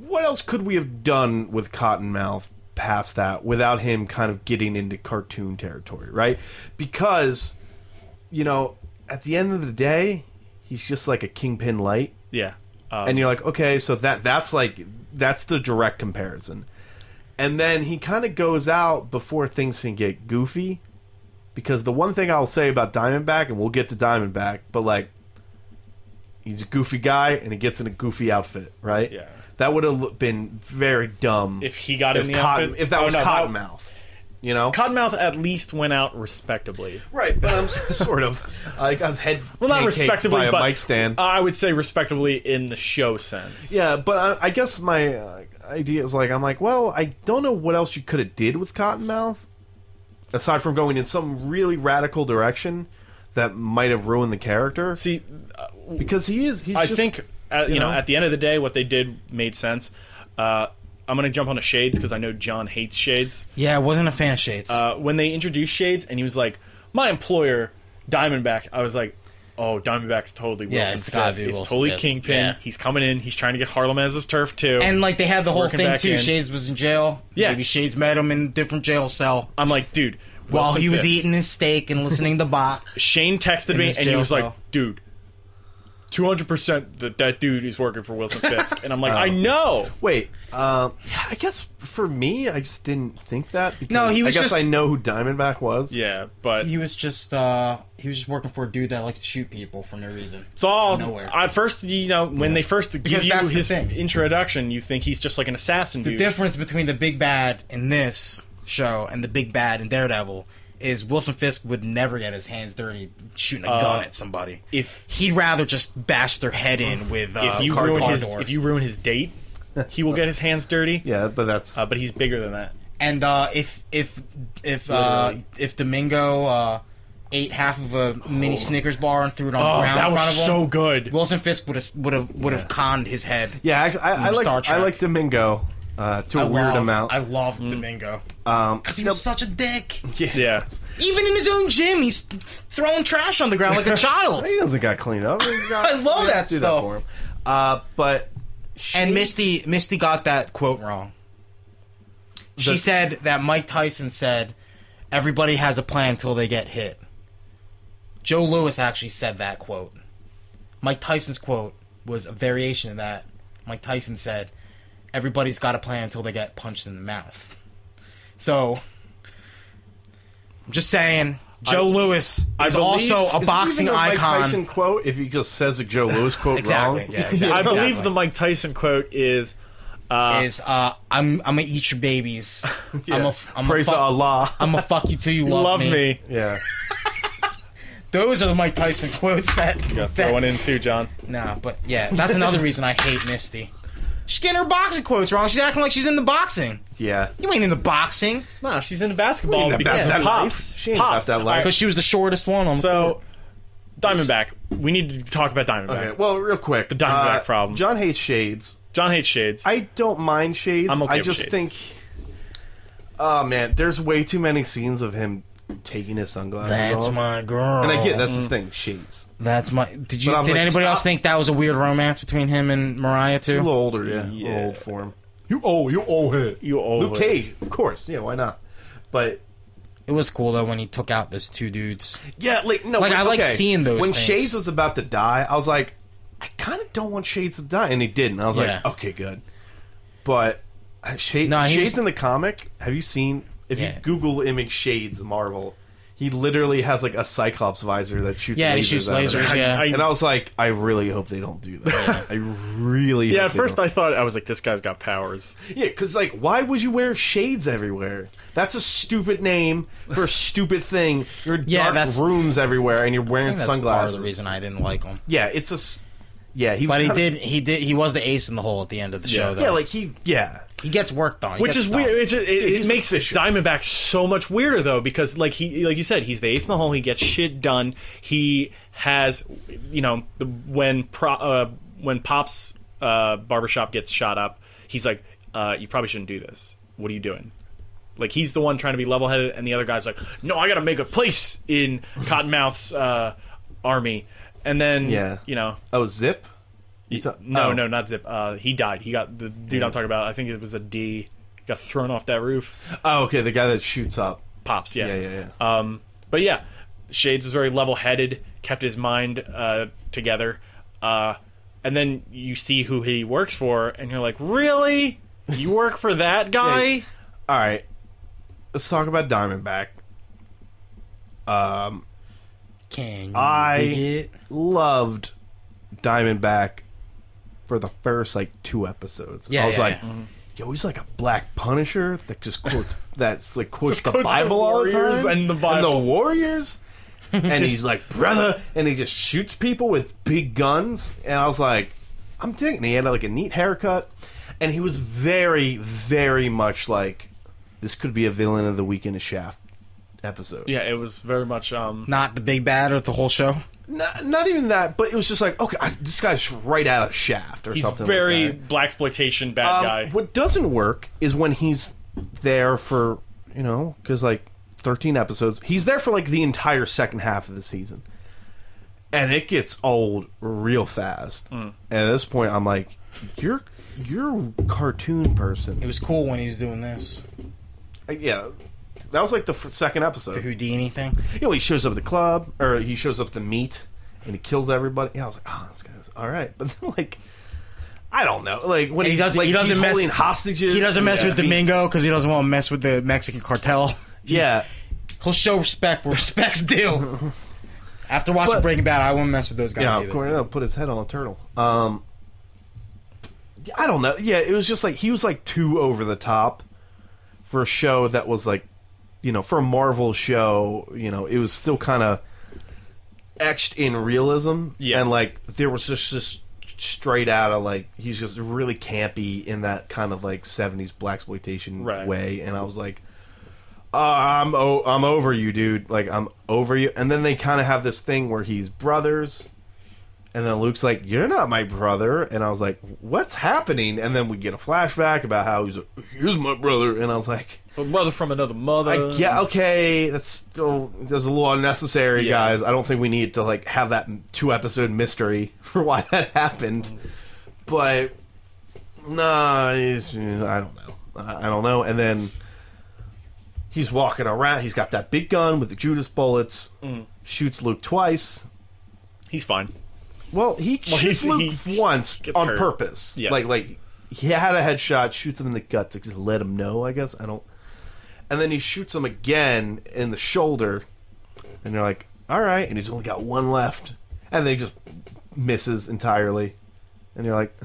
[SPEAKER 4] What else could we have done with Cottonmouth past that without him kind of getting into cartoon territory, right? Because, you know, at the end of the day, he's just like a kingpin light
[SPEAKER 2] Yeah. Um,
[SPEAKER 4] and you're like, okay, so that that's like that's the direct comparison. And then he kind of goes out before things can get goofy, because the one thing I'll say about Diamondback, and we'll get to Diamondback, but like, he's a goofy guy, and he gets in a goofy outfit, right?
[SPEAKER 2] Yeah.
[SPEAKER 4] That would have been very dumb
[SPEAKER 2] If he got in the
[SPEAKER 4] Cotton-
[SPEAKER 2] outfit?
[SPEAKER 4] if that
[SPEAKER 2] Oh,
[SPEAKER 4] was
[SPEAKER 2] no, that-
[SPEAKER 4] Cottonmouth, you know.
[SPEAKER 2] Cottonmouth at least went out respectably.
[SPEAKER 4] Right, but I'm sort of like I was head
[SPEAKER 2] Well, not
[SPEAKER 4] pancaked
[SPEAKER 2] respectably,
[SPEAKER 4] by a
[SPEAKER 2] but
[SPEAKER 4] mic stand.
[SPEAKER 2] I would say respectably in the show sense.
[SPEAKER 4] Yeah, but I, I guess my uh, idea is like I'm like, well, I don't know what else you could have did with Cottonmouth, aside from going in some really radical direction that might have ruined the character.
[SPEAKER 2] See, uh,
[SPEAKER 4] because he is, he's
[SPEAKER 2] I
[SPEAKER 4] just-
[SPEAKER 2] think at, you,
[SPEAKER 4] you
[SPEAKER 2] know,
[SPEAKER 4] know?
[SPEAKER 2] at the end of the day, what they did made sense. Uh, I'm gonna jump on to Shades because I know John hates Shades.
[SPEAKER 3] yeah, I wasn't a fan of Shades.
[SPEAKER 2] Uh, when they introduced Shades, and he was like, "My employer, Diamondback," I was like, Oh, Diamondback's totally Wilson
[SPEAKER 5] Yeah, it's
[SPEAKER 2] Fisk.
[SPEAKER 5] gotta
[SPEAKER 2] It's,
[SPEAKER 5] be Wilson
[SPEAKER 2] totally
[SPEAKER 5] Fisk.
[SPEAKER 2] Kingpin.
[SPEAKER 5] Yeah.
[SPEAKER 2] He's coming in. He's trying to get Harlem as his turf too.
[SPEAKER 3] And like they had the whole
[SPEAKER 2] working
[SPEAKER 3] thing
[SPEAKER 2] back
[SPEAKER 3] too.
[SPEAKER 2] in.
[SPEAKER 3] Shades was in jail.
[SPEAKER 2] Yeah.
[SPEAKER 3] Maybe Shades met him in a different jail cell
[SPEAKER 4] Uh,
[SPEAKER 2] I'm like, dude.
[SPEAKER 3] while
[SPEAKER 2] Wilson
[SPEAKER 3] he was
[SPEAKER 2] Fisk.
[SPEAKER 3] eating his steak and listening to Bach.
[SPEAKER 2] Shane texted
[SPEAKER 3] in
[SPEAKER 2] me
[SPEAKER 3] his
[SPEAKER 2] and he
[SPEAKER 3] jail
[SPEAKER 2] was
[SPEAKER 3] cell.
[SPEAKER 2] like, dude. 200% that that dude is working for Wilson Fisk. And I'm
[SPEAKER 3] Oh.
[SPEAKER 2] like, I know.
[SPEAKER 4] Wait, um, yeah, I guess for me, I just didn't think that. Because
[SPEAKER 3] No, he was
[SPEAKER 4] I guess
[SPEAKER 3] just-
[SPEAKER 4] I know who Diamondback was.
[SPEAKER 2] Yeah, but
[SPEAKER 3] He was just uh he was just working for a dude that likes to shoot people for no reason.
[SPEAKER 2] It's all
[SPEAKER 3] Nowhere.
[SPEAKER 2] at first, you know, when they first give
[SPEAKER 3] Because
[SPEAKER 2] you
[SPEAKER 3] that's the
[SPEAKER 2] his
[SPEAKER 3] thing.
[SPEAKER 2] introduction, you think he's just like an assassin
[SPEAKER 3] The
[SPEAKER 2] dude.
[SPEAKER 3] difference between the big bad in this show and the big bad in Daredevil is Wilson Fisk would never get his hands dirty shooting a gun at somebody.
[SPEAKER 2] Uh, if
[SPEAKER 3] He'd rather just bash their head in with uh,
[SPEAKER 2] if you
[SPEAKER 3] car,
[SPEAKER 2] ruin
[SPEAKER 3] car
[SPEAKER 2] his
[SPEAKER 3] door.
[SPEAKER 2] if you ruin his date, he will get his hands dirty.
[SPEAKER 4] Yeah, but that's
[SPEAKER 2] uh, but he's bigger than that.
[SPEAKER 3] And uh, if if if uh,
[SPEAKER 4] Literally.
[SPEAKER 3] if Domingo uh, ate half of a mini Snickers bar and threw it on
[SPEAKER 2] Oh,
[SPEAKER 3] the ground
[SPEAKER 2] that
[SPEAKER 3] in front
[SPEAKER 2] was
[SPEAKER 3] of him,
[SPEAKER 2] so good.
[SPEAKER 3] Wilson Fisk would have would have would have conned his head.
[SPEAKER 4] yeah. Actually, I, I
[SPEAKER 3] From
[SPEAKER 4] like
[SPEAKER 3] Star
[SPEAKER 4] I
[SPEAKER 3] Trek.
[SPEAKER 4] like Domingo uh, to a
[SPEAKER 3] I
[SPEAKER 4] weird
[SPEAKER 3] loved,
[SPEAKER 4] amount.
[SPEAKER 3] I loved
[SPEAKER 2] Mm.
[SPEAKER 3] Domingo
[SPEAKER 4] um,
[SPEAKER 3] because he was such a dick.
[SPEAKER 2] yeah,
[SPEAKER 3] Even in his own gym, he's throwing trash on the ground like a child.
[SPEAKER 4] he doesn't got cleaned up. He's got-
[SPEAKER 3] I love
[SPEAKER 4] they
[SPEAKER 3] that
[SPEAKER 4] do
[SPEAKER 3] stuff.
[SPEAKER 4] for him. Uh, but
[SPEAKER 3] and
[SPEAKER 4] Shane-
[SPEAKER 3] Misty Misty got that quote wrong. She
[SPEAKER 4] The-
[SPEAKER 3] said that Mike Tyson said everybody has a plan until they get hit. Joe Lewis actually said that quote. Mike Tyson's quote was a variation of that. Mike Tyson said everybody's got a plan until they get punched in the mouth. So I'm just saying Joe Lewis is
[SPEAKER 4] believe-
[SPEAKER 3] also
[SPEAKER 4] is
[SPEAKER 3] a
[SPEAKER 4] it
[SPEAKER 3] boxing
[SPEAKER 4] even a Mike
[SPEAKER 3] icon.
[SPEAKER 4] Tyson quote if he just says a Joe Lewis quote
[SPEAKER 3] Exactly.
[SPEAKER 4] wrong.
[SPEAKER 3] Yeah, exactly.
[SPEAKER 2] I believe
[SPEAKER 3] Exactly.
[SPEAKER 2] the Mike Tyson quote is
[SPEAKER 3] is uh, I'm I'm gonna eat your babies. I'm a I'm
[SPEAKER 4] Praise
[SPEAKER 3] a
[SPEAKER 4] to
[SPEAKER 3] fuck,
[SPEAKER 4] Allah.
[SPEAKER 3] I'm gonna fuck you till you love,
[SPEAKER 2] "Love me."
[SPEAKER 4] yeah.
[SPEAKER 3] Those are the Mike Tyson quotes that.
[SPEAKER 2] Got to
[SPEAKER 3] that-
[SPEAKER 2] throw one in too, John.
[SPEAKER 3] Nah, but yeah, that's another reason I hate Misty. She's getting her boxing quotes wrong. She's acting like she's in the boxing.
[SPEAKER 4] Yeah.
[SPEAKER 3] You ain't in the boxing
[SPEAKER 2] Nah, she's into basketball
[SPEAKER 4] She ain't
[SPEAKER 2] because
[SPEAKER 4] about
[SPEAKER 2] of
[SPEAKER 4] that
[SPEAKER 2] pops.
[SPEAKER 4] life. She ain't
[SPEAKER 2] pops.
[SPEAKER 4] about that life.
[SPEAKER 2] All
[SPEAKER 3] because
[SPEAKER 2] right,
[SPEAKER 3] she was the shortest one on. the
[SPEAKER 2] so,
[SPEAKER 3] court.
[SPEAKER 2] Diamondback. We need to talk about Diamondback.
[SPEAKER 4] Okay, well, real quick, the
[SPEAKER 2] Diamondback problem.
[SPEAKER 4] John hates shades.
[SPEAKER 2] John hates shades.
[SPEAKER 4] I don't mind shades.
[SPEAKER 2] I'm okay
[SPEAKER 4] I
[SPEAKER 2] with
[SPEAKER 4] just
[SPEAKER 2] shades.
[SPEAKER 4] think, oh man, there's way too many scenes of him taking his sunglasses
[SPEAKER 3] that's
[SPEAKER 4] off.
[SPEAKER 3] my girl.
[SPEAKER 4] and I get that's his thing, shades.
[SPEAKER 3] That's my. Did you?
[SPEAKER 4] But I'm
[SPEAKER 3] Did
[SPEAKER 4] like,
[SPEAKER 3] anybody else
[SPEAKER 4] stop.
[SPEAKER 3] think that was a weird romance between him and Mariah
[SPEAKER 4] A
[SPEAKER 3] too?
[SPEAKER 4] little older, yeah, A
[SPEAKER 2] Yeah.
[SPEAKER 4] little old for him. You old, you old head.
[SPEAKER 2] You old
[SPEAKER 4] Luke
[SPEAKER 2] head.
[SPEAKER 4] Cage, of course. Yeah, why not? But
[SPEAKER 3] It was cool though when he took out those two dudes.
[SPEAKER 4] yeah, like no,
[SPEAKER 3] Like,
[SPEAKER 4] when-
[SPEAKER 3] I like
[SPEAKER 4] okay,
[SPEAKER 3] seeing those
[SPEAKER 4] When
[SPEAKER 3] things.
[SPEAKER 4] Shades was about to die, I was like, I kind of don't want Shades to die, and he didn't. I was
[SPEAKER 3] Yeah.
[SPEAKER 4] like, okay, good. But uh, Shade,
[SPEAKER 3] No, he
[SPEAKER 4] Shades
[SPEAKER 3] was-
[SPEAKER 4] in the comic. Have you seen? If
[SPEAKER 3] Yeah.
[SPEAKER 4] you Google image Shades Marvel, he literally has like a Cyclops visor that shoots.
[SPEAKER 3] Yeah,
[SPEAKER 4] lasers
[SPEAKER 3] he shoots
[SPEAKER 4] out of it.
[SPEAKER 3] lasers, yeah.
[SPEAKER 4] and I was like, I really hope they don't do that. I really.
[SPEAKER 2] yeah,
[SPEAKER 4] hope
[SPEAKER 2] at
[SPEAKER 4] they
[SPEAKER 2] first
[SPEAKER 4] don't.
[SPEAKER 2] I thought I was like, this guy's got powers.
[SPEAKER 4] Yeah, because like, why would you wear shades everywhere? That's a stupid name for a stupid thing. You're in
[SPEAKER 3] Yeah,
[SPEAKER 4] dark
[SPEAKER 3] that's-
[SPEAKER 4] rooms everywhere, and you're
[SPEAKER 3] I
[SPEAKER 4] wearing
[SPEAKER 3] think that's part
[SPEAKER 4] sunglasses.
[SPEAKER 3] of the reason I didn't like him.
[SPEAKER 4] Yeah, it's a. s- Yeah, he. Was
[SPEAKER 3] But he
[SPEAKER 4] kinda-
[SPEAKER 3] did. He did. He was the ace in the hole at the end of the show. Though.
[SPEAKER 4] Yeah, like he. Yeah,
[SPEAKER 3] he gets worked on, He
[SPEAKER 2] which
[SPEAKER 3] gets
[SPEAKER 2] is
[SPEAKER 3] dumped.
[SPEAKER 2] weird. It's just, it it
[SPEAKER 4] he's
[SPEAKER 2] makes
[SPEAKER 4] efficient.
[SPEAKER 2] Diamondback so much weirder though, because like he, like you said, he's the ace in the hole. He gets shit done. He has, you know, the, when pro, uh, when Pop's uh, barbershop gets shot up, he's like, uh, "You probably shouldn't do this. What are you doing?" Like he's the one trying to be level headed, and the other guy's like, "No, I got to make a place in Cottonmouth's uh, army." And then,
[SPEAKER 4] Yeah.
[SPEAKER 2] you know,
[SPEAKER 4] oh zip. You ta-
[SPEAKER 2] no,
[SPEAKER 4] oh.
[SPEAKER 2] no, not Zip. Uh, he died. He got the dude I'm talking about. I think it was a D. Got thrown off that roof.
[SPEAKER 4] Oh, okay, the guy that shoots up.
[SPEAKER 2] Pops. Yeah.
[SPEAKER 4] Yeah, yeah, yeah.
[SPEAKER 2] Um, but yeah, Shades was very level-headed. Kept his mind uh, together. Uh, and then you see who he works for, and you're like, really? You work for that guy?
[SPEAKER 4] Yeah. All right, let's talk about Diamondback. Um,
[SPEAKER 3] Can you
[SPEAKER 4] I-
[SPEAKER 3] dig it?
[SPEAKER 4] loved Diamondback for the first like two episodes.
[SPEAKER 3] Yeah,
[SPEAKER 4] I was
[SPEAKER 3] yeah,
[SPEAKER 4] like,
[SPEAKER 3] yeah.
[SPEAKER 2] Mm-hmm.
[SPEAKER 4] yo, he's like a black Punisher that just quotes that's like quotes
[SPEAKER 2] Just
[SPEAKER 4] the
[SPEAKER 2] quotes the
[SPEAKER 4] Bible all the
[SPEAKER 2] Warriors
[SPEAKER 4] time
[SPEAKER 2] and the Bible.
[SPEAKER 4] Warriors. and he's like, brother, and he just shoots people with big guns. And I was like, I'm thinking he had like a neat haircut, and he was very, very much like this could be a villain of the week in a Shaft episode.
[SPEAKER 2] Yeah, it was very much. Um,
[SPEAKER 3] Not the big bad or the whole show.
[SPEAKER 4] not, not even that, but it was just like, okay, I, this guy's right out of Shaft or
[SPEAKER 2] he's
[SPEAKER 4] something.
[SPEAKER 2] very
[SPEAKER 4] like
[SPEAKER 2] black exploitation bad
[SPEAKER 4] that. Um,
[SPEAKER 2] guy.
[SPEAKER 4] What doesn't work is when he's there for you know because like thirteen episodes, he's there for like the entire second half of the season, and it gets old real fast.
[SPEAKER 2] Hmm.
[SPEAKER 4] And at this point, I'm like, you're you're a cartoon
[SPEAKER 3] It
[SPEAKER 4] person.
[SPEAKER 3] was cool when he was doing this.
[SPEAKER 4] Uh, Yeah, that was like the f- second
[SPEAKER 3] The
[SPEAKER 4] episode.
[SPEAKER 3] Houdini thing.
[SPEAKER 4] You know, he shows up at the club or he shows up at the meet and he kills everybody. Yeah, I was like, oh, this guy's all right. But then like. I don't know. Like when
[SPEAKER 3] And he
[SPEAKER 4] he's,
[SPEAKER 3] doesn't-
[SPEAKER 4] like,
[SPEAKER 3] he doesn't
[SPEAKER 4] he's
[SPEAKER 3] mess-
[SPEAKER 4] holding hostages.
[SPEAKER 3] He doesn't mess
[SPEAKER 4] Yeah.
[SPEAKER 3] with Domingo because he doesn't want to mess with the Mexican cartel.
[SPEAKER 4] Yeah,
[SPEAKER 3] He'll show respect where respect's due. After watching
[SPEAKER 4] But-
[SPEAKER 3] Breaking Bad, I won't mess with those guys.
[SPEAKER 4] Yeah,
[SPEAKER 3] either.
[SPEAKER 4] Cornell put his head on a turtle. Um, I don't know. Yeah, it was just like he was like too over the top for a show that was like, you know, for a Marvel show. You know, it was still kind of etched in realism.
[SPEAKER 2] Yeah.
[SPEAKER 4] and like there was just this straight out of like he's just really campy in that kind of like seventies black exploitation
[SPEAKER 2] Right.
[SPEAKER 4] way, and I was like. Uh, I'm o- I'm over you, dude. Like I'm over you. And then they kind of have this thing where he's brothers, and then Luke's like, "You're not my brother," and I was like, "What's happening?" And then we get a flashback about how he's like, "Here's my brother," and I was like,
[SPEAKER 2] A brother from another mother.
[SPEAKER 4] "I get okay, that's still that's a little unnecessary,
[SPEAKER 2] Yeah.
[SPEAKER 4] guys. I don't think we need to like have that two episode mystery for why that happened." But nah, he's, I don't know. I I don't know. And then he's walking around. He's got that big gun with the Judas bullets. Shoots Luke twice.
[SPEAKER 2] He's fine.
[SPEAKER 4] Well, he
[SPEAKER 2] Well,
[SPEAKER 4] shoots
[SPEAKER 2] he's-
[SPEAKER 4] Luke
[SPEAKER 2] he
[SPEAKER 4] once
[SPEAKER 2] gets
[SPEAKER 4] on
[SPEAKER 2] hurt.
[SPEAKER 4] purpose.
[SPEAKER 2] Yes.
[SPEAKER 4] Like like he had a headshot, shoots him in the gut to just let him know, I guess. I don't And then he shoots him again in the shoulder and you're like, Alright, and he's only got one left. And then he just misses entirely. And you're like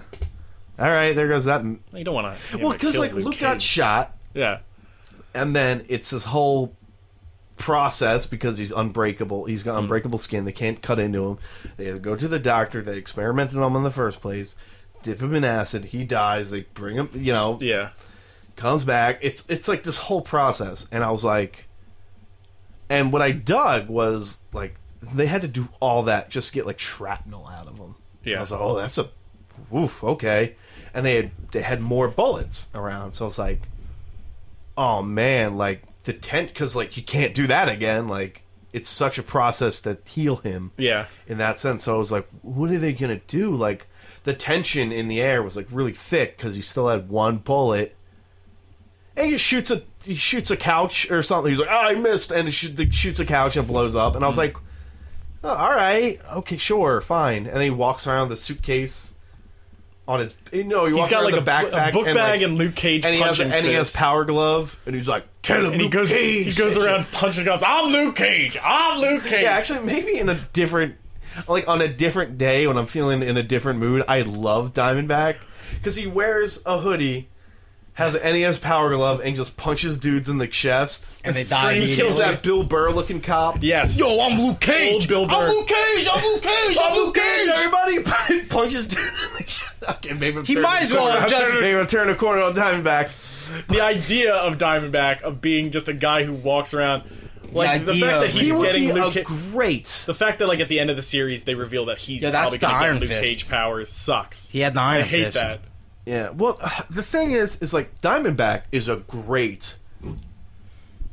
[SPEAKER 4] Alright, there goes that m-"
[SPEAKER 2] You don't want to.
[SPEAKER 4] Well, because like Luke, got shot
[SPEAKER 2] Yeah.
[SPEAKER 4] and then it's this whole process because he's unbreakable. He's got unbreakable skin. They can't cut into him. They have to go to the doctor. They experimented on him in the first place. Dip him in acid. He dies. They bring him. You know,
[SPEAKER 2] Yeah.
[SPEAKER 4] comes back. It's it's like this whole process. And I was like, and what I dug was like they had to do all that just to get like shrapnel out of him.
[SPEAKER 2] Yeah.
[SPEAKER 4] I was like, oh, that's a, oof, okay. And they had they had more bullets around, so I was like, oh man, like the tent, because like you can't do that again. Like it's such a process to heal him
[SPEAKER 2] Yeah.
[SPEAKER 4] in that sense. So I was like, what are they gonna do? Like the tension in the air was like really thick because he still had one bullet. And he shoots a he shoots a couch or something. He's like, oh, I missed, and he shoot, the, shoots a couch and blows up. And I
[SPEAKER 2] Hmm.
[SPEAKER 4] was like, oh, all right, okay, sure, fine. And then he walks around with a suitcase on his no, he
[SPEAKER 2] He's
[SPEAKER 4] walks
[SPEAKER 2] got
[SPEAKER 4] around
[SPEAKER 2] like a,
[SPEAKER 4] with a
[SPEAKER 2] bu-
[SPEAKER 4] backpack
[SPEAKER 2] a book
[SPEAKER 4] and,
[SPEAKER 2] bag
[SPEAKER 4] like,
[SPEAKER 2] and Luke Cage
[SPEAKER 4] and he has
[SPEAKER 2] punching
[SPEAKER 4] and he has
[SPEAKER 2] fists.
[SPEAKER 4] power glove and he's like, tell him
[SPEAKER 2] And he
[SPEAKER 4] Luke
[SPEAKER 2] goes.
[SPEAKER 4] Cage.
[SPEAKER 2] He goes
[SPEAKER 4] And shit.
[SPEAKER 2] around punching cops. I'm Luke Cage. I'm Luke Cage.
[SPEAKER 4] Yeah, actually, maybe in a different, like on a different day when I'm feeling in a different mood, I love Diamondback because he wears a hoodie, has an NES power glove, and just punches dudes in the chest.
[SPEAKER 3] And they die.
[SPEAKER 2] Screams,
[SPEAKER 4] He kills
[SPEAKER 3] immediately.
[SPEAKER 4] that Bill Burr looking cop.
[SPEAKER 2] yes.
[SPEAKER 3] Yo, I'm Luke Cage.
[SPEAKER 2] Old Bill Burr.
[SPEAKER 3] I'm Luke Cage. I'm Luke Cage. I'm Luke Cage.
[SPEAKER 4] Everybody punches dudes in the chest. Okay, maybe I'm
[SPEAKER 3] He
[SPEAKER 4] turning
[SPEAKER 3] might
[SPEAKER 4] the
[SPEAKER 3] as well
[SPEAKER 4] corner.
[SPEAKER 3] have
[SPEAKER 4] I'm
[SPEAKER 3] just-
[SPEAKER 4] turning- maybe I'm turning a corner on Diamondback.
[SPEAKER 2] the idea of Diamondback of being just a guy who walks around, like the,
[SPEAKER 3] idea
[SPEAKER 2] fact that
[SPEAKER 3] of-
[SPEAKER 2] he's
[SPEAKER 4] He would
[SPEAKER 2] getting
[SPEAKER 4] be
[SPEAKER 2] Luke
[SPEAKER 4] a
[SPEAKER 2] Cage.
[SPEAKER 4] great.
[SPEAKER 2] the fact that like at the end of the series they reveal that he's
[SPEAKER 3] Yeah, that's
[SPEAKER 2] probably going
[SPEAKER 3] the
[SPEAKER 2] to get
[SPEAKER 3] Iron
[SPEAKER 2] Luke
[SPEAKER 3] Fist.
[SPEAKER 2] Cage powers sucks.
[SPEAKER 3] He had the Iron
[SPEAKER 2] I hate
[SPEAKER 3] Fist.
[SPEAKER 2] that.
[SPEAKER 4] Yeah. Well, the thing is, is like Diamondback is a great,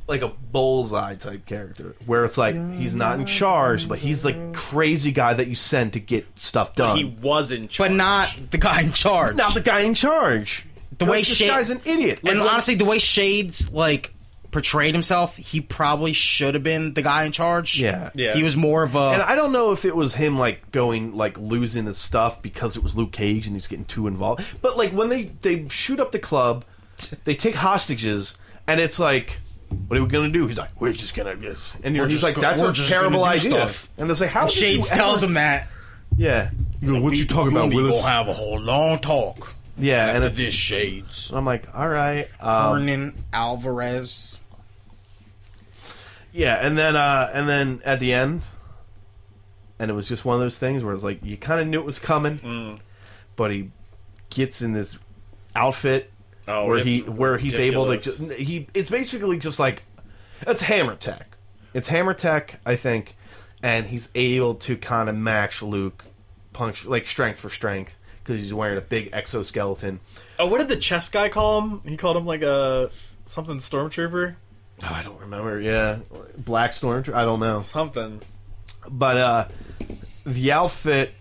[SPEAKER 4] like a bullseye type character, where it's like he's not in charge, but he's the crazy guy that you send to get stuff done.
[SPEAKER 2] He was in charge.
[SPEAKER 3] But not the guy in charge.
[SPEAKER 4] not the guy in charge. The
[SPEAKER 3] way
[SPEAKER 4] this
[SPEAKER 3] shit-
[SPEAKER 4] guy's an idiot. Like,
[SPEAKER 3] and
[SPEAKER 4] when-
[SPEAKER 3] honestly, the way Shades like portrayed himself, he probably should have been the guy in charge.
[SPEAKER 4] Yeah.
[SPEAKER 2] Yeah.
[SPEAKER 3] He was more of a.
[SPEAKER 4] And I don't know if it was him like going like losing his stuff because it was Luke Cage and he's getting too involved. But like when they they shoot up the club, they take hostages, and it's like, what are we gonna do? He's like, we're just gonna just, and you're
[SPEAKER 3] We're
[SPEAKER 4] just like,
[SPEAKER 3] just go-
[SPEAKER 4] that's
[SPEAKER 3] we're
[SPEAKER 4] a
[SPEAKER 3] just
[SPEAKER 4] terrible
[SPEAKER 3] gonna
[SPEAKER 4] idea.
[SPEAKER 3] do stuff.
[SPEAKER 4] And it's like, how did
[SPEAKER 3] Shades
[SPEAKER 4] you ever-
[SPEAKER 3] tells him that.
[SPEAKER 4] yeah, what
[SPEAKER 3] We-
[SPEAKER 4] you talking
[SPEAKER 3] you
[SPEAKER 4] about,
[SPEAKER 3] and me
[SPEAKER 4] Willis?
[SPEAKER 3] gonna have a whole long talk.
[SPEAKER 4] yeah, and
[SPEAKER 3] After
[SPEAKER 4] it's,
[SPEAKER 3] this, Shades.
[SPEAKER 4] I'm like, all right, um,
[SPEAKER 3] Hernan Alvarez.
[SPEAKER 4] Yeah, and then uh and then at the end, and it was just one of those things where it's like you kind of knew it was coming,
[SPEAKER 2] Mm.
[SPEAKER 4] but he gets in this outfit
[SPEAKER 2] Oh,
[SPEAKER 4] where
[SPEAKER 2] it's
[SPEAKER 4] he where he's able to
[SPEAKER 2] ridiculous.
[SPEAKER 4] just, he it's basically just like it's hammer tech, it's hammer tech I think, and he's able to kind of match Luke, punch like strength for strength because he's wearing a big exoskeleton.
[SPEAKER 2] Oh, what did the chess guy call him? He called him like a something stormtrooper,
[SPEAKER 4] Oh, I don't remember. Yeah, black storm. I don't know.
[SPEAKER 2] something.
[SPEAKER 4] but uh the outfit,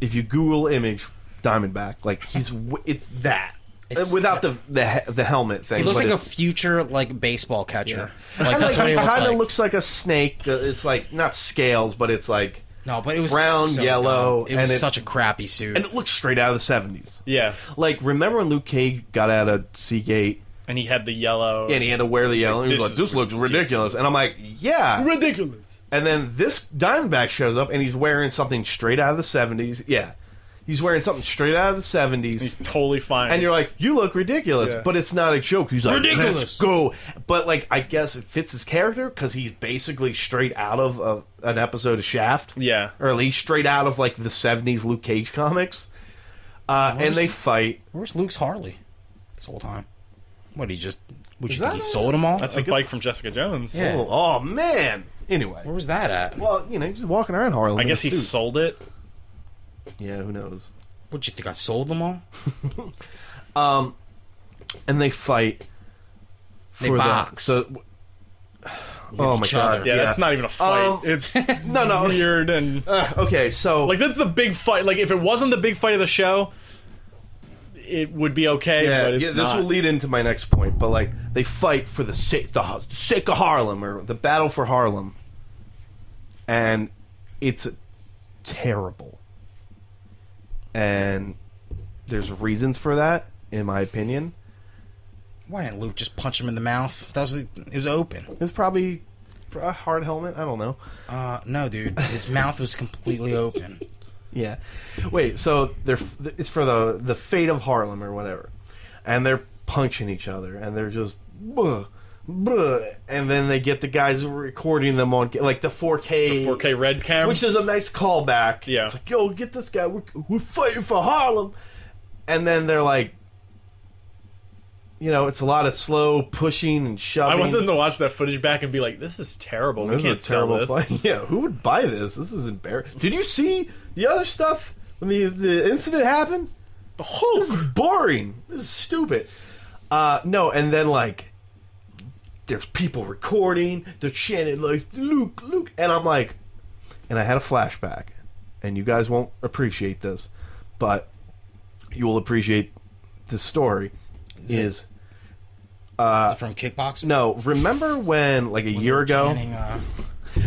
[SPEAKER 4] if you Google image Diamondback, like he's w- it's that Uh,
[SPEAKER 3] It's
[SPEAKER 4] without the the he- the helmet thing.
[SPEAKER 3] He looks
[SPEAKER 4] but
[SPEAKER 3] like a
[SPEAKER 4] it's-
[SPEAKER 3] future like baseball catcher. Like
[SPEAKER 4] Kinda
[SPEAKER 3] that's what
[SPEAKER 4] like,
[SPEAKER 3] he looks
[SPEAKER 4] kind
[SPEAKER 3] like.
[SPEAKER 4] of looks like a snake. Uh, It's like not scales, but it's like
[SPEAKER 3] no, but it was
[SPEAKER 4] brown,
[SPEAKER 3] so
[SPEAKER 4] yellow,
[SPEAKER 3] dumb. It was
[SPEAKER 4] and it-
[SPEAKER 3] such a crappy suit.
[SPEAKER 4] and it looks straight out of the seventies.
[SPEAKER 2] Yeah,
[SPEAKER 4] Like remember when Luke Cage got out of Seagate
[SPEAKER 2] and he had the yellow.
[SPEAKER 4] and he had to wear the yellow? and he was like,
[SPEAKER 2] "This
[SPEAKER 4] "This looks ridiculous," and I'm like, "Yeah."
[SPEAKER 2] ridiculous.
[SPEAKER 4] And then this Diamondback shows up and he's wearing something straight out of the 70s. Yeah. He's wearing something straight out of the 70s.
[SPEAKER 2] He's totally fine.
[SPEAKER 4] and you're like, you look ridiculous,
[SPEAKER 2] Yeah.
[SPEAKER 4] but it's not a joke. He's like,
[SPEAKER 2] Ridiculous.
[SPEAKER 4] let's go. But like, I guess it fits his character because he's basically straight out of a, an episode of Shaft,
[SPEAKER 2] yeah,
[SPEAKER 4] or at least straight out of like the '70s Luke Cage comics. Uh, and they fight.
[SPEAKER 3] Where's Luke's Harley this whole time? What he just? Would you
[SPEAKER 4] that
[SPEAKER 3] think he
[SPEAKER 4] a-
[SPEAKER 3] sold them all?
[SPEAKER 4] I
[SPEAKER 2] that's his
[SPEAKER 4] guess-
[SPEAKER 2] bike from Jessica Jones.
[SPEAKER 3] Yeah.
[SPEAKER 4] Oh, oh, man. Anyway,
[SPEAKER 3] Where was that at?
[SPEAKER 4] well, you know, he's walking around Harlem.
[SPEAKER 2] I
[SPEAKER 4] in
[SPEAKER 2] guess
[SPEAKER 4] a
[SPEAKER 2] he
[SPEAKER 4] suit.
[SPEAKER 2] sold it.
[SPEAKER 4] yeah, who knows?
[SPEAKER 3] Would you think I sold them all?
[SPEAKER 4] And they fight.
[SPEAKER 3] They
[SPEAKER 4] for the-
[SPEAKER 3] box.
[SPEAKER 4] so- oh my
[SPEAKER 3] each
[SPEAKER 4] god!
[SPEAKER 3] other.
[SPEAKER 2] Yeah, that's not even a fight.
[SPEAKER 4] Um,
[SPEAKER 2] it's
[SPEAKER 4] no, no.
[SPEAKER 2] weird and
[SPEAKER 4] Uh, okay, so
[SPEAKER 2] like that's the big fight. Like if it wasn't the big fight of the show, it would be okay.
[SPEAKER 4] yeah,
[SPEAKER 2] but it's
[SPEAKER 4] yeah. This
[SPEAKER 2] not.
[SPEAKER 4] will lead into my next point, but like they fight for the sake, the ho- sake of Harlem or the battle for Harlem, and it's terrible. And there's reasons for that, in my opinion.
[SPEAKER 3] Why didn't Luke just punch him in the mouth? That was the, it was open.
[SPEAKER 4] It's probably a hard helmet. I don't know.
[SPEAKER 3] Uh, no, dude, his mouth was completely open.
[SPEAKER 4] Yeah. Wait, so they're it's for the the fate of Harlem or whatever. And they're punching each other and they're just "Bleh, bleh," and then they get the guys who are recording them on like the 4K
[SPEAKER 2] 4K red cam.
[SPEAKER 4] which is a nice callback.
[SPEAKER 2] Yeah.
[SPEAKER 4] It's like, "Yo, get this guy. We're, we're fighting for Harlem." And then they're like you know, it's a lot of slow pushing and
[SPEAKER 2] I,
[SPEAKER 4] shoving.
[SPEAKER 2] want them to watch that footage back and be like, "This is terrible.
[SPEAKER 4] This
[SPEAKER 2] we
[SPEAKER 4] is
[SPEAKER 2] can't
[SPEAKER 4] a
[SPEAKER 2] sell
[SPEAKER 4] terrible
[SPEAKER 2] this."
[SPEAKER 4] fight. Yeah, who would buy this? This is embarrassing. Did you see the other stuff when the the incident happened? This is boring. This is stupid. Uh, no, and then like, there's people recording. They're chanting like Luke, Luke, and I'm like, and I had a flashback, and you guys won't appreciate this, but you will appreciate this story. Is
[SPEAKER 3] Is it from kickboxing?
[SPEAKER 4] Uh, no, remember when like a year ago?
[SPEAKER 3] Channing, uh,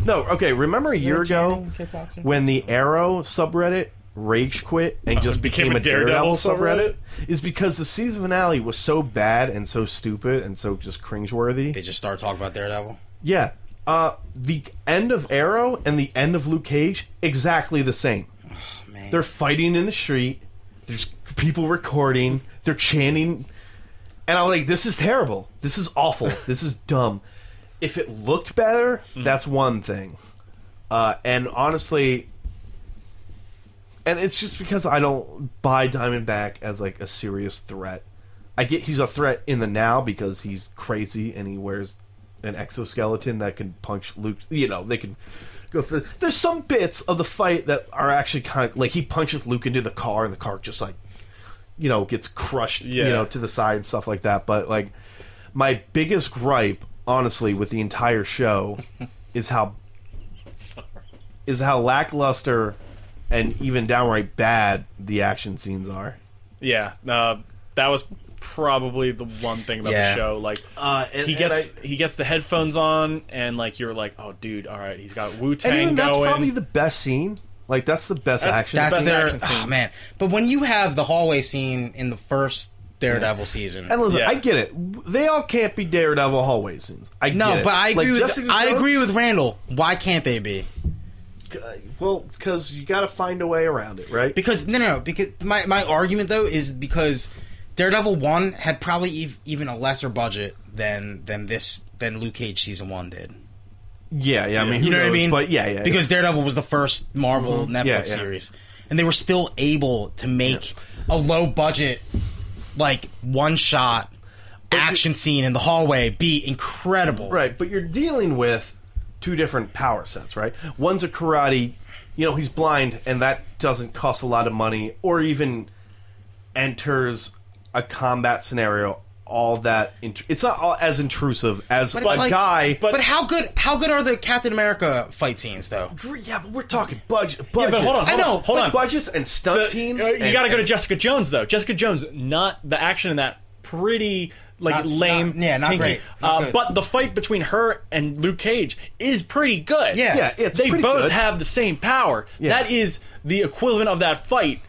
[SPEAKER 4] No, okay. Remember a year ago
[SPEAKER 3] Channing kickboxer?
[SPEAKER 4] when the Arrow subreddit rage quit and just
[SPEAKER 2] became
[SPEAKER 4] Oh, became,
[SPEAKER 2] a
[SPEAKER 4] a Daredevil,
[SPEAKER 2] Daredevil
[SPEAKER 4] subreddit? Is because the season finale was so bad and so stupid and so just
[SPEAKER 3] they
[SPEAKER 4] cringeworthy.
[SPEAKER 3] just started talking about Daredevil.
[SPEAKER 4] Yeah. Uh, the end of Arrow and the end of Luke Cage exactly the same.
[SPEAKER 3] Man,
[SPEAKER 4] They're fighting in the street. There's people recording. They're chanting, and I'm like, "This is terrible. This is awful. This is dumb." If it looked better, that's one thing. Uh, and honestly, and it's just because I don't buy Diamondback as like a serious threat. I get he's a threat in the now because he's crazy and he wears an exoskeleton that can punch Luke. You know, they can go for. There's some bits of the fight that are actually kind of like he punches Luke into the car and the car just like, you know, gets crushed.
[SPEAKER 2] Yeah.
[SPEAKER 4] You know, to the side and stuff like that. But like, my biggest gripe, honestly, with the entire show, is how is how lackluster and even downright bad the action scenes are.
[SPEAKER 2] Yeah, uh, that was probably the one thing about
[SPEAKER 3] Yeah.
[SPEAKER 2] the show. Like
[SPEAKER 4] Uh, and,
[SPEAKER 2] he gets he gets the headphones on, and like you're like, "Oh, dude, all right, he's got Wu
[SPEAKER 4] and,
[SPEAKER 2] Tang
[SPEAKER 4] even
[SPEAKER 2] going."
[SPEAKER 4] that's probably the best scene. Like that's the best
[SPEAKER 2] That's-
[SPEAKER 4] action.
[SPEAKER 2] Best
[SPEAKER 3] that's their
[SPEAKER 2] action scene.
[SPEAKER 3] oh, man. But when you have the hallway scene in the first Daredevil season,
[SPEAKER 4] and listen,
[SPEAKER 2] Yeah.
[SPEAKER 4] I get it. They all can't be Daredevil hallway scenes. I
[SPEAKER 3] no,
[SPEAKER 4] get it.
[SPEAKER 3] but I
[SPEAKER 4] Like,
[SPEAKER 3] agree with
[SPEAKER 4] Jessica
[SPEAKER 3] I
[SPEAKER 4] Jones-
[SPEAKER 3] agree with Randall. Why can't they be?
[SPEAKER 4] Well, because you got to find a way around it, right?
[SPEAKER 3] Because no, no, because my my argument though is because Daredevil one had probably ev- even a lesser budget than than this than Luke Cage season one did.
[SPEAKER 4] yeah, yeah. I mean, who
[SPEAKER 3] You know what I
[SPEAKER 4] knows?
[SPEAKER 3] mean?
[SPEAKER 4] But yeah, yeah. Mm-hmm.
[SPEAKER 3] Because Daredevil was the first Marvel Netflix
[SPEAKER 4] Yeah, yeah.
[SPEAKER 3] series, and they were still able to make a low budget, like one shot action scene in the hallway be incredible.
[SPEAKER 4] Right, but you're dealing with two different power sets, right? One's a karate, you know, he's blind, and that doesn't cost a lot of money or even enters a combat scenario all that. Int- it's not all as intrusive as a
[SPEAKER 3] it's like-
[SPEAKER 4] guy.
[SPEAKER 2] but-
[SPEAKER 3] But, how good? How good are the Captain America fight scenes though?
[SPEAKER 4] yeah, but we're talking budget.
[SPEAKER 2] but hold on,
[SPEAKER 4] budgets.
[SPEAKER 2] hold
[SPEAKER 3] I know,
[SPEAKER 2] on, hold
[SPEAKER 4] But
[SPEAKER 2] on.
[SPEAKER 4] budgets and stunt
[SPEAKER 2] The-
[SPEAKER 4] teams.
[SPEAKER 2] uh,
[SPEAKER 4] and-
[SPEAKER 2] You got to go to
[SPEAKER 4] and-
[SPEAKER 2] Jessica Jones though. Jessica Jones, not the action in that pretty like
[SPEAKER 3] Not-
[SPEAKER 2] lame.
[SPEAKER 3] not- yeah, not
[SPEAKER 2] tinky.
[SPEAKER 3] great. Not
[SPEAKER 2] uh,
[SPEAKER 3] good.
[SPEAKER 2] but the fight between her and Luke Cage is pretty good.
[SPEAKER 3] Yeah.
[SPEAKER 4] Yeah, it's
[SPEAKER 2] they
[SPEAKER 4] pretty
[SPEAKER 2] both
[SPEAKER 4] good.
[SPEAKER 2] have the same power. That is the equivalent of that fight,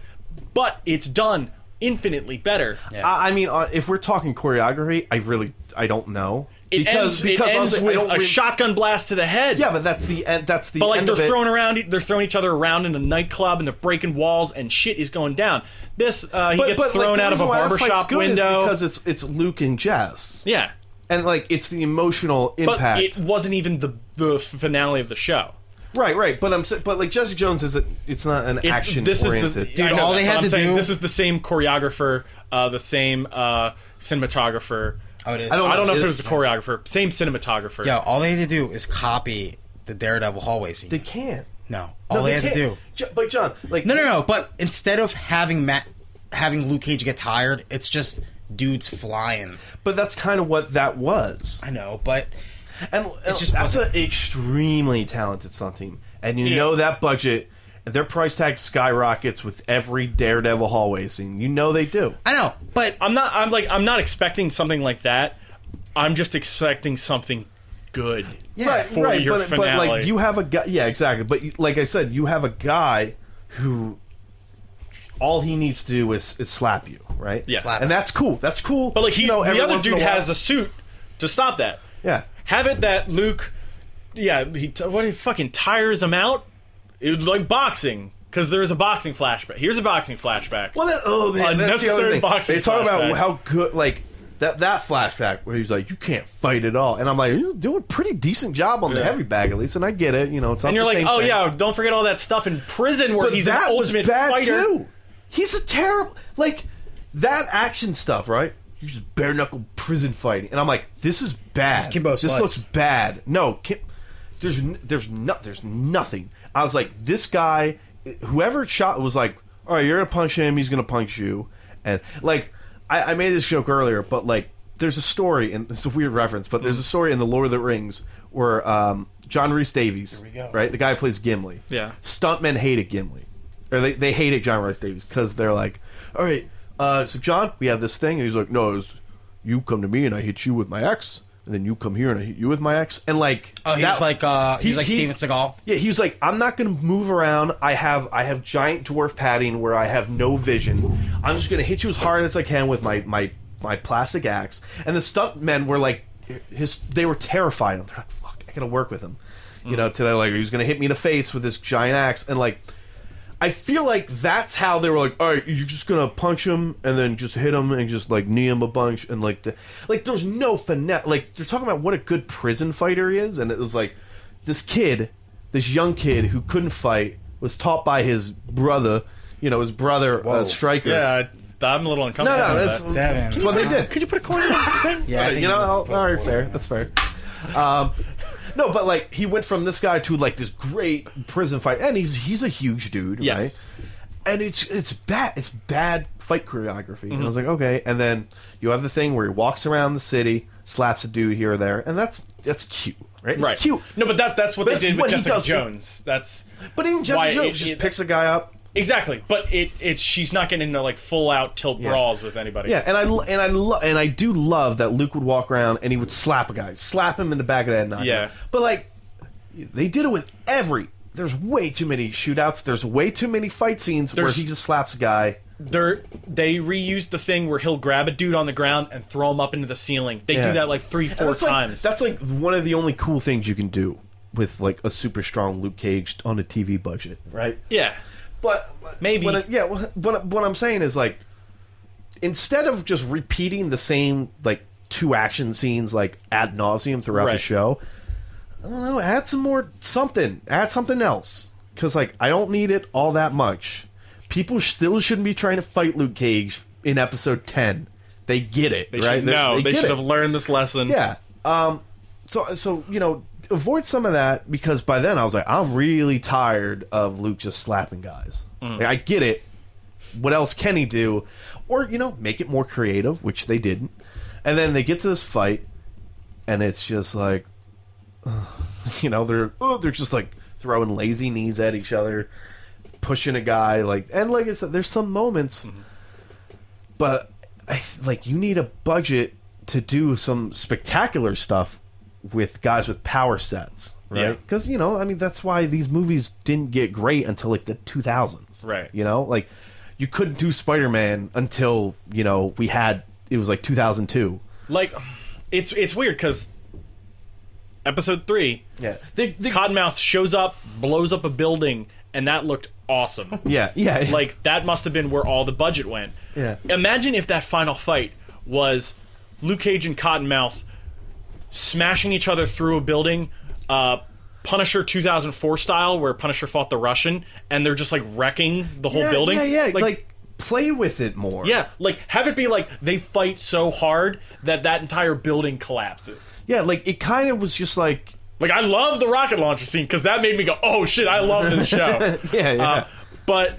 [SPEAKER 2] but it's done infinitely better.
[SPEAKER 4] I, I mean, uh, if we're talking choreography, I really I don't know
[SPEAKER 2] It ends, it ends
[SPEAKER 4] honestly, I
[SPEAKER 2] with a
[SPEAKER 4] don't really-
[SPEAKER 2] shotgun blast to the head.
[SPEAKER 4] Yeah, but that's the end. That's the
[SPEAKER 2] But like
[SPEAKER 4] end
[SPEAKER 2] they're
[SPEAKER 4] of it.
[SPEAKER 2] throwing around, they're throwing each other around in a nightclub, and they're breaking walls, and shit is going down. This uh, he
[SPEAKER 4] But-
[SPEAKER 2] gets
[SPEAKER 4] but, like,
[SPEAKER 2] thrown
[SPEAKER 4] the
[SPEAKER 2] out of a
[SPEAKER 4] reason why that fight's
[SPEAKER 2] barbershop
[SPEAKER 4] good is
[SPEAKER 2] window.
[SPEAKER 4] because it's it's Luke and Jess.
[SPEAKER 2] yeah,
[SPEAKER 4] and like it's the emotional
[SPEAKER 2] but
[SPEAKER 4] impact.
[SPEAKER 2] it wasn't even the the f- finale of the show.
[SPEAKER 4] right, right. But I'm sa- but like Jessica Jones is a, it's not an
[SPEAKER 2] It's-
[SPEAKER 4] action
[SPEAKER 2] this is the
[SPEAKER 4] oriented.
[SPEAKER 2] I know,
[SPEAKER 3] all they
[SPEAKER 2] that's what
[SPEAKER 3] had
[SPEAKER 2] I'm
[SPEAKER 3] to
[SPEAKER 2] saying.
[SPEAKER 3] do-
[SPEAKER 2] This is the same choreographer, uh, the same uh, cinematographer.
[SPEAKER 3] Oh, it is.
[SPEAKER 4] I don't-
[SPEAKER 2] I don't know if
[SPEAKER 4] it
[SPEAKER 2] it
[SPEAKER 4] is.
[SPEAKER 2] was the choreographer, same cinematographer.
[SPEAKER 3] Yo, all they had to do is copy the Daredevil hallway scene.
[SPEAKER 4] they can't.
[SPEAKER 3] no, all they, had to do.
[SPEAKER 4] can't. Jo- But John, like
[SPEAKER 3] No, no, no. But instead of having Matt, having Luke Cage get tired, it's just dudes flying.
[SPEAKER 4] But that's kind of what that was.
[SPEAKER 3] I know, but
[SPEAKER 4] And it's
[SPEAKER 3] just-
[SPEAKER 4] that's an extremely talented stunt team, and you
[SPEAKER 2] Yeah.
[SPEAKER 4] know that budget. Their price tag skyrockets with every Daredevil hallway scene. You know they do.
[SPEAKER 3] I know, but
[SPEAKER 2] I'm not. I'm like. I'm not expecting something like that. I'm just expecting something good.
[SPEAKER 3] yeah,
[SPEAKER 4] right,
[SPEAKER 2] for
[SPEAKER 4] right,
[SPEAKER 2] your
[SPEAKER 4] but, but
[SPEAKER 2] finale.
[SPEAKER 4] like you have a guy, yeah, exactly. But you- like I said, you have a guy who all he needs to do is, is slap you, right?
[SPEAKER 2] Yeah. Slap
[SPEAKER 4] and
[SPEAKER 3] him.
[SPEAKER 4] that's cool. That's cool.
[SPEAKER 2] But like he,
[SPEAKER 4] you know,
[SPEAKER 2] the
[SPEAKER 4] every
[SPEAKER 2] other
[SPEAKER 4] once in
[SPEAKER 2] dude
[SPEAKER 4] while-
[SPEAKER 2] has a suit to stop that.
[SPEAKER 4] yeah.
[SPEAKER 2] Have it that Luke, yeah, he t- what he fucking tires him out. It was like boxing because there is a boxing flashback. Here's a boxing flashback.
[SPEAKER 4] Well, that, oh man, that's the
[SPEAKER 2] Unnecessary
[SPEAKER 4] other thing.
[SPEAKER 2] boxing
[SPEAKER 4] they talk
[SPEAKER 2] flashback.
[SPEAKER 4] about how good, like that that flashback where he's like, "You can't fight at all," and I'm like, "You're doing a pretty decent job on the
[SPEAKER 2] Yeah.
[SPEAKER 4] heavy bag at least," and I get it. You know, it's not
[SPEAKER 2] and you're
[SPEAKER 4] the
[SPEAKER 2] like,
[SPEAKER 4] same
[SPEAKER 2] oh
[SPEAKER 4] thing.
[SPEAKER 2] yeah, don't forget all that stuff in prison where
[SPEAKER 4] but
[SPEAKER 2] he's
[SPEAKER 4] that
[SPEAKER 2] an
[SPEAKER 4] was
[SPEAKER 2] ultimate
[SPEAKER 4] bad
[SPEAKER 2] fighter.
[SPEAKER 4] too. He's a terrible like that action stuff, right? You just bare knuckle prison fighting, and I'm like, this is bad. This,
[SPEAKER 3] Kimbo Slice.
[SPEAKER 4] looks bad. No, Kim, there's n- there's no, there's nothing. I was like, this guy, whoever shot was like, all right, you're gonna punch him, he's gonna punch you, and like I, I made this joke earlier, but like there's a story, and it's a weird reference, but there's a story in the Lord of the Rings where um, John Rhys Davies,
[SPEAKER 3] we go.
[SPEAKER 4] right, the guy who plays Gimli,
[SPEAKER 2] Yeah.
[SPEAKER 4] stuntmen hated Gimli, or they, they hated John Rice Davies because they're like, all right, uh, so John, we have this thing, and he's like, no, it's you come to me and I hit you with my ex, and then you come here and I hit you with my ex, and like,
[SPEAKER 3] oh, he
[SPEAKER 4] that-
[SPEAKER 3] was like, uh, he, was like Steven Seagal.
[SPEAKER 4] Yeah, he was like, I'm not gonna move around. I have I have giant dwarf padding where I have no vision. I'm just gonna hit you as hard as I can with my my my plastic axe. And the stuntmen were like, his they were terrified. They're like, fuck, I gotta work with him. You know, today like he's gonna hit me in the face with this giant axe, and like. I feel like that's how they were like, all right, you're just gonna punch him and then just hit him and just like knee him a bunch and like, the, like there's no finesse. Like they're talking about what a good prison fighter he is, and it was like this kid, this young kid who couldn't fight was taught by his brother, you know, his brother uh, striker.
[SPEAKER 2] Yeah, I- I'm a little
[SPEAKER 4] no,
[SPEAKER 2] uncomfortable.
[SPEAKER 4] no,
[SPEAKER 2] with
[SPEAKER 4] that's,
[SPEAKER 2] that.
[SPEAKER 3] Devin.
[SPEAKER 4] that's what they did.
[SPEAKER 2] Could you put a coin in that thing?
[SPEAKER 3] Yeah, I think
[SPEAKER 4] you know,
[SPEAKER 3] he
[SPEAKER 4] all
[SPEAKER 3] was-
[SPEAKER 4] right, fair. That's fair. Um, no, but like he went from this guy to like this great prison fight, and he's he's a huge dude,
[SPEAKER 2] Yes.
[SPEAKER 4] right? And it's it's bad it's bad fight choreography.
[SPEAKER 3] Mm-hmm.
[SPEAKER 4] And I was like, okay. And then you have the thing where he walks around the city, slaps a dude here or there, and that's that's cute, right?
[SPEAKER 2] Right.
[SPEAKER 4] It's cute.
[SPEAKER 2] No, but that that's what
[SPEAKER 4] But
[SPEAKER 2] they
[SPEAKER 4] that's
[SPEAKER 2] did with
[SPEAKER 4] what he
[SPEAKER 2] Jessica
[SPEAKER 4] does.
[SPEAKER 2] Jones. That's
[SPEAKER 4] But even Jesse
[SPEAKER 2] Why,
[SPEAKER 4] Jones
[SPEAKER 2] it-
[SPEAKER 4] just
[SPEAKER 2] it-
[SPEAKER 4] picks a guy up.
[SPEAKER 2] exactly. But it it's she's not getting into like full out tilt brawls with anybody.
[SPEAKER 4] Yeah, and I lo- and I love and I do love that Luke would walk around and he would slap a guy, slap him in the back of the head, and knock him
[SPEAKER 2] Yeah.
[SPEAKER 4] out. But like, they did it with every. There's way too many shootouts. There's way too many fight scenes
[SPEAKER 2] There's-
[SPEAKER 4] where he just slaps a guy.
[SPEAKER 2] They're, they reused the thing where he'll grab a dude on the ground and throw him up into the ceiling. They
[SPEAKER 4] Yeah.
[SPEAKER 2] do that like three, four
[SPEAKER 4] And that's like-
[SPEAKER 2] times.
[SPEAKER 4] that's like one of the only cool things you can do with like a super strong Luke Cage on a TV budget, right?
[SPEAKER 2] yeah.
[SPEAKER 4] But
[SPEAKER 2] Maybe.
[SPEAKER 4] what I- yeah. What, what, what I'm saying is like, instead of just repeating the same like two action scenes like ad nauseum throughout the
[SPEAKER 2] Right.
[SPEAKER 4] show, I don't know. Add some more something. Add something else because like I don't need it all that much. People still shouldn't be trying to fight Luke Cage in episode ten. They get it,
[SPEAKER 2] They
[SPEAKER 4] right?
[SPEAKER 2] should, no, they,
[SPEAKER 4] get
[SPEAKER 2] should
[SPEAKER 4] it.
[SPEAKER 2] have learned this lesson.
[SPEAKER 4] Yeah. Um. So so you know avoid some of that because by then I was like I'm really tired of Luke just slapping guys. Like, I get it. What else can he do? Or you know make it more creative, which they didn't. And then they get to this fight, and it's just like, you know, they're oh, they're just like throwing lazy knees at each other, pushing a guy like, and like I said, there's some moments,
[SPEAKER 2] Mm-hmm.
[SPEAKER 4] but I, th- like you need a budget to do some spectacular stuff with guys with power sets,
[SPEAKER 2] Yeah.
[SPEAKER 4] right? Because you know, I mean, that's why these movies didn't get great until like the 2000s,
[SPEAKER 2] Right.
[SPEAKER 4] You know, like you couldn't do Spider-Man until you know we had it was like 2002.
[SPEAKER 2] Like, it's it's weird because episode three,
[SPEAKER 4] Yeah, they, they,
[SPEAKER 2] Codmouth shows up, blows up a building, and that looked awesome.
[SPEAKER 4] yeah, yeah,
[SPEAKER 2] like that must have been where all the budget went.
[SPEAKER 4] Yeah.
[SPEAKER 2] Imagine if that final fight was Luke Cage and Cottonmouth smashing each other through a building, uh, Punisher 2004 style, where Punisher fought the Russian, and they're just like wrecking the whole
[SPEAKER 4] yeah,
[SPEAKER 2] building.
[SPEAKER 4] Yeah, yeah, like, play with it more.
[SPEAKER 2] yeah, like have it be like they fight so hard that that entire building collapses.
[SPEAKER 4] yeah, like it kind of was just like
[SPEAKER 2] Like I love the rocket launcher scene because that made me go, "Oh shit, I love this show."
[SPEAKER 4] yeah, yeah.
[SPEAKER 2] Uh, but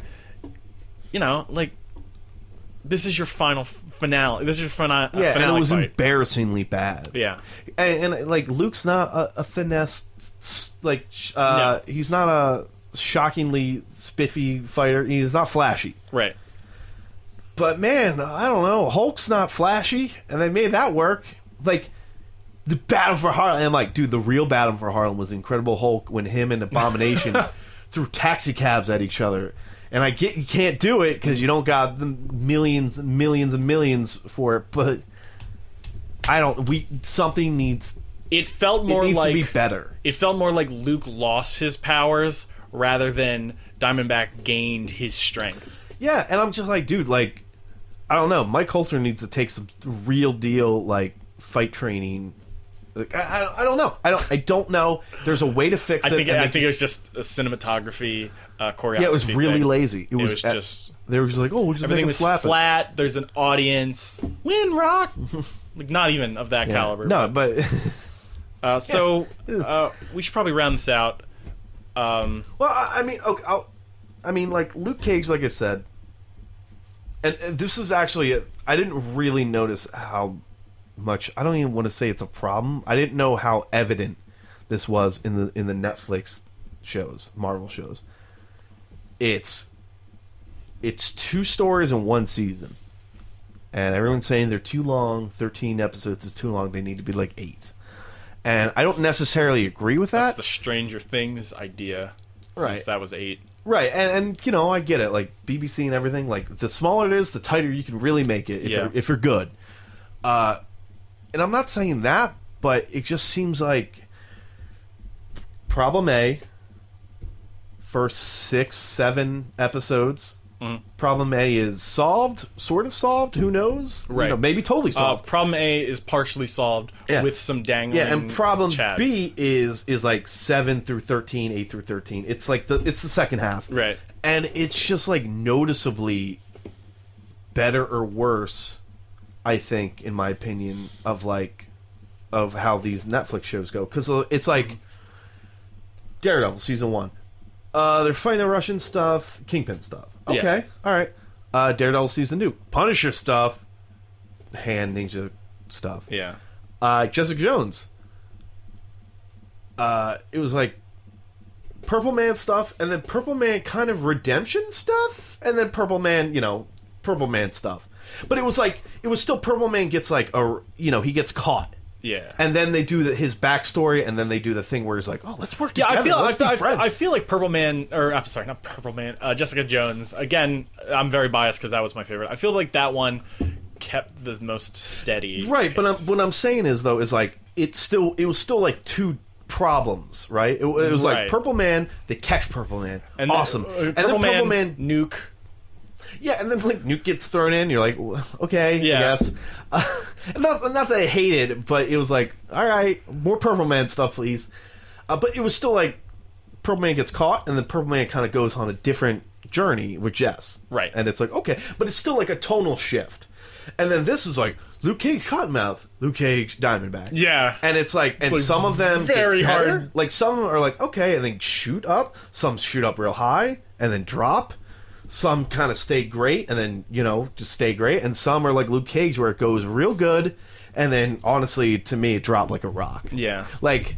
[SPEAKER 2] you know, like this is your final f- finale. This is your fina- uh,
[SPEAKER 4] yeah,
[SPEAKER 2] finale.
[SPEAKER 4] and it was
[SPEAKER 2] fight.
[SPEAKER 4] embarrassingly bad.
[SPEAKER 2] yeah,
[SPEAKER 4] and, and like Luke's not a, a finesse, s- s- like sh- uh, he's not a shockingly spiffy fighter. He's not flashy.
[SPEAKER 2] right.
[SPEAKER 4] But man, I don't know. Hulk's not flashy, and they made that work. Like the battle for Harlem. I'm like, dude, the real battle for Harlem was Incredible Hulk when him and Abomination threw taxi cabs at each other. And I get you can't do it because you don't got the millions, and millions, and millions for it. But I don't. We something needs.
[SPEAKER 2] It felt
[SPEAKER 4] It
[SPEAKER 2] more
[SPEAKER 4] needs
[SPEAKER 2] like
[SPEAKER 4] to be better.
[SPEAKER 2] it felt more like Luke lost his powers rather than Diamondback gained his strength.
[SPEAKER 4] Yeah, and I'm just like, dude, like, I don't know. Mike Coulter needs to take some real deal like fight training. Like, I, I, I don't know. I don't. I don't know. There's a way to fix
[SPEAKER 2] I
[SPEAKER 4] it.
[SPEAKER 2] think
[SPEAKER 4] and
[SPEAKER 2] I
[SPEAKER 4] they
[SPEAKER 2] think it was just a cinematography uh, choreography.
[SPEAKER 4] yeah, it was really
[SPEAKER 2] thing.
[SPEAKER 4] lazy. It was,
[SPEAKER 2] was
[SPEAKER 4] at-
[SPEAKER 2] just-
[SPEAKER 4] they were just like, oh, we'll just
[SPEAKER 2] Everything
[SPEAKER 4] make him
[SPEAKER 2] was
[SPEAKER 4] slap it.
[SPEAKER 2] flat. There's an audience. Win rock. like not even of that
[SPEAKER 4] Yeah.
[SPEAKER 2] caliber.
[SPEAKER 4] No, but
[SPEAKER 2] Uh, so uh, we should probably round this out. Um,
[SPEAKER 4] well, I I mean, okay, I'll, I mean, like Luke Cage, like I said, and, and this is actually, I I didn't really notice how much. I don't even want to say it's a problem. I didn't know how evident this was in the in the Netflix shows, Marvel shows. It's it's two stories in one season. And everyone's saying they're too long. Thirteen episodes is too long. They need to be like eight. And I don't necessarily agree with that.
[SPEAKER 2] that's the Stranger Things idea. Since
[SPEAKER 4] Uh, Right.
[SPEAKER 2] That was eight.
[SPEAKER 4] Right, and, and you know I get it. Like BBC and everything. Like the smaller it is, the tighter you can really make it if
[SPEAKER 2] Yeah.
[SPEAKER 4] you're, if you're good. Uh, and I'm not saying that, but it just seems like problem A. First six, seven episodes.
[SPEAKER 2] Mm-hmm.
[SPEAKER 4] Problem A is solved, sort of solved. Who knows? You
[SPEAKER 2] Right.
[SPEAKER 4] know, maybe totally
[SPEAKER 2] Uh,
[SPEAKER 4] solved.
[SPEAKER 2] problem A is partially solved
[SPEAKER 4] Yeah.
[SPEAKER 2] with some dangling.
[SPEAKER 4] yeah, and problem
[SPEAKER 2] chads.
[SPEAKER 4] B is is like seven through 13, 8 through thirteen. It's like the it's the second half
[SPEAKER 2] Right.
[SPEAKER 4] and it's just like noticeably better or worse i think in my opinion of like of how these netflix shows go because it's like daredevil season one uh they're fighting the russian stuff kingpin stuff
[SPEAKER 2] Yeah.
[SPEAKER 4] okay all right uh daredevil season two punisher stuff hand ninja stuff
[SPEAKER 2] Yeah.
[SPEAKER 4] uh, Jessica Jones. Uh, it was like Purple Man stuff, and then Purple Man kind of redemption stuff, and then Purple Man, you know, Purple Man stuff. But it was like it was still Purple Man gets like a you know he gets caught,
[SPEAKER 2] Yeah.
[SPEAKER 4] and then they do the, his backstory, and then they do the thing where he's like, oh, let's work
[SPEAKER 2] yeah,
[SPEAKER 4] together,
[SPEAKER 2] I feel, I,
[SPEAKER 4] let's
[SPEAKER 2] feel,
[SPEAKER 4] be
[SPEAKER 2] I,
[SPEAKER 4] friends.
[SPEAKER 2] feel, I feel like Purple Man, or I'm sorry, not Purple Man, uh, Jessica Jones. Again, I'm very biased because that was my favorite. I feel like that one kept the most steady.
[SPEAKER 4] Right, but I'm,
[SPEAKER 2] pace.
[SPEAKER 4] what I'm saying is though is like it's still it was still like two problems, right? It, it was
[SPEAKER 2] Right.
[SPEAKER 4] like Purple Man, they catch Purple Man,
[SPEAKER 2] And then,
[SPEAKER 4] awesome,
[SPEAKER 2] uh,
[SPEAKER 4] and
[SPEAKER 2] Purple,
[SPEAKER 4] then Purple
[SPEAKER 2] Man,
[SPEAKER 4] Man,
[SPEAKER 2] Nuke.
[SPEAKER 4] yeah, and then like Nuke gets thrown in, you're like, "Well, okay,
[SPEAKER 2] Yeah.
[SPEAKER 4] I guess. Uh, not not that I hated, it, but it was like, all right, more Purple Man stuff, please. Uh, but it was still like Purple Man gets caught, and then Purple Man kind of goes on a different journey with Jess,
[SPEAKER 2] Right.
[SPEAKER 4] And it's like okay, but it's still like a tonal shift. And then this is like Luke Cage, Cottonmouth, Luke Cage, Diamondback,
[SPEAKER 2] Yeah.
[SPEAKER 4] and it's like, and
[SPEAKER 2] like
[SPEAKER 4] some of them get
[SPEAKER 2] very
[SPEAKER 4] better.
[SPEAKER 2] hard.
[SPEAKER 4] Like some are like okay, and then shoot up. Some shoot up real high and then drop. Some kind of stay great and then you know just stay great. And some are like Luke Cage where it goes real good, and then honestly, to me, it dropped like a rock.
[SPEAKER 2] Yeah.
[SPEAKER 4] Like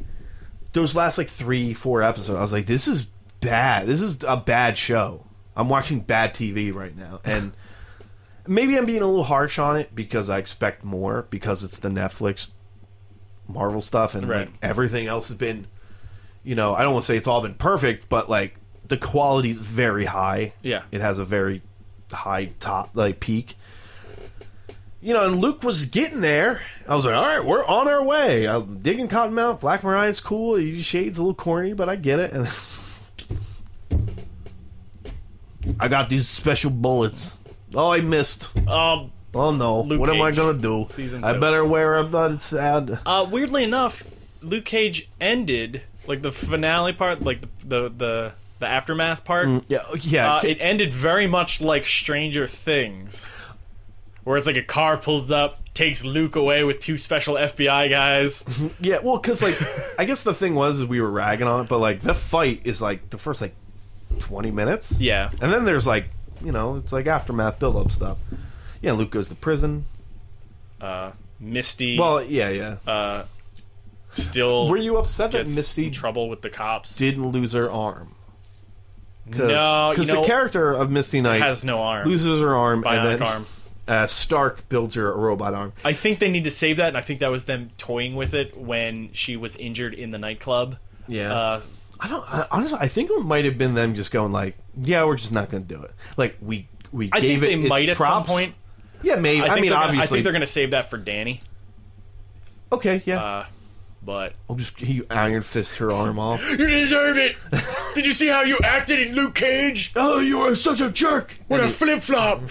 [SPEAKER 4] those last like three, four episodes, I was like, this is bad. This is a bad show. I'm watching bad TV right now, and maybe I'm being a little harsh on it because I expect more because it's the Netflix Marvel stuff, and
[SPEAKER 2] Right.
[SPEAKER 4] like everything else has been, you know, I don't want to say it's all been perfect, but like the quality's very high.
[SPEAKER 2] Yeah.
[SPEAKER 4] it has a very high top like peak you know, and Luke was getting there. I was like, all right, we're on our way. I'm digging Cottonmouth. Black Mariah's cool. Shade's a little corny, but I get it. And I, was like, I got these special bullets. Oh, I missed.
[SPEAKER 2] Um,
[SPEAKER 4] Oh, no.
[SPEAKER 2] Luke
[SPEAKER 4] what am I
[SPEAKER 2] Cage,
[SPEAKER 4] going to do?
[SPEAKER 2] season
[SPEAKER 4] I
[SPEAKER 2] two.
[SPEAKER 4] better wear a blood sad.
[SPEAKER 2] uh, weirdly enough, Luke Cage ended like the finale part, like the the the, the aftermath part.
[SPEAKER 4] Yeah, oh, yeah.
[SPEAKER 2] Uh, it ended very much like Stranger Things, where it's like a car pulls up, takes Luke away with two special FBI guys.
[SPEAKER 4] Yeah, well, because like I guess the thing was is we were ragging on it, but like the fight is like the first like twenty minutes.
[SPEAKER 2] Yeah.
[SPEAKER 4] and then there's like you know it's like aftermath build up stuff. Yeah, Luke goes to prison.
[SPEAKER 2] Uh, Misty,
[SPEAKER 4] Well, yeah, yeah.
[SPEAKER 2] uh, still
[SPEAKER 4] Were you upset that
[SPEAKER 2] gets
[SPEAKER 4] Misty
[SPEAKER 2] in trouble with the cops.
[SPEAKER 4] didn't lose her arm? Cause,
[SPEAKER 2] No, you
[SPEAKER 4] 'cause
[SPEAKER 2] know-
[SPEAKER 4] the character of Misty Knight
[SPEAKER 2] has no arm.
[SPEAKER 4] loses her arm,
[SPEAKER 2] bionic
[SPEAKER 4] and then
[SPEAKER 2] arm.
[SPEAKER 4] Uh, Stark builds her a robot arm.
[SPEAKER 2] I think they need to save that, and I think that was them toying with it when she was injured in the nightclub.
[SPEAKER 4] Yeah.
[SPEAKER 2] Uh,
[SPEAKER 4] I don't. I, honestly, I think it might have been them just going like, "Yeah, we're just not going to do it." Like we we
[SPEAKER 2] I
[SPEAKER 4] gave
[SPEAKER 2] think they
[SPEAKER 4] it its
[SPEAKER 2] might at
[SPEAKER 4] props.
[SPEAKER 2] some point.
[SPEAKER 4] Yeah, maybe. I,
[SPEAKER 2] I, think
[SPEAKER 4] mean,
[SPEAKER 2] they're gonna-
[SPEAKER 4] obviously.
[SPEAKER 2] I think they're going to save that for Danny.
[SPEAKER 4] Okay, yeah.
[SPEAKER 2] Uh, but
[SPEAKER 4] I'll just he iron fist her arm off.
[SPEAKER 2] you deserved it. Did you see how you acted in Luke Cage?
[SPEAKER 4] oh, you are such a jerk!
[SPEAKER 2] What a flip flop!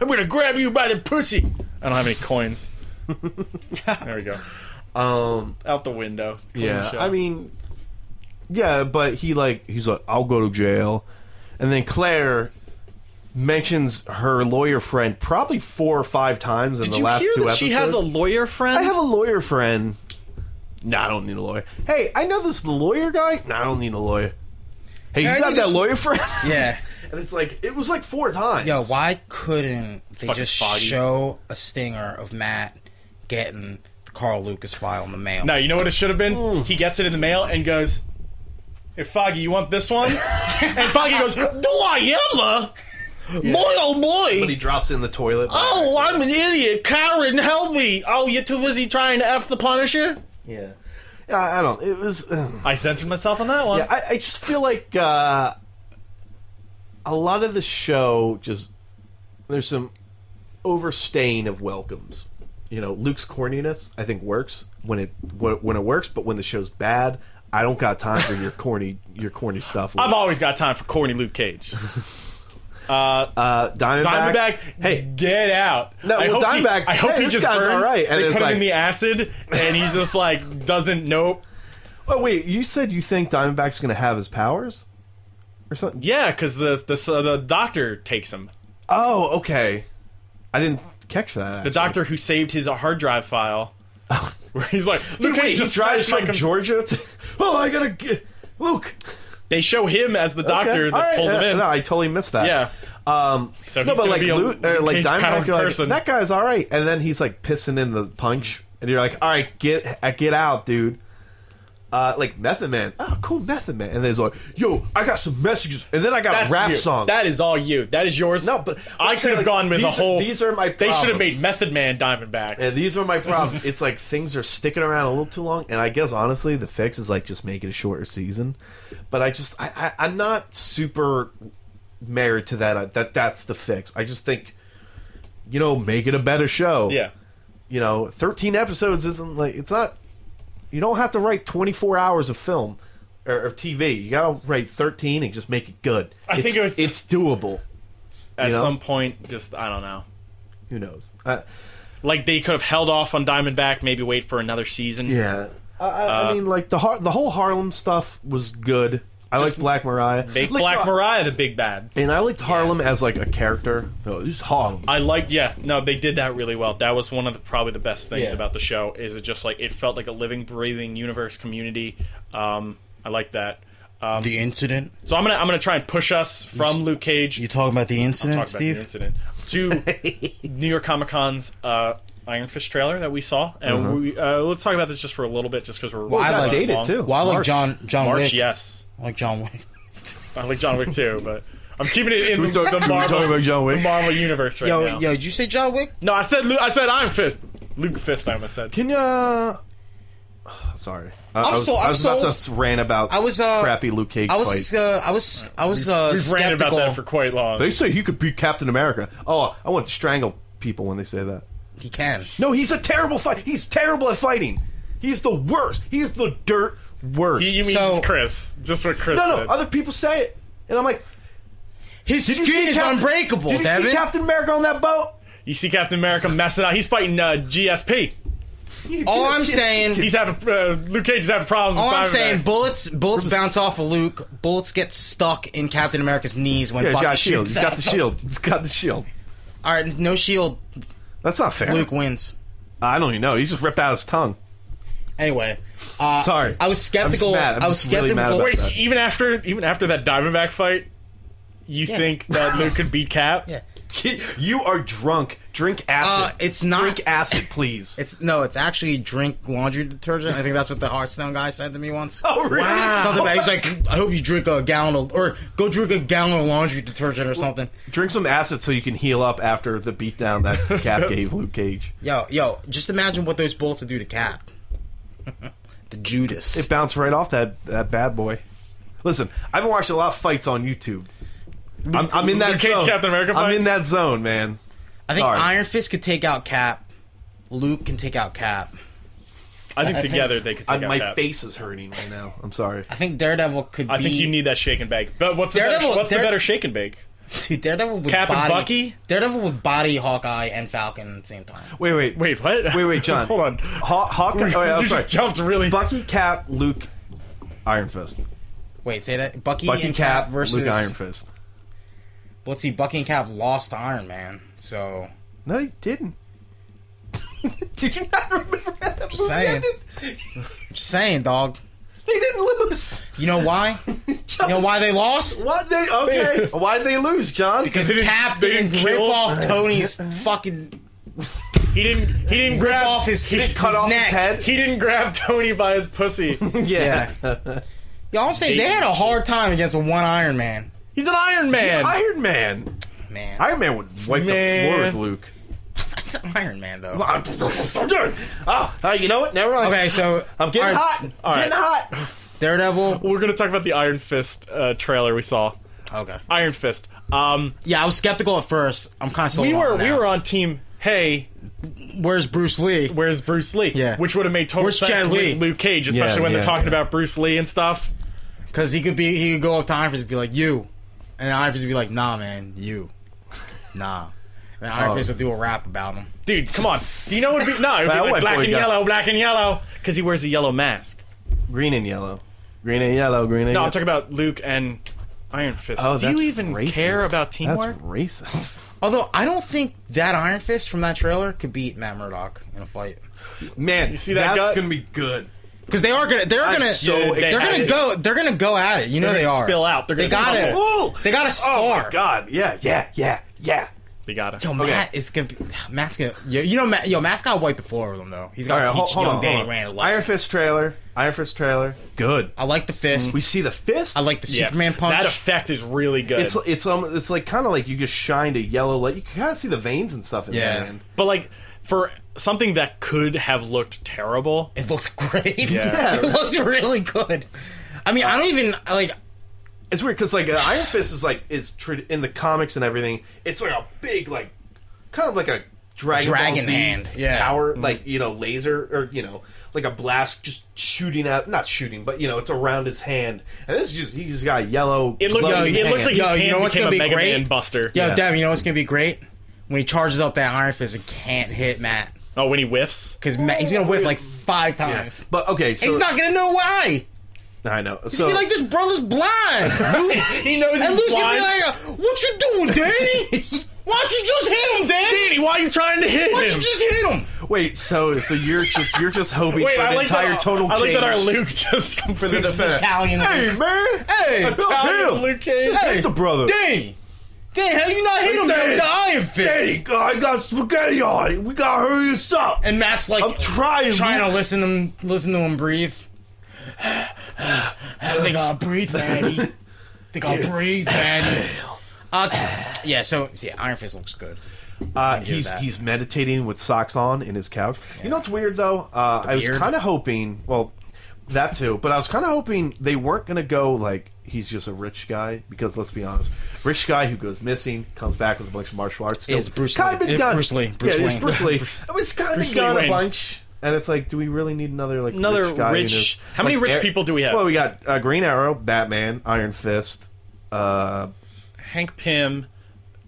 [SPEAKER 2] I'm gonna grab you by the pussy. I don't have any coins. there we go.
[SPEAKER 4] Um,
[SPEAKER 2] Out the window. Clean
[SPEAKER 4] yeah.
[SPEAKER 2] show.
[SPEAKER 4] I mean, yeah, but he like he's like, I'll go to jail, and then Claire mentions her lawyer friend probably four or five times in
[SPEAKER 2] did
[SPEAKER 4] the
[SPEAKER 2] you
[SPEAKER 4] last
[SPEAKER 2] hear
[SPEAKER 4] two
[SPEAKER 2] that
[SPEAKER 4] episodes.
[SPEAKER 2] she has a lawyer friend?
[SPEAKER 4] I have a lawyer friend. No, I don't need a lawyer. Hey, I know this lawyer guy. No, I don't need a lawyer. Hey,
[SPEAKER 3] Yeah, I
[SPEAKER 4] you got
[SPEAKER 3] need
[SPEAKER 4] that
[SPEAKER 3] this-
[SPEAKER 4] lawyer friend?
[SPEAKER 3] Yeah.
[SPEAKER 4] and it's like it was like four times.
[SPEAKER 3] Yo, why couldn't they
[SPEAKER 2] fucking
[SPEAKER 3] just
[SPEAKER 2] foggy.
[SPEAKER 3] show a stinger of Matt getting the Carl Lucas file in the mail?
[SPEAKER 2] No, you know what it should have been?
[SPEAKER 4] Hmm.
[SPEAKER 2] He gets it in the mail and goes, Hey, Foggy, you want this one? and Foggy goes, Do I ever? Boy, oh
[SPEAKER 4] But he
[SPEAKER 2] boy.
[SPEAKER 4] drops in the toilet. by
[SPEAKER 2] Oh, I'm an idiot. Karen, help me. Oh, you're too busy trying to F the Punisher?
[SPEAKER 4] Yeah. Yeah, I I don't. It was. Um,
[SPEAKER 2] I censored myself on that one.
[SPEAKER 4] yeah, I, I just feel like uh, a lot of the show just there's some overstaying of welcomes. You know, Luke's corniness I think works when it wh- when it works, but when the show's bad, I don't got time for your corny your corny stuff. Luke.
[SPEAKER 2] I've always got time for corny Luke Cage.
[SPEAKER 4] uh, Diamondback.
[SPEAKER 2] Diamondback,
[SPEAKER 4] Hey,
[SPEAKER 2] get out!
[SPEAKER 4] No,
[SPEAKER 2] I
[SPEAKER 4] well,
[SPEAKER 2] hope he-
[SPEAKER 4] Diamondback,
[SPEAKER 2] I hope
[SPEAKER 4] hey,
[SPEAKER 2] he
[SPEAKER 4] this
[SPEAKER 2] just
[SPEAKER 4] guy's
[SPEAKER 2] burns.
[SPEAKER 4] alright, and
[SPEAKER 2] they
[SPEAKER 4] it's
[SPEAKER 2] put him
[SPEAKER 4] like-
[SPEAKER 2] in the acid, and he's just like doesn't know.
[SPEAKER 4] oh wait, you said you think Diamondback's going to have his powers or something?
[SPEAKER 2] Yeah, because the the, the doctor takes him.
[SPEAKER 4] Oh, okay. I didn't catch that.
[SPEAKER 2] the doctor who saved his hard drive file. Where he's like, Luke
[SPEAKER 4] Wait,
[SPEAKER 2] Cage
[SPEAKER 4] he
[SPEAKER 2] just
[SPEAKER 4] drives
[SPEAKER 2] smashed my
[SPEAKER 4] from
[SPEAKER 2] com-"
[SPEAKER 4] Georgia. To, oh, I gotta get Luke.
[SPEAKER 2] They show him as the doctor
[SPEAKER 4] Okay.
[SPEAKER 2] that
[SPEAKER 4] All right,
[SPEAKER 2] pulls him
[SPEAKER 4] yeah,
[SPEAKER 2] in.
[SPEAKER 4] No, I totally missed that.
[SPEAKER 2] yeah,
[SPEAKER 4] Um,
[SPEAKER 2] So
[SPEAKER 4] no,
[SPEAKER 2] he's
[SPEAKER 4] but
[SPEAKER 2] gonna
[SPEAKER 4] like
[SPEAKER 2] be a
[SPEAKER 4] Luke, or
[SPEAKER 2] Luke
[SPEAKER 4] like
[SPEAKER 2] Cage
[SPEAKER 4] Diamondback,
[SPEAKER 2] powered
[SPEAKER 4] you're like,
[SPEAKER 2] person.
[SPEAKER 4] that guy's all right, and then he's like pissing in the punch, and you're like, all right, get uh, get out, dude. Uh, like Method Man. Oh, cool Method Man. And then he's like, yo, I got some messages, and then I got
[SPEAKER 2] that's
[SPEAKER 4] a rap
[SPEAKER 2] you.
[SPEAKER 4] song.
[SPEAKER 2] That is all you. That is yours.
[SPEAKER 4] no, but I'm
[SPEAKER 2] I
[SPEAKER 4] saying,
[SPEAKER 2] could have
[SPEAKER 4] like,
[SPEAKER 2] gone with
[SPEAKER 4] these
[SPEAKER 2] a
[SPEAKER 4] are-
[SPEAKER 2] whole.
[SPEAKER 4] these are my.
[SPEAKER 2] they should have
[SPEAKER 4] problems.
[SPEAKER 2] made Method Man Diamondback.
[SPEAKER 4] And these are my problems. it's like things are sticking around a little too long, and I guess honestly, the fix is like just make it a shorter season. But I just, I, I I'm not super married to that. uh, That that's the fix. I just think, you know, make it a better show.
[SPEAKER 2] yeah,
[SPEAKER 4] You know, 13 episodes isn't like it's not. You don't have to write 24 hours of film or, or TV. You gotta write 13 and just make it good.
[SPEAKER 2] I
[SPEAKER 4] It's-
[SPEAKER 2] think it was
[SPEAKER 4] it's doable.
[SPEAKER 2] at
[SPEAKER 4] know?
[SPEAKER 2] some point, just I don't know.
[SPEAKER 4] Who knows? Uh,
[SPEAKER 2] Like they could have held off on Diamondback, maybe wait for another season.
[SPEAKER 4] Yeah, I, I,
[SPEAKER 2] Uh,
[SPEAKER 4] I mean, like the har- the whole Harlem stuff was good. I liked Black Mariah.
[SPEAKER 2] Make
[SPEAKER 4] Like,
[SPEAKER 2] Black
[SPEAKER 4] uh,
[SPEAKER 2] Mariah the big bad.
[SPEAKER 4] and I liked Harlem as like a character. Oh, this is Harlem.
[SPEAKER 2] I like yeah no they did that really well that was one of the probably the best things
[SPEAKER 4] Yeah.
[SPEAKER 2] about the show is it just like it felt like a living breathing universe community um I like that um,
[SPEAKER 3] The incident?
[SPEAKER 2] so I'm gonna I'm gonna try and push us from Luke Cage
[SPEAKER 3] You talking about the incident,
[SPEAKER 2] talk about
[SPEAKER 3] Steve?
[SPEAKER 2] the incident to New York Comic Con's uh Iron Fist trailer that we saw, and
[SPEAKER 4] Uh-huh.
[SPEAKER 2] we uh, let's talk about this just for a little bit, just because we're
[SPEAKER 3] I
[SPEAKER 2] we're
[SPEAKER 3] like-
[SPEAKER 2] running
[SPEAKER 4] dated
[SPEAKER 2] long.
[SPEAKER 4] too.
[SPEAKER 3] Well, I like
[SPEAKER 4] March.
[SPEAKER 3] John John
[SPEAKER 2] March,
[SPEAKER 3] Wick.
[SPEAKER 2] yes,
[SPEAKER 3] I like John Wick.
[SPEAKER 2] I like John Wick too, but I'm keeping it in the,
[SPEAKER 4] talk-
[SPEAKER 2] the
[SPEAKER 4] we
[SPEAKER 2] Marvel,
[SPEAKER 4] talking about John Wick?
[SPEAKER 2] the Marvel universe right
[SPEAKER 3] Yo,
[SPEAKER 2] now.
[SPEAKER 3] yo, did you say John Wick?
[SPEAKER 2] No, I said Lu- I said Iron Fist, Luke Fist. I almost said.
[SPEAKER 4] Can you? Sorry, I, I
[SPEAKER 3] I'm
[SPEAKER 4] was,
[SPEAKER 3] so-
[SPEAKER 4] I
[SPEAKER 3] I'm
[SPEAKER 4] was about to rant about
[SPEAKER 3] I was, uh,
[SPEAKER 4] crappy Luke Cage
[SPEAKER 3] I
[SPEAKER 4] fights.
[SPEAKER 3] was, uh, I was, I was uh,
[SPEAKER 2] We've ranted about
[SPEAKER 3] skeptical.
[SPEAKER 2] that for quite long.
[SPEAKER 4] they say he could beat Captain America. Oh, I want to strangle people when they say that.
[SPEAKER 3] he can.
[SPEAKER 4] No, he's a terrible fight. He's terrible at fighting. He's the worst. He's the dirt worst.
[SPEAKER 2] you, you mean
[SPEAKER 3] So-
[SPEAKER 2] just Chris? Just what Chris
[SPEAKER 4] no, no.
[SPEAKER 2] said.
[SPEAKER 4] Other people say it, and I'm like,
[SPEAKER 3] His
[SPEAKER 4] did you
[SPEAKER 3] skin
[SPEAKER 4] see
[SPEAKER 3] is
[SPEAKER 4] Captain-
[SPEAKER 3] unbreakable,
[SPEAKER 4] Did you
[SPEAKER 3] Devin.
[SPEAKER 4] see Captain America on that boat?
[SPEAKER 2] you see Captain America messing up. He's fighting uh, GSP.
[SPEAKER 4] You-
[SPEAKER 3] All
[SPEAKER 4] you-
[SPEAKER 3] I'm saying-
[SPEAKER 2] He's having uh, Luke Cage is having problems.
[SPEAKER 3] All
[SPEAKER 2] with
[SPEAKER 3] I'm
[SPEAKER 2] Iron
[SPEAKER 3] saying,
[SPEAKER 2] Man.
[SPEAKER 3] bullets, bullets bounce off of Luke. Bullets get stuck in Captain America's knees when
[SPEAKER 4] yeah, he's
[SPEAKER 3] Bucky
[SPEAKER 4] got a shield.
[SPEAKER 3] shoots
[SPEAKER 4] He's got the
[SPEAKER 3] at him.
[SPEAKER 4] shield. He's got the shield.
[SPEAKER 3] All right, no shield.
[SPEAKER 4] That's not fair.
[SPEAKER 3] Luke wins.
[SPEAKER 4] I don't even know. He just ripped out his tongue.
[SPEAKER 3] Anyway, uh,
[SPEAKER 4] Sorry.
[SPEAKER 3] I was
[SPEAKER 4] I'm just
[SPEAKER 3] skeptical.
[SPEAKER 4] mad. I'm
[SPEAKER 3] I was
[SPEAKER 4] just really
[SPEAKER 3] skeptical.
[SPEAKER 4] mad about
[SPEAKER 2] Wait,
[SPEAKER 4] that.
[SPEAKER 2] even after even after that Diamondback fight, you think that Luke could beat Cap?
[SPEAKER 3] Yeah.
[SPEAKER 4] You are drunk. Drink acid.
[SPEAKER 3] Uh, it's not-
[SPEAKER 4] Drink acid, please.
[SPEAKER 3] It's no, it's actually drink laundry detergent. I think that's what the Hearthstone guy said to me once.
[SPEAKER 4] oh, really?
[SPEAKER 2] Wow.
[SPEAKER 3] Something about, he's like, I hope you drink a gallon of, or go drink a gallon of laundry detergent or something.
[SPEAKER 4] Drink some acid so you can heal up after the beatdown that Cap gave Luke Cage.
[SPEAKER 3] Yo, yo, just imagine what those bullets would do to Cap. the Judas.
[SPEAKER 4] It bounced right off that, that bad boy. Listen, I've been watching a lot of fights on YouTube. I'm, I'm in that
[SPEAKER 2] Luke Cage,
[SPEAKER 4] zone.
[SPEAKER 2] Captain America
[SPEAKER 4] I'm in
[SPEAKER 2] fights?
[SPEAKER 4] that zone, man.
[SPEAKER 3] I think
[SPEAKER 4] Sorry.
[SPEAKER 3] Iron Fist could take out Cap. Luke can take out Cap.
[SPEAKER 2] I think together they could
[SPEAKER 4] I,
[SPEAKER 2] take out
[SPEAKER 4] my
[SPEAKER 2] Cap.
[SPEAKER 4] face is hurting right now. I'm sorry.
[SPEAKER 3] I think Daredevil could.
[SPEAKER 2] I
[SPEAKER 3] be,
[SPEAKER 2] think you need that shake and bake. But what's the
[SPEAKER 3] Daredevil-
[SPEAKER 2] better, what's the
[SPEAKER 3] Dare-
[SPEAKER 2] better shake and bake?
[SPEAKER 3] Dude, Daredevil would
[SPEAKER 2] Cap and
[SPEAKER 3] body,
[SPEAKER 2] Bucky?
[SPEAKER 3] Daredevil would body Hawkeye and Falcon at the same time.
[SPEAKER 4] Wait, wait,
[SPEAKER 2] Wait, what?
[SPEAKER 4] wait, wait, John.
[SPEAKER 2] Hold on.
[SPEAKER 4] Haw- Hawkeye. Oh, yeah, I'm
[SPEAKER 2] you
[SPEAKER 4] sorry.
[SPEAKER 2] just jumped really.
[SPEAKER 4] Bucky, Cap, Luke, Iron Fist.
[SPEAKER 3] Wait, say that Bucky,
[SPEAKER 4] Bucky,
[SPEAKER 3] and
[SPEAKER 4] Cap,
[SPEAKER 3] Cap versus
[SPEAKER 4] Luke, Iron Fist.
[SPEAKER 3] Let's see, Bucky and Cap lost to Iron Man, so
[SPEAKER 4] No, they didn't. Did you not remember how that movie
[SPEAKER 3] saying.
[SPEAKER 4] ended?
[SPEAKER 3] just saying, dog.
[SPEAKER 4] They didn't lose.
[SPEAKER 3] You know why? you know why they lost?
[SPEAKER 4] What they? Okay. Why would they lose, John?
[SPEAKER 2] Because he didn't-
[SPEAKER 3] Cap
[SPEAKER 2] they
[SPEAKER 3] didn't
[SPEAKER 2] didn't
[SPEAKER 3] rip
[SPEAKER 2] kill-
[SPEAKER 3] off Tony's fucking
[SPEAKER 2] He didn't. He didn't
[SPEAKER 3] rip
[SPEAKER 2] grab
[SPEAKER 3] off his, his
[SPEAKER 4] cut off
[SPEAKER 3] neck.
[SPEAKER 4] his head.
[SPEAKER 2] He didn't grab Tony by his pussy.
[SPEAKER 4] yeah.
[SPEAKER 3] Yo, all I'm saying is they had a hard time against a one Iron Man.
[SPEAKER 2] He's an Iron Man.
[SPEAKER 4] It's Iron Man.
[SPEAKER 3] Man,
[SPEAKER 4] Iron Man would wipe the floor with
[SPEAKER 2] Man.
[SPEAKER 4] Luke.
[SPEAKER 3] it's Iron Man though.
[SPEAKER 4] oh, uh, you know what? Never mind.
[SPEAKER 3] Okay, so
[SPEAKER 4] I'm getting
[SPEAKER 3] Iron-
[SPEAKER 4] hot.
[SPEAKER 2] All right.
[SPEAKER 4] Getting hot.
[SPEAKER 3] Daredevil.
[SPEAKER 2] We're gonna talk about the Iron Fist uh, trailer we saw.
[SPEAKER 3] Okay.
[SPEAKER 2] Iron Fist. Um,
[SPEAKER 3] Yeah, I was skeptical at first. I'm kind of sold.
[SPEAKER 2] we
[SPEAKER 3] on
[SPEAKER 2] were
[SPEAKER 3] it now.
[SPEAKER 2] we were on team. Hey,
[SPEAKER 3] Where's Bruce Lee?
[SPEAKER 2] where's Bruce Lee?
[SPEAKER 3] Yeah.
[SPEAKER 2] Which would have made total
[SPEAKER 3] Where's
[SPEAKER 2] sense
[SPEAKER 3] Jet
[SPEAKER 2] with
[SPEAKER 3] Li?
[SPEAKER 2] Luke Cage, especially when
[SPEAKER 4] yeah,
[SPEAKER 2] they're talking
[SPEAKER 4] yeah.
[SPEAKER 2] about Bruce Lee and stuff.
[SPEAKER 3] Because he could be, he could go up to Iron Fist and be like, "You," and Iron Fist would be like, "Nah, man, you, nah." And Iron
[SPEAKER 4] Oh.
[SPEAKER 3] Fist will do a rap about him.
[SPEAKER 2] Dude, come on. Do you know what would be no, it'd be
[SPEAKER 4] That
[SPEAKER 2] like
[SPEAKER 4] white
[SPEAKER 2] black
[SPEAKER 4] boy
[SPEAKER 2] and
[SPEAKER 4] got-
[SPEAKER 2] yellow, black and yellow. Because he wears a yellow mask.
[SPEAKER 4] Green and yellow. Green and yellow. Green and
[SPEAKER 2] No,
[SPEAKER 4] yellow.
[SPEAKER 2] I'm talking about Luke and Iron Fist.
[SPEAKER 4] Oh,
[SPEAKER 2] Do you
[SPEAKER 4] that's
[SPEAKER 2] even
[SPEAKER 4] racist.
[SPEAKER 2] care about teamwork?
[SPEAKER 4] That's racist.
[SPEAKER 3] Although I don't think that Iron Fist from that trailer could beat Matt Murdock in a fight.
[SPEAKER 4] Man, you
[SPEAKER 2] see that
[SPEAKER 4] that's
[SPEAKER 2] gut?
[SPEAKER 4] gonna be good.
[SPEAKER 3] Because they are gonna, they're gonna,
[SPEAKER 4] so
[SPEAKER 2] Yeah, they
[SPEAKER 3] they're
[SPEAKER 2] had
[SPEAKER 3] gonna
[SPEAKER 2] to.
[SPEAKER 3] go, they're gonna go at it. You know
[SPEAKER 2] They're
[SPEAKER 3] they
[SPEAKER 2] gonna
[SPEAKER 3] are.
[SPEAKER 2] spill out. They're
[SPEAKER 3] They
[SPEAKER 2] gonna
[SPEAKER 3] got
[SPEAKER 2] tussle.
[SPEAKER 3] it. They got a
[SPEAKER 4] Oh
[SPEAKER 3] star.
[SPEAKER 4] my god. Yeah. Yeah. Yeah. Yeah.
[SPEAKER 2] They got it.
[SPEAKER 3] Yo, Matt is gonna be Matt's gonna. Yo, you know, Matt, yo, Matt's gotta wipe the floor with him though. He's
[SPEAKER 4] All
[SPEAKER 3] gotta
[SPEAKER 4] right.
[SPEAKER 3] teach
[SPEAKER 4] Hold, hold
[SPEAKER 3] young
[SPEAKER 4] on.
[SPEAKER 3] Danny
[SPEAKER 4] Hold
[SPEAKER 3] Rand a
[SPEAKER 4] on.
[SPEAKER 3] lesson.
[SPEAKER 4] Iron Fist trailer. Iron Fist trailer. Good.
[SPEAKER 3] I like the fist.
[SPEAKER 4] We see the fist.
[SPEAKER 3] I like the Superman punch.
[SPEAKER 2] That effect is really good.
[SPEAKER 4] It's it's um it's like kind of like you just shined a yellow light. You can kind of see the veins and stuff in
[SPEAKER 3] Yeah.
[SPEAKER 4] there.
[SPEAKER 2] but like for something that could have looked terrible,
[SPEAKER 3] It looked great.
[SPEAKER 4] Yeah.
[SPEAKER 3] it looked really good. I mean, I don't even like.
[SPEAKER 4] It's weird because like uh, Iron Fist is like is tr- in the comics and everything. It's like a big like kind of like a Dragon, Ball
[SPEAKER 3] Dragon
[SPEAKER 4] Z
[SPEAKER 3] hand, yeah.
[SPEAKER 4] power
[SPEAKER 2] Mm-hmm.
[SPEAKER 4] like you know laser or you know like a blast just shooting out not shooting but you know it's around his hand and this is just he just got a yellow.
[SPEAKER 2] it looks
[SPEAKER 3] Yo,
[SPEAKER 2] like, it
[SPEAKER 3] hang
[SPEAKER 2] looks
[SPEAKER 3] on.
[SPEAKER 2] like his
[SPEAKER 3] Yo,
[SPEAKER 2] hand
[SPEAKER 3] you know what's
[SPEAKER 2] became
[SPEAKER 3] gonna
[SPEAKER 2] a
[SPEAKER 3] be
[SPEAKER 2] Mega
[SPEAKER 3] great?
[SPEAKER 2] Man Buster.
[SPEAKER 3] Yo,
[SPEAKER 4] Yeah.
[SPEAKER 3] Dev, you know what's gonna be great when he charges up that Iron Fist and can't hit Matt
[SPEAKER 2] Oh, when he whiffs.
[SPEAKER 3] because Matt he's gonna whiff like five times.
[SPEAKER 4] But okay, so
[SPEAKER 3] And he's not gonna know why.
[SPEAKER 4] I know.
[SPEAKER 3] He'll
[SPEAKER 4] So
[SPEAKER 3] be like, this brother's blind. Luke."
[SPEAKER 2] He knows
[SPEAKER 3] and
[SPEAKER 2] he's
[SPEAKER 3] Luke's gonna be
[SPEAKER 2] blind.
[SPEAKER 3] like, "What you doing, Danny? Why don't you just hit him, Danny?
[SPEAKER 2] Danny, why are you trying to hit
[SPEAKER 3] Why
[SPEAKER 2] him?
[SPEAKER 3] don't you just hit him?"
[SPEAKER 4] wait, so so you're just you're just hoping
[SPEAKER 2] Wait,
[SPEAKER 4] for
[SPEAKER 2] I
[SPEAKER 4] an
[SPEAKER 2] like
[SPEAKER 4] entire
[SPEAKER 2] that,
[SPEAKER 4] total
[SPEAKER 2] I like
[SPEAKER 4] change.
[SPEAKER 2] that our Luke just come for this.
[SPEAKER 4] Hey
[SPEAKER 3] Italian. Luke.
[SPEAKER 4] man, hey, Bill
[SPEAKER 2] Italian
[SPEAKER 4] Hill.
[SPEAKER 2] Luke Cage.
[SPEAKER 4] Hey, the brother.
[SPEAKER 3] Danny, Damn, how you not hit him
[SPEAKER 4] Hey,
[SPEAKER 3] with the iron
[SPEAKER 4] Hey,
[SPEAKER 3] fist?
[SPEAKER 4] I got spaghetti on it. We gotta hurry this up.
[SPEAKER 3] And Matt's like
[SPEAKER 4] I'm trying,
[SPEAKER 3] trying
[SPEAKER 4] Luke.
[SPEAKER 3] to listen to him, listen to him breathe. they gotta breathe, man. They gotta breathe, man. Uh, yeah, so yeah, Iron Fist looks good.
[SPEAKER 4] Uh,
[SPEAKER 3] hear
[SPEAKER 4] he's
[SPEAKER 3] that.
[SPEAKER 4] he's meditating with socks on in his couch. You know what's weird though? Uh, I was
[SPEAKER 3] beard.
[SPEAKER 4] kind of hoping, well, that too, but I was kind of hoping they weren't gonna go like he's just a rich guy because let's be honest, rich guy who goes missing comes back with a bunch of martial arts skills.
[SPEAKER 3] Is Bruce
[SPEAKER 4] kind
[SPEAKER 3] Lee-
[SPEAKER 4] of been
[SPEAKER 3] eh,
[SPEAKER 4] done.
[SPEAKER 3] Bruce Lee, Bruce
[SPEAKER 4] yeah, it's
[SPEAKER 3] Wayne.
[SPEAKER 4] Bruce Lee. I mean, it's kind of been
[SPEAKER 2] Bruce Lee
[SPEAKER 4] done a
[SPEAKER 2] Wayne.
[SPEAKER 4] bunch. And it's like, do we really need another like
[SPEAKER 2] Another
[SPEAKER 4] rich guy? who
[SPEAKER 2] rich-
[SPEAKER 4] knows-
[SPEAKER 2] how many
[SPEAKER 4] like,
[SPEAKER 2] rich
[SPEAKER 4] Ar-
[SPEAKER 2] people do we have?
[SPEAKER 4] Well, we got uh, Green Arrow, Batman, Iron Fist. Uh,
[SPEAKER 2] Hank Pym,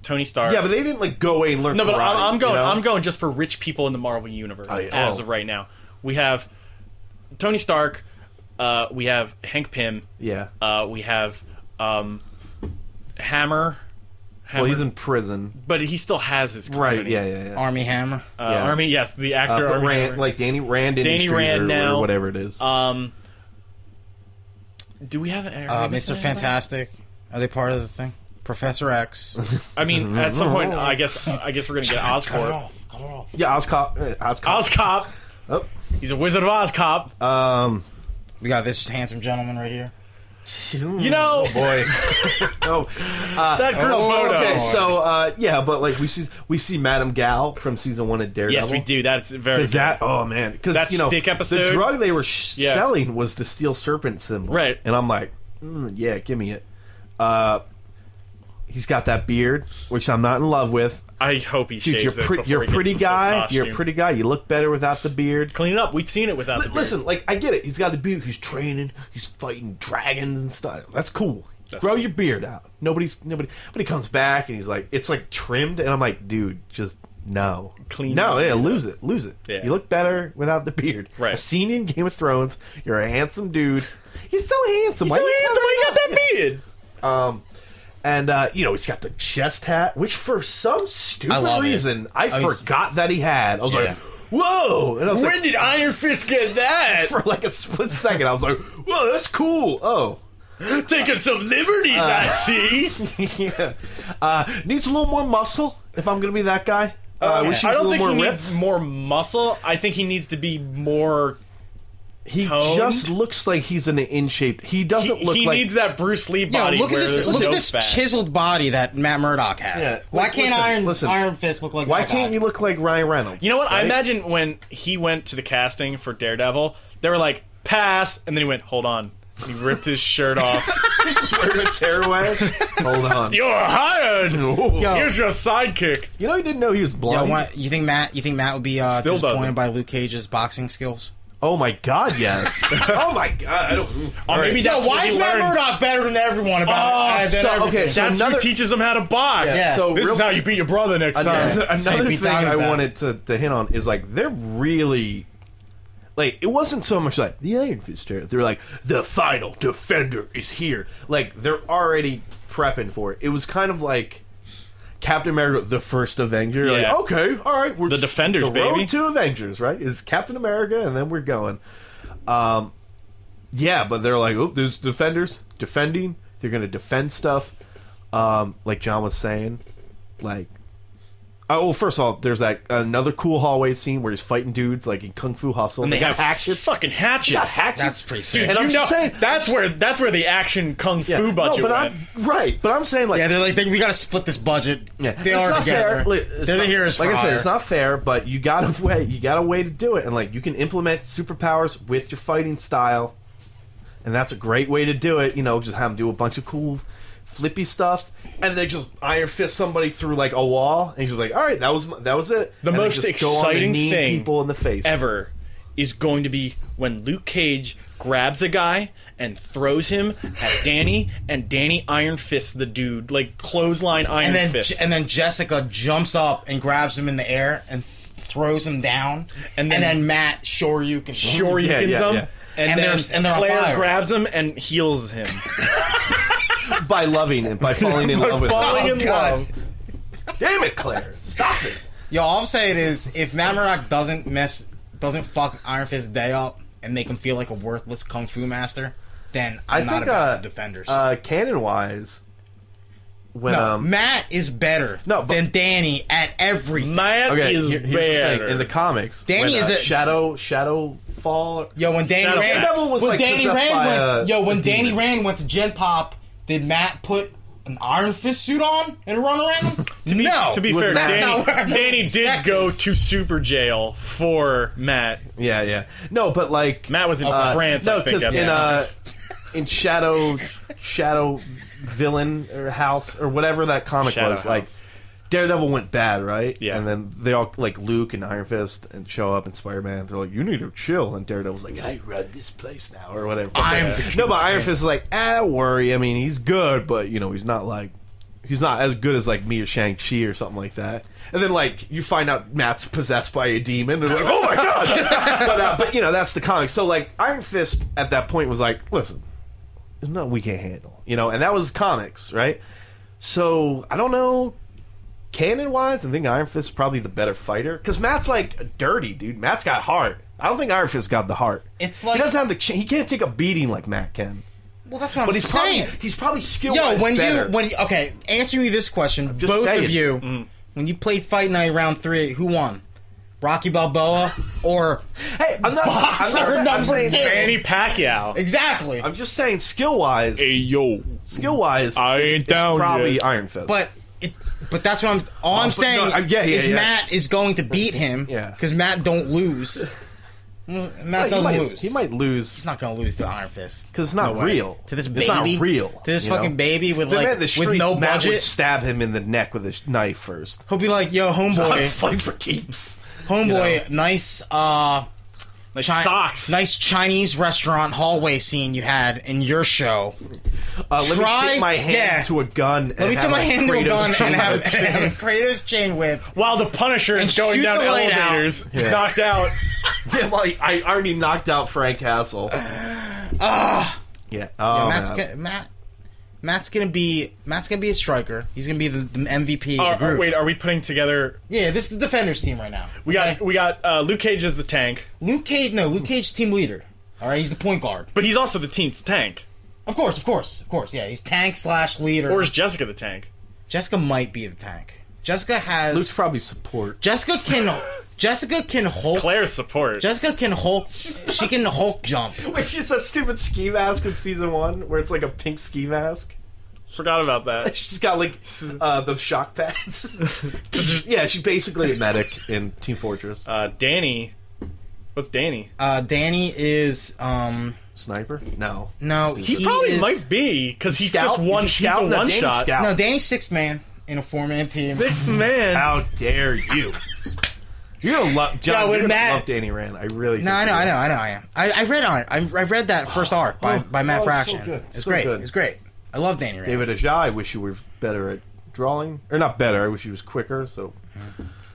[SPEAKER 2] Tony Stark.
[SPEAKER 4] yeah, but they didn't like go away and learn.
[SPEAKER 2] no, but
[SPEAKER 4] karate,
[SPEAKER 2] I'm, I'm going.
[SPEAKER 4] you know?
[SPEAKER 2] I'm going just for rich people in the Marvel universe
[SPEAKER 4] Oh, yeah.
[SPEAKER 2] as
[SPEAKER 4] Oh.
[SPEAKER 2] of right now. We have Tony Stark. Uh, we have Hank Pym.
[SPEAKER 4] Yeah.
[SPEAKER 2] Uh, we have um, Hammer. Hammer.
[SPEAKER 4] well, he's in prison.
[SPEAKER 2] but he still has his company.
[SPEAKER 4] Right. Yeah. Yeah. yeah.
[SPEAKER 3] Army Hammer.
[SPEAKER 2] Uh,
[SPEAKER 4] yeah.
[SPEAKER 2] Army. Yes, the
[SPEAKER 4] Uh,
[SPEAKER 2] actor
[SPEAKER 4] but
[SPEAKER 2] Army.
[SPEAKER 4] Rand,
[SPEAKER 2] Hammer.
[SPEAKER 4] like Danny Rand Industries
[SPEAKER 2] Rand
[SPEAKER 4] or,
[SPEAKER 2] now.
[SPEAKER 4] or whatever it is.
[SPEAKER 2] um, do we have an
[SPEAKER 3] Uh, Mr. Fantastic. Are they part of the thing? Professor X.
[SPEAKER 2] I
[SPEAKER 4] Mm-hmm.
[SPEAKER 2] mean, at some point, I guess I guess we're gonna get Oscorp.
[SPEAKER 3] Cut it off.
[SPEAKER 4] yeah, Oscop. uh, Oscop.
[SPEAKER 2] Oscop. He's a Wizard of Oz cop.
[SPEAKER 4] Oh, um.
[SPEAKER 3] We got this handsome gentleman right here.
[SPEAKER 2] you know
[SPEAKER 4] boy. oh, uh,
[SPEAKER 2] that group
[SPEAKER 4] oh,
[SPEAKER 2] photo.
[SPEAKER 4] Okay, so uh, yeah, but like we see we see Madame Gal from season one of Daredevil.
[SPEAKER 2] yes, we do. That's very
[SPEAKER 4] Because
[SPEAKER 2] good.
[SPEAKER 4] that, oh man, because
[SPEAKER 2] That
[SPEAKER 4] you know,
[SPEAKER 2] stick episode?
[SPEAKER 4] the drug they were sh-
[SPEAKER 2] Yeah.
[SPEAKER 4] selling was the steel serpent symbol,
[SPEAKER 2] Right.
[SPEAKER 4] And I'm like, mm, yeah, give me it. Uh, he's got that beard, which I'm not in love with.
[SPEAKER 2] I hope he
[SPEAKER 4] Dude,
[SPEAKER 2] shaves
[SPEAKER 4] you're,
[SPEAKER 2] it
[SPEAKER 4] pre-
[SPEAKER 2] before
[SPEAKER 4] you're a
[SPEAKER 2] he gets
[SPEAKER 4] pretty
[SPEAKER 2] the full
[SPEAKER 4] guy. You're a
[SPEAKER 2] costume.
[SPEAKER 4] pretty guy. You look better without the beard.
[SPEAKER 2] Clean it up. We've seen it without. the beard.
[SPEAKER 4] Listen, like I get it. He's got the beard. He's training. He's fighting dragons and stuff. That's cool.
[SPEAKER 2] That's
[SPEAKER 4] Grow
[SPEAKER 2] cool.
[SPEAKER 4] your beard out. Nobody's nobody. But he comes back and he's like, it's like trimmed, and I'm like, dude, just no,
[SPEAKER 2] Clean
[SPEAKER 4] No,
[SPEAKER 2] your
[SPEAKER 4] yeah,
[SPEAKER 2] beard
[SPEAKER 4] lose it, lose it.
[SPEAKER 2] Yeah.
[SPEAKER 4] You look better without the beard.
[SPEAKER 2] Right.
[SPEAKER 4] I've seen you in Game of Thrones. You're a handsome dude. He's so handsome.
[SPEAKER 2] He's so handsome when he got that beard.
[SPEAKER 4] Um, and uh, you know he's got the chest hat, which for some stupid
[SPEAKER 3] I love it.
[SPEAKER 4] reason I,
[SPEAKER 3] I was-
[SPEAKER 4] forgot that he had. I was
[SPEAKER 3] Yeah.
[SPEAKER 4] like, whoa! And I was like,
[SPEAKER 2] When did Iron Fist get that?
[SPEAKER 4] for like a split second. I was like, "Whoa, that's cool." Oh,
[SPEAKER 2] Taking some liberties,
[SPEAKER 4] Uh,
[SPEAKER 2] I see.
[SPEAKER 4] yeah. Uh, needs a little more muscle if I'm gonna be that guy. Uh, I wish he
[SPEAKER 2] Oh, I
[SPEAKER 4] was a
[SPEAKER 2] don't
[SPEAKER 4] little
[SPEAKER 2] think
[SPEAKER 4] more
[SPEAKER 2] he
[SPEAKER 4] ripped.
[SPEAKER 2] needs more muscle. I think he needs to be more.
[SPEAKER 4] he
[SPEAKER 2] toned.
[SPEAKER 4] just looks like he's in an in shape. He
[SPEAKER 2] He,
[SPEAKER 4] doesn't look
[SPEAKER 2] he
[SPEAKER 4] like
[SPEAKER 2] needs that Bruce Lee
[SPEAKER 3] Yo,
[SPEAKER 2] body.
[SPEAKER 3] look at
[SPEAKER 2] where
[SPEAKER 3] this!
[SPEAKER 2] there's
[SPEAKER 3] Look
[SPEAKER 2] no
[SPEAKER 3] at this
[SPEAKER 2] fat.
[SPEAKER 3] chiseled body that Matt Murdock has.
[SPEAKER 4] Yeah,
[SPEAKER 3] Why
[SPEAKER 4] like,
[SPEAKER 3] can't
[SPEAKER 4] listen,
[SPEAKER 3] Iron
[SPEAKER 4] listen.
[SPEAKER 3] Iron Fist look like?
[SPEAKER 4] Why
[SPEAKER 3] that
[SPEAKER 4] can't
[SPEAKER 3] guy?
[SPEAKER 4] you look like Ryan Reynolds?
[SPEAKER 2] You know what? I
[SPEAKER 4] right?
[SPEAKER 2] imagine when he went to the casting for Daredevil, they were like, pass, and then he went, hold on. And he ripped his shirt off.
[SPEAKER 4] he's just wearing a tearaway. Hold on.
[SPEAKER 2] You're hired!
[SPEAKER 4] Yo.
[SPEAKER 2] Here's your sidekick.
[SPEAKER 4] You know he didn't know he was
[SPEAKER 3] Yo,
[SPEAKER 4] blind.
[SPEAKER 3] why- you think Matt? You think Matt would be uh,
[SPEAKER 2] Still
[SPEAKER 3] disappointed
[SPEAKER 2] doesn't.
[SPEAKER 3] by Luke Cage's boxing skills?
[SPEAKER 4] oh my god, yes. oh my god. I don't,
[SPEAKER 2] Or maybe
[SPEAKER 4] that.
[SPEAKER 2] that's what he learns.
[SPEAKER 3] better than everyone
[SPEAKER 2] Oh,
[SPEAKER 3] uh, than
[SPEAKER 4] so,
[SPEAKER 3] everything?
[SPEAKER 4] okay, so-
[SPEAKER 2] That's who
[SPEAKER 4] Another-
[SPEAKER 2] teaches him how to box.
[SPEAKER 3] Yeah.
[SPEAKER 4] So
[SPEAKER 2] This
[SPEAKER 4] real-
[SPEAKER 2] is how you beat your brother next time.
[SPEAKER 4] Another,
[SPEAKER 3] Say
[SPEAKER 4] another
[SPEAKER 3] beat
[SPEAKER 4] thing
[SPEAKER 3] down
[SPEAKER 4] I
[SPEAKER 3] about it.
[SPEAKER 4] wanted to, to hint on is like they're really like it wasn't so much like the Iron Fist era. They're like the final defender is here. Like they're already prepping for it. It was kind of like Captain America, the first Avenger. Like,
[SPEAKER 2] Yeah.
[SPEAKER 4] okay, all right, we're
[SPEAKER 2] The
[SPEAKER 4] s-
[SPEAKER 2] Defenders,
[SPEAKER 4] the road
[SPEAKER 2] baby.
[SPEAKER 4] to Avengers, right? Is Captain America, and then we're going. Um, yeah, but they're like, oh, there's defenders defending. They're gonna defend stuff. Um, like John was saying, like, oh, well, first of all, there's that another cool hallway scene where he's fighting dudes like in Kung Fu Hustle.
[SPEAKER 2] And they have
[SPEAKER 4] hatchets,
[SPEAKER 2] fucking hatchets.
[SPEAKER 4] Yeah, hatchets.
[SPEAKER 3] That's pretty sick.
[SPEAKER 2] Dude,
[SPEAKER 4] And
[SPEAKER 2] you
[SPEAKER 4] I'm
[SPEAKER 2] know,
[SPEAKER 4] just saying-
[SPEAKER 2] that's where that's where the action kung
[SPEAKER 4] Yeah.
[SPEAKER 2] fu budget
[SPEAKER 4] no, but
[SPEAKER 2] went.
[SPEAKER 4] I'm right. But I'm saying like
[SPEAKER 3] yeah, they're like they, we got to split this budget.
[SPEAKER 4] Yeah.
[SPEAKER 3] They
[SPEAKER 4] it's
[SPEAKER 3] are
[SPEAKER 4] not
[SPEAKER 3] together.
[SPEAKER 4] fair. Like, it's
[SPEAKER 3] they're
[SPEAKER 4] not-
[SPEAKER 3] the heroes.
[SPEAKER 4] Like
[SPEAKER 3] for
[SPEAKER 4] I said,
[SPEAKER 3] hire.
[SPEAKER 4] it's not fair, but you gotta way you got a way to do it, and like you can implement superpowers with your fighting style, and that's a great way to do it. You know, just have them do a bunch of cool flippy stuff, and they just iron fist somebody through like a wall, and you're like, all right, that was my- that was it.
[SPEAKER 2] The
[SPEAKER 4] And they
[SPEAKER 2] most
[SPEAKER 4] just go on and
[SPEAKER 2] exciting
[SPEAKER 4] knee
[SPEAKER 2] thing
[SPEAKER 4] people in the face
[SPEAKER 2] ever is going to be when Luke Cage grabs a guy and throws him at Danny, and Danny iron fists the dude like clothesline iron
[SPEAKER 3] And then
[SPEAKER 2] fist,
[SPEAKER 3] Je- and then Jessica jumps up and grabs him in the air and throws him down.
[SPEAKER 2] And
[SPEAKER 3] And
[SPEAKER 2] then-
[SPEAKER 3] then, Matt Shoryuken.
[SPEAKER 2] or
[SPEAKER 4] Yeah,
[SPEAKER 2] him,
[SPEAKER 4] yeah, yeah.
[SPEAKER 2] and,
[SPEAKER 3] And
[SPEAKER 2] then
[SPEAKER 3] they're- and they're on
[SPEAKER 2] Claire
[SPEAKER 3] fire.
[SPEAKER 2] grabs him and heals him.
[SPEAKER 4] by loving and by falling in
[SPEAKER 2] By
[SPEAKER 4] love with.
[SPEAKER 2] falling
[SPEAKER 4] Them.
[SPEAKER 2] in
[SPEAKER 3] Oh, God.
[SPEAKER 2] love.
[SPEAKER 4] Damn it, Claire! Stop it.
[SPEAKER 3] Yo, all I'm saying is if Matt Murdock doesn't mess, doesn't fuck Iron Fist day up and make him feel like a worthless kung fu master, then I'm
[SPEAKER 4] I
[SPEAKER 3] not
[SPEAKER 4] think
[SPEAKER 3] about
[SPEAKER 4] uh,
[SPEAKER 3] the defenders.
[SPEAKER 4] Uh, canon wise, when
[SPEAKER 3] No,
[SPEAKER 4] um
[SPEAKER 3] Matt is better
[SPEAKER 4] No, but-
[SPEAKER 3] than Danny at everything.
[SPEAKER 2] Matt
[SPEAKER 4] okay
[SPEAKER 2] is
[SPEAKER 4] here- here's the
[SPEAKER 2] better.
[SPEAKER 4] thing in the comics
[SPEAKER 3] Danny
[SPEAKER 4] when,
[SPEAKER 3] is
[SPEAKER 4] uh,
[SPEAKER 3] a-
[SPEAKER 4] Shadow Shadow Fall
[SPEAKER 3] Yo, when Danny
[SPEAKER 2] Shadow
[SPEAKER 3] Rand,
[SPEAKER 2] Daredevil
[SPEAKER 4] was,
[SPEAKER 3] when
[SPEAKER 4] like,
[SPEAKER 3] Danny
[SPEAKER 4] possessed
[SPEAKER 3] Rand
[SPEAKER 4] by
[SPEAKER 3] went,
[SPEAKER 4] a-
[SPEAKER 3] yo, when
[SPEAKER 4] a
[SPEAKER 3] Danny
[SPEAKER 4] demon.
[SPEAKER 3] Rand went to Gen Pop, did Matt put an Iron Fist suit on and run around?
[SPEAKER 2] to be,
[SPEAKER 3] no,
[SPEAKER 2] to be
[SPEAKER 3] It was-
[SPEAKER 2] fair,
[SPEAKER 3] that's
[SPEAKER 2] Danny,
[SPEAKER 3] not where I
[SPEAKER 2] Danny did
[SPEAKER 3] expect
[SPEAKER 2] go
[SPEAKER 3] this.
[SPEAKER 2] to super jail for Matt.
[SPEAKER 4] yeah yeah no but like
[SPEAKER 2] Matt was in
[SPEAKER 4] uh,
[SPEAKER 2] France,
[SPEAKER 4] no
[SPEAKER 2] I think.
[SPEAKER 4] because
[SPEAKER 2] at the
[SPEAKER 4] in
[SPEAKER 2] time.
[SPEAKER 4] uh in Shadow Shadow villain or house or whatever that comic
[SPEAKER 2] Shadow
[SPEAKER 4] was
[SPEAKER 2] House.
[SPEAKER 4] like Daredevil went bad right
[SPEAKER 2] Yeah.
[SPEAKER 4] and then they all like Luke and Iron Fist and show up and Spider Man they're like you need to chill and Daredevil's like I run this place now or whatever
[SPEAKER 3] I'm
[SPEAKER 4] Okay.
[SPEAKER 3] the king
[SPEAKER 4] no but Iron Fist is like ah don't worry I mean he's good but you know he's not like he's not as good as like me or Shang Chi or something like that and then like you find out Matt's possessed by a demon and they're like oh my god but uh, but you know that's the comic so like Iron Fist at that point was like listen there's nothing we can't handle, you know. And that was comics, right? So I don't know, canon wise, I think Iron Fist is probably the better fighter because Matt's like dirty, dude. Matt's got heart. I don't think Iron Fist got the heart.
[SPEAKER 3] It's like-
[SPEAKER 4] he doesn't have the ch- he can't take a beating like Matt can.
[SPEAKER 3] Well, that's what
[SPEAKER 4] But
[SPEAKER 3] I'm
[SPEAKER 4] he's
[SPEAKER 3] saying.
[SPEAKER 4] probably he's probably skilled.
[SPEAKER 3] Yo, when
[SPEAKER 4] better.
[SPEAKER 3] you when you, okay, answer me this question,
[SPEAKER 4] just
[SPEAKER 3] both
[SPEAKER 4] saying.
[SPEAKER 3] of you,
[SPEAKER 2] Mm.
[SPEAKER 3] when you played Fight Night round three, who won? Rocky Balboa or
[SPEAKER 4] hey, I'm not. I'm,
[SPEAKER 3] Boxer
[SPEAKER 4] not saying- I'm
[SPEAKER 3] number
[SPEAKER 4] saying.
[SPEAKER 3] two.
[SPEAKER 2] Manny Pacquiao.
[SPEAKER 3] exactly?
[SPEAKER 4] I'm just saying, skill wise,
[SPEAKER 2] Hey, yo.
[SPEAKER 4] skill wise,
[SPEAKER 2] I ain't
[SPEAKER 4] it's,
[SPEAKER 2] down
[SPEAKER 4] it's probably
[SPEAKER 2] yet.
[SPEAKER 4] Iron Fist.
[SPEAKER 3] But it, but that's what I'm. All I'm
[SPEAKER 4] but
[SPEAKER 3] saying
[SPEAKER 4] no, I'm- yeah, yeah,
[SPEAKER 3] is
[SPEAKER 4] yeah.
[SPEAKER 3] Matt is going to beat him.
[SPEAKER 4] Yeah.
[SPEAKER 3] Because Matt don't lose. Mm, Matt
[SPEAKER 4] he
[SPEAKER 3] doesn't
[SPEAKER 4] might,
[SPEAKER 3] lose.
[SPEAKER 4] He might lose.
[SPEAKER 3] He's not gonna lose to Iron Fist
[SPEAKER 4] 'Cause it's not
[SPEAKER 3] No way.
[SPEAKER 4] real.
[SPEAKER 3] To this baby.
[SPEAKER 4] It's not real,
[SPEAKER 3] To this
[SPEAKER 4] you know?
[SPEAKER 3] fucking baby with
[SPEAKER 4] If they
[SPEAKER 3] like
[SPEAKER 4] ran the streets,
[SPEAKER 3] with no
[SPEAKER 4] Matt would
[SPEAKER 3] budget.
[SPEAKER 4] stab him in the neck with a sh- knife first.
[SPEAKER 3] He'll be like, "Yo,
[SPEAKER 4] I
[SPEAKER 3] homeboy,
[SPEAKER 4] fight for keeps.
[SPEAKER 3] homeboy, nice, uh,
[SPEAKER 2] Like
[SPEAKER 3] Chi-
[SPEAKER 2] socks.
[SPEAKER 3] nice Chinese restaurant hallway scene you had in your show.
[SPEAKER 4] Uh, let me
[SPEAKER 3] Try-
[SPEAKER 4] take my hand
[SPEAKER 3] yeah.
[SPEAKER 4] to a gun. And
[SPEAKER 3] Let me
[SPEAKER 4] have,
[SPEAKER 3] take my
[SPEAKER 4] like,
[SPEAKER 3] hand to a
[SPEAKER 4] Kratos
[SPEAKER 3] gun
[SPEAKER 4] chain
[SPEAKER 3] and have,
[SPEAKER 4] a chain.
[SPEAKER 3] and have a Kratos chain whip.
[SPEAKER 2] While the Punisher is
[SPEAKER 3] And
[SPEAKER 2] going
[SPEAKER 3] shoot
[SPEAKER 2] down
[SPEAKER 3] the light out.
[SPEAKER 2] elevators,
[SPEAKER 4] Yeah.
[SPEAKER 2] knocked out.
[SPEAKER 4] Yeah, well, I already knocked out Frank Castle. yeah. Oh,
[SPEAKER 3] Matt's
[SPEAKER 4] man.
[SPEAKER 3] gonna, Matt. Matt's gonna be Matt's gonna be a striker. He's gonna be the, the MVP.
[SPEAKER 2] Are-
[SPEAKER 3] of the
[SPEAKER 2] are-
[SPEAKER 3] group.
[SPEAKER 2] Uh, wait, are we putting together?
[SPEAKER 3] Yeah, this is the defenders team right now.
[SPEAKER 2] We got we got uh, Luke Cage as the tank,
[SPEAKER 3] Luke Cage. No, Luke Cage team leader. All right, he's the point guard.
[SPEAKER 2] but he's also the team's tank.
[SPEAKER 3] Of course, of course, of course. Yeah, he's tank slash leader.
[SPEAKER 2] Or is Jessica the tank?
[SPEAKER 3] Jessica might be the tank. Jessica has.
[SPEAKER 4] Luke's probably support.
[SPEAKER 3] Jessica can. Jessica can Hulk.
[SPEAKER 2] Claire's support.
[SPEAKER 3] Jessica can Hulk. She can Hulk jump.
[SPEAKER 4] Which is that stupid ski mask in season one, where it's like a pink ski mask.
[SPEAKER 2] Forgot about that.
[SPEAKER 4] She's got like uh, the shock pads. yeah, she's basically a medic in Team Fortress.
[SPEAKER 2] Uh, Danny, what's Danny?
[SPEAKER 3] Uh, Danny is. um
[SPEAKER 4] Sniper? No.
[SPEAKER 3] No,
[SPEAKER 2] He,
[SPEAKER 3] he,
[SPEAKER 2] probably
[SPEAKER 3] is-
[SPEAKER 2] might be because he's
[SPEAKER 4] Scout?
[SPEAKER 2] just one
[SPEAKER 4] He's- he's
[SPEAKER 2] scout,
[SPEAKER 4] on the
[SPEAKER 2] one
[SPEAKER 4] Danny
[SPEAKER 2] shot.
[SPEAKER 4] Scout.
[SPEAKER 3] No, Danny's six man in a four man team.
[SPEAKER 2] Sixth man.
[SPEAKER 4] How dare you? You're gonna love John.
[SPEAKER 3] Yeah, when
[SPEAKER 4] you're gonna
[SPEAKER 3] Matt-
[SPEAKER 4] love Danny Rand. I really.
[SPEAKER 3] No, I know, I know, I know, I am. I, I read on it. I, I read that first arc by, by Matt
[SPEAKER 4] oh, so
[SPEAKER 3] Fraction.
[SPEAKER 4] good,
[SPEAKER 3] It's
[SPEAKER 4] so
[SPEAKER 3] great.
[SPEAKER 4] good.
[SPEAKER 3] It's great. I love Danny Rand.
[SPEAKER 4] David Ajay. I wish you were better at drawing, or not better. I wish he was quicker. So,